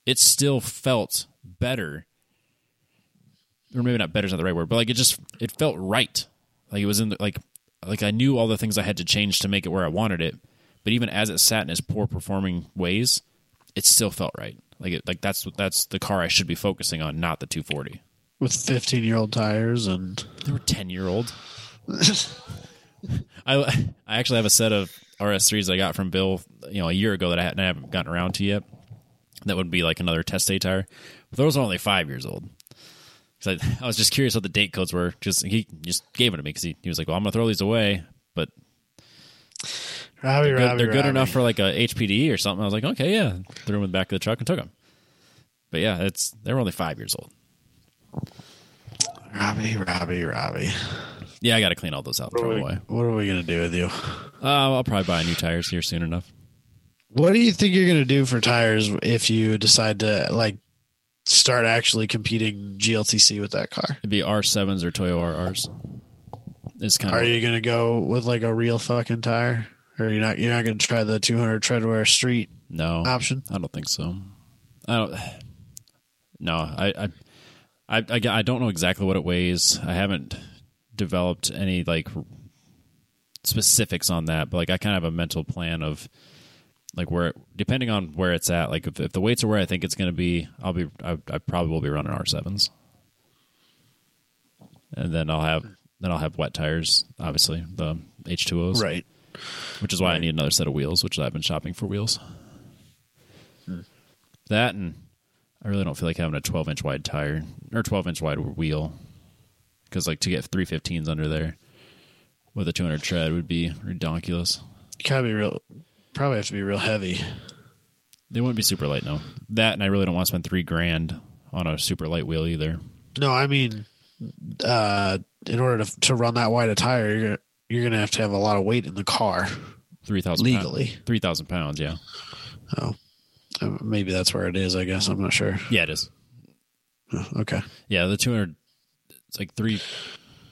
S1: it still felt better, or maybe not better is not the right word, but like it just it felt right, like it was in the, like like I knew all the things I had to change to make it where I wanted it, but even as it sat in its poor performing ways, it still felt right. Like it, like that's that's the car I should be focusing on, not the 240.
S2: With 15 year old tires and.
S1: They were ten year old. I I actually have a set of RS threes I got from Bill, you know, a year ago that I, hadn't, I haven't gotten around to yet. That would be like another test day tire. But those are only five years old. 'Cause I, I was just curious what the date codes were. Just he just gave it to me because he, he was like, "Well, I'm gonna throw these away, but
S2: Robbie,
S1: good-
S2: Robbie,
S1: they're good
S2: Robbie.
S1: enough for like a HPD or something." I was like, "Okay, yeah." Threw them in the back of the truck and took them. But yeah, it's they were only five years old.
S2: Robbie, Robbie, Robbie.
S1: Yeah, I got to clean all those out,
S2: What
S1: throw
S2: are
S1: them
S2: we,
S1: away.
S2: what are we going to do with you?
S1: Uh, I'll probably buy new tires here soon enough.
S2: What do you think you're going to do for tires if you decide to like start actually competing GLTC with that car?
S1: It'd be R7s or Toyo RRs. It's kind
S2: Are
S1: of
S2: you going to go with like a real fucking tire? Or you're not you're not going to try the 200 treadwear street
S1: no.
S2: option?
S1: I don't think so. I don't. No, I, I, I, I, I don't know exactly what it weighs. I haven't developed any like specifics on that, but like I kind of have a mental plan of like where depending on where it's at. Like if, if the weights are where I think it's going to be, I'll be I, I probably will be running R sevens, and then I'll have then I'll have wet tires, obviously the H two O's,
S2: Right.
S1: which is why I need another set of wheels, which I've been shopping for wheels. That and I really don't feel like having a 12 inch wide tire or 12 inch wide wheel because like to get 315s under there with a 200 tread would be ridiculous.
S2: You got to be real probably have to be real heavy.
S1: They wouldn't be super light, no. That and I really don't want to spend three grand on a super light wheel either.
S2: No, I mean uh in order to to run that wide a tire, you're gonna, you're going to have to have a lot of weight in the car
S1: 3,000 pound-
S2: legally.
S1: 3,000 pounds, yeah.
S2: Uh, Maybe that's where it is, I guess. I'm not sure. Uh,
S1: Yeah, it is.
S2: Okay.
S1: Yeah, the 200, it's like three,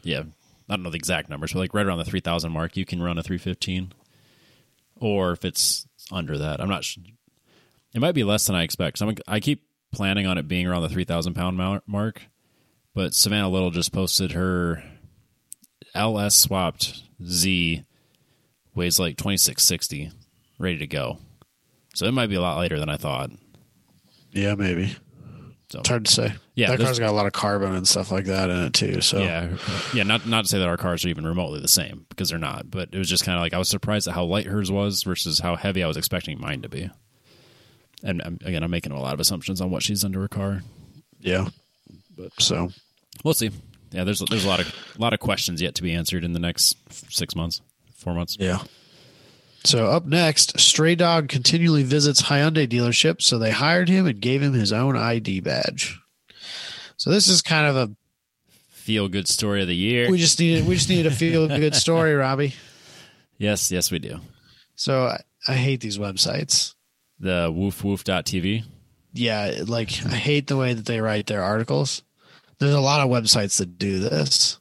S1: yeah, I don't know the exact numbers, but like right around the 3,000 mark, you can run a 315. Or if it's under that, I'm not sure. It might be less than I expect. 'cause I'm, I keep planning on it being around the 3,000 pound mar- mark, but Savannah Little just posted her LS swapped Z weighs like 2660, ready to go. So it might be a lot later than I thought.
S2: Yeah, maybe.
S1: So
S2: It's hard to say.
S1: Yeah,
S2: that
S1: there's-
S2: car's got a lot of carbon and stuff like that in it too. So
S1: Yeah, yeah. Not not to say that our cars are even remotely the same because they're not. But it was just kind of like I was surprised at how light hers was versus how heavy I was expecting mine to be. And um, again, I'm making a lot of assumptions on what she's under her car.
S2: yeah. so
S1: We'll see. Yeah, there's there's a lot of a lot of questions yet to be answered in the next six months, four months.
S2: yeah, So up next, Stray Dog continually visits Hyundai dealership, so they hired him and gave him his own ID badge. So this is kind of a
S1: Feel good story of the year.
S2: we just needed we just needed a feel good story, Robbie.
S1: yes, yes, we do.
S2: So I, I hate these websites.
S1: The woof woof.tv.
S2: Yeah, like I hate the way that they write their articles. There's a lot of websites that do this.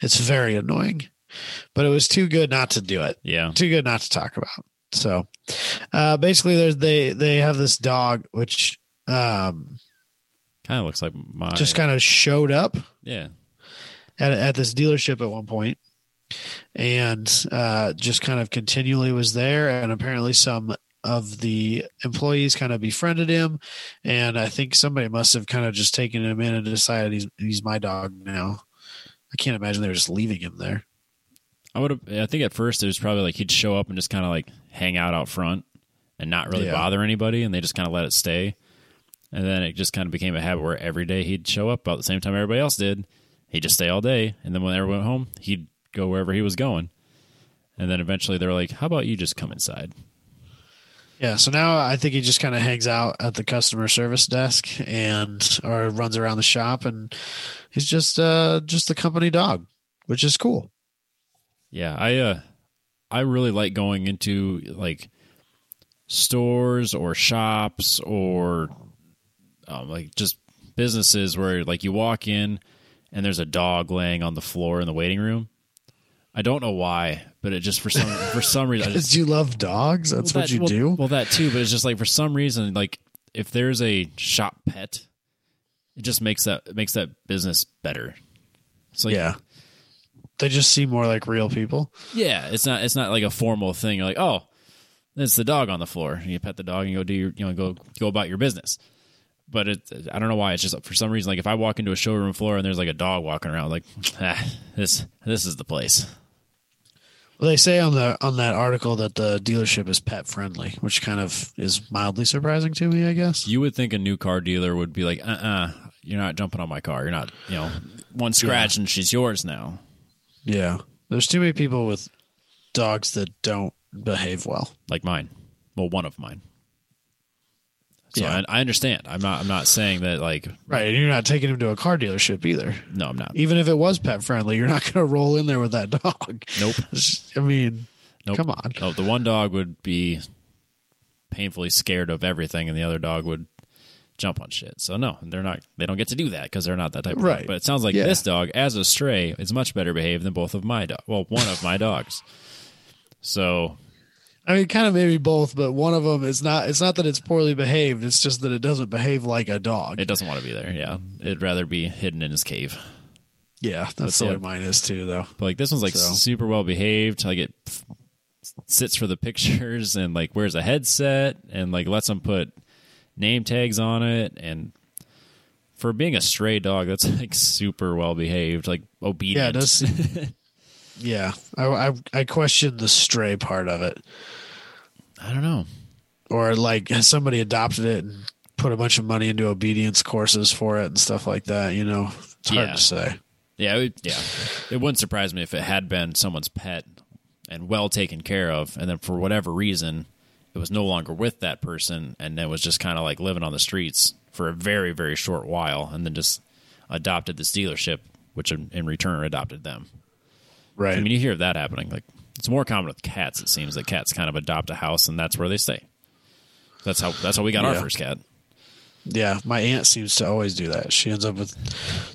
S2: It's very annoying. But it was too good not to do it.
S1: Yeah.
S2: too good not to talk about. So uh, basically, there's they they have this dog which um,
S1: Kind of looks like my.
S2: just kind of showed up
S1: yeah.
S2: at at this dealership at one point, and uh, just kind of continually was there, and apparently some of the employees kind of befriended him and i think somebody must have kind of just taken him in and decided he's he's my dog now i can't imagine they were just leaving him there
S1: I would have. I think at first it was probably like he'd show up and just kind of like hang out out front and not really
S2: Yeah.
S1: bother anybody, and they just kind of let it stay. And then it just kind of became a habit where every day he'd show up about the same time everybody else did. He'd just stay all day, and then when everyone went home, he'd go wherever he was going. And then eventually they were like, "How about you just come inside?"
S2: Yeah, so now I think he just kind of hangs out at the customer service desk and or runs around the shop and he's just uh just the company dog, which is cool.
S1: Yeah, I uh I really like going into like stores or shops or um, like just businesses where like you walk in and there's a dog laying on the floor in the waiting room. I don't know why, but it just for some for some reason I just
S2: Because you love dogs, that's
S1: well,
S2: what
S1: that-
S2: you
S1: well-
S2: do.
S1: Well, that too, but it's just like for some reason, like if there's a shop pet, it just makes that it makes that business better. It's like
S2: yeah. They just seem more like real people.
S1: Yeah, it's not it's not like a formal thing. You're like, oh, it's the dog on the floor. And you pet the dog and you go do your you know go go about your business. But it, I don't know why it's just for some reason like if I walk into a showroom floor and there's like a dog walking around, like ah, this this is the place.
S2: Well, they say on the on that article that the dealership is pet friendly, which kind of is mildly surprising to me, I guess.
S1: You would think a new car dealer would be like, uh, uh-uh, uh, you are not jumping on my car. You're not you know one scratch and she's yours now.
S2: Yeah. There's too many people with dogs that don't behave well.
S1: Like mine, well one of mine. So
S2: Yeah.
S1: I, I understand. I'm not I'm not saying that like
S2: Right, and you're not taking him to a car dealership either.
S1: no I'm not.
S2: even if it was pet friendly, you're not going to roll in there with that dog.
S1: Nope.
S2: I mean,
S1: Nope.
S2: come on.
S1: No, Oh, the one dog would be painfully scared of everything, and the other dog would jump on shit. So no, they're not. They don't get to do that because they're not that type of dog.
S2: Right.
S1: But it sounds like
S2: Yeah.
S1: this dog, as a stray, is much better behaved than both of my dog. Well, one of my dogs. So
S2: I mean, kind of maybe both, but one of them is not. It's not that it's poorly behaved. It's just that it doesn't behave like a dog.
S1: it doesn't want to be there. Yeah, it'd rather be hidden in his cave.
S2: yeah, that's,
S1: That's
S2: the way
S1: it.
S2: mine is too, though.
S1: But like this one's like
S2: So-
S1: super well behaved. Like it f- sits for the pictures and like wears a headset and like lets them put name tags on it. And for being a stray dog, that's like super well behaved, like
S2: Yeah,
S1: obedient.
S2: it does. yeah, I, I I question the stray part of it,
S1: I don't know.
S2: or like has somebody adopted it and put a bunch of money into obedience courses for it and stuff like that. You know, it's hard
S1: Yeah.
S2: to say.
S1: Yeah, it, would- yeah. It wouldn't surprise me if it had been someone's pet and well taken care of, and then for whatever reason, it was no longer with that person, and then was just kind of like living on the streets for a very, very short while, and then just adopted this dealership, which in, in return adopted them.
S2: Right.
S1: I mean, you hear of that happening. Like it's more common with cats. It seems that cats kind of adopt a house, and that's where they stay. That's how that's how we got our
S2: Yeah.
S1: first cat.
S2: Yeah, my aunt seems to always do that. She ends up with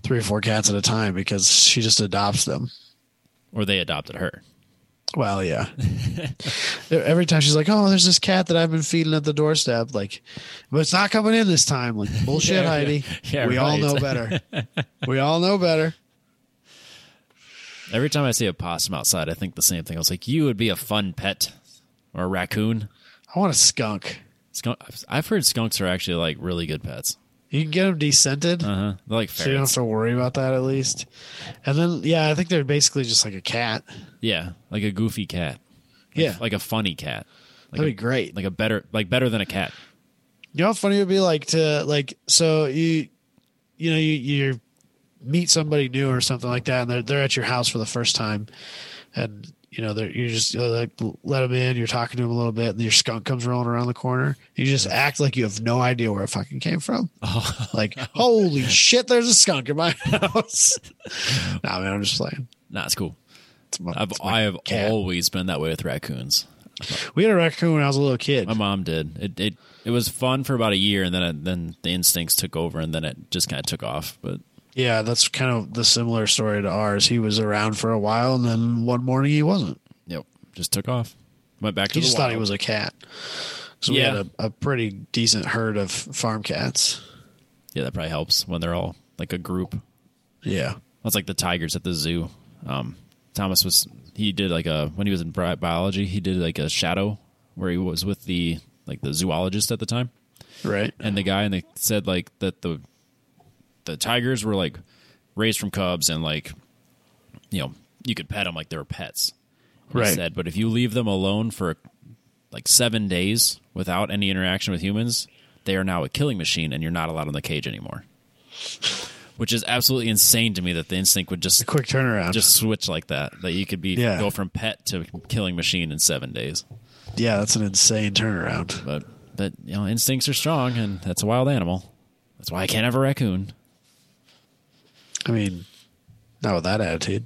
S2: three or four cats at a time because she just adopts them.
S1: Or they adopted her.
S2: Well, yeah. Every time she's like, "Oh, there's this cat that I've been feeding at the doorstep," like, but it's not coming in this time. Like, bullshit,
S1: yeah.
S2: Heidi.
S1: Yeah,
S2: we all
S1: right.
S2: know better. we all know better.
S1: Every time I see a possum outside, I think the same thing. I was like, you would be a fun pet or a raccoon.
S2: I want a skunk.
S1: Skunk, I've heard skunks are actually like really good pets.
S2: You can get them descented,
S1: Uh huh. They're like
S2: so you don't have
S1: ferrets.
S2: to worry about that at least. And then, yeah, I think they're basically just like a cat.
S1: yeah, like a goofy cat. Like,
S2: Yeah,
S1: like a funny cat. Like
S2: that'd
S1: a,
S2: be great.
S1: Like a better, like better than a cat.
S2: You know how funny it would be like to like so you you know you you meet somebody new or something like that and they're they're at your house for the first time and you know, they're, you're just uh, like let them in. You're talking to them a little bit, and your skunk comes rolling around the corner. You just act like you have no idea where it fucking came from.
S1: Oh,
S2: Like, holy shit, there's a skunk in my house. nah, man, I'm just playing.
S1: nah, it's cool.
S2: It's my-
S1: I've
S2: it's my
S1: I have
S2: cat.
S1: always been that way with raccoons.
S2: We had a raccoon when I was a little kid.
S1: My mom did. It it it was fun for about a year, and then it, then the instincts took over, and then it just kind of took off. But
S2: yeah, that's kind of the similar story to ours. He was around for a while, and then one morning he wasn't.
S1: yep, just took off. Went back to
S2: He
S1: the
S2: just
S1: wild.
S2: thought he was a cat. So
S1: Yeah.
S2: we had a, a pretty decent herd of farm cats.
S1: yeah, that probably helps when they're all like a group.
S2: Yeah.
S1: That's like the tigers at the zoo. Um, Thomas was he did like a when he was in bi- biology, he did like a shadow where he was with the like the zoologist at the time.
S2: Right.
S1: and the guy and they said like that the the tigers were like raised from cubs and like you know you could pet them like they were pets And he
S2: Right.
S1: said but if you leave them alone for like seven days without any interaction with humans they are now a killing machine and you're not allowed in the cage anymore which is absolutely insane to me that the instinct would just
S2: Quick turnaround.
S1: just switch like that that you could be
S2: Yeah.
S1: go from pet to killing machine in seven days
S2: yeah, that's an insane turnaround.
S1: but but you know instincts are strong and that's a wild animal that's why i can't have a raccoon
S2: I mean, not with that attitude.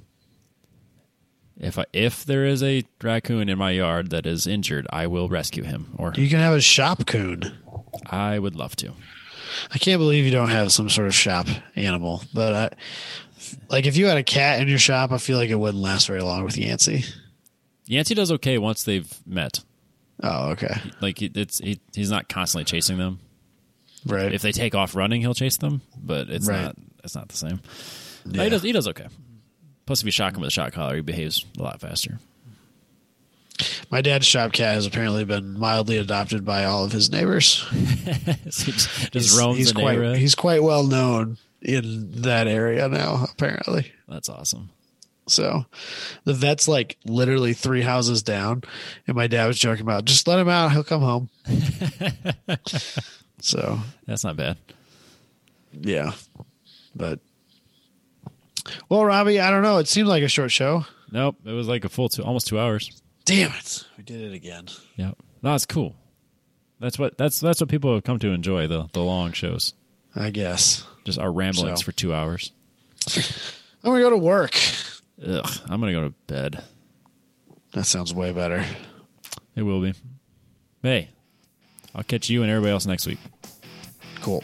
S1: if I, if there is a raccoon in my yard that is injured i will rescue him or
S2: You can have a shop coon.
S1: i would love to
S2: I can't believe you don't have some sort of shop animal. But I, like, if you had a cat in your shop, I feel like it wouldn't last very long with Yancey.
S1: yancey does okay once they've met
S2: Oh, okay.
S1: like he- it's he, he's not constantly chasing them
S2: Right.
S1: if they take off running he'll chase them but it's
S2: Right.
S1: not it's not the same
S2: yeah.
S1: he does he does okay plus if you shock him with a shot collar he behaves a lot faster
S2: My dad's shop cat has apparently been mildly adopted by all of his neighbors.
S1: So he just, just roams
S2: he's
S1: the
S2: quite
S1: neighborhood.
S2: he's quite well known in that area now, apparently.
S1: that's awesome
S2: So the vet's like literally three houses down. And my dad was joking about just let him out, he'll come home. so
S1: that's not bad
S2: yeah. But well, Robbie, I don't know. It seemed like a short show.
S1: nope it was like a full two almost two hours
S2: Damn it. We did it again.
S1: Yeah. No, it's cool. That's what that's that's what people have come to enjoy the the long shows.
S2: I guess.
S1: Just our ramblings
S2: So.
S1: for two hours.
S2: I'm gonna go to work.
S1: Ugh, I'm gonna go to bed.
S2: That sounds way better.
S1: It will be. Hey, I'll catch you and everybody else next week.
S2: Cool.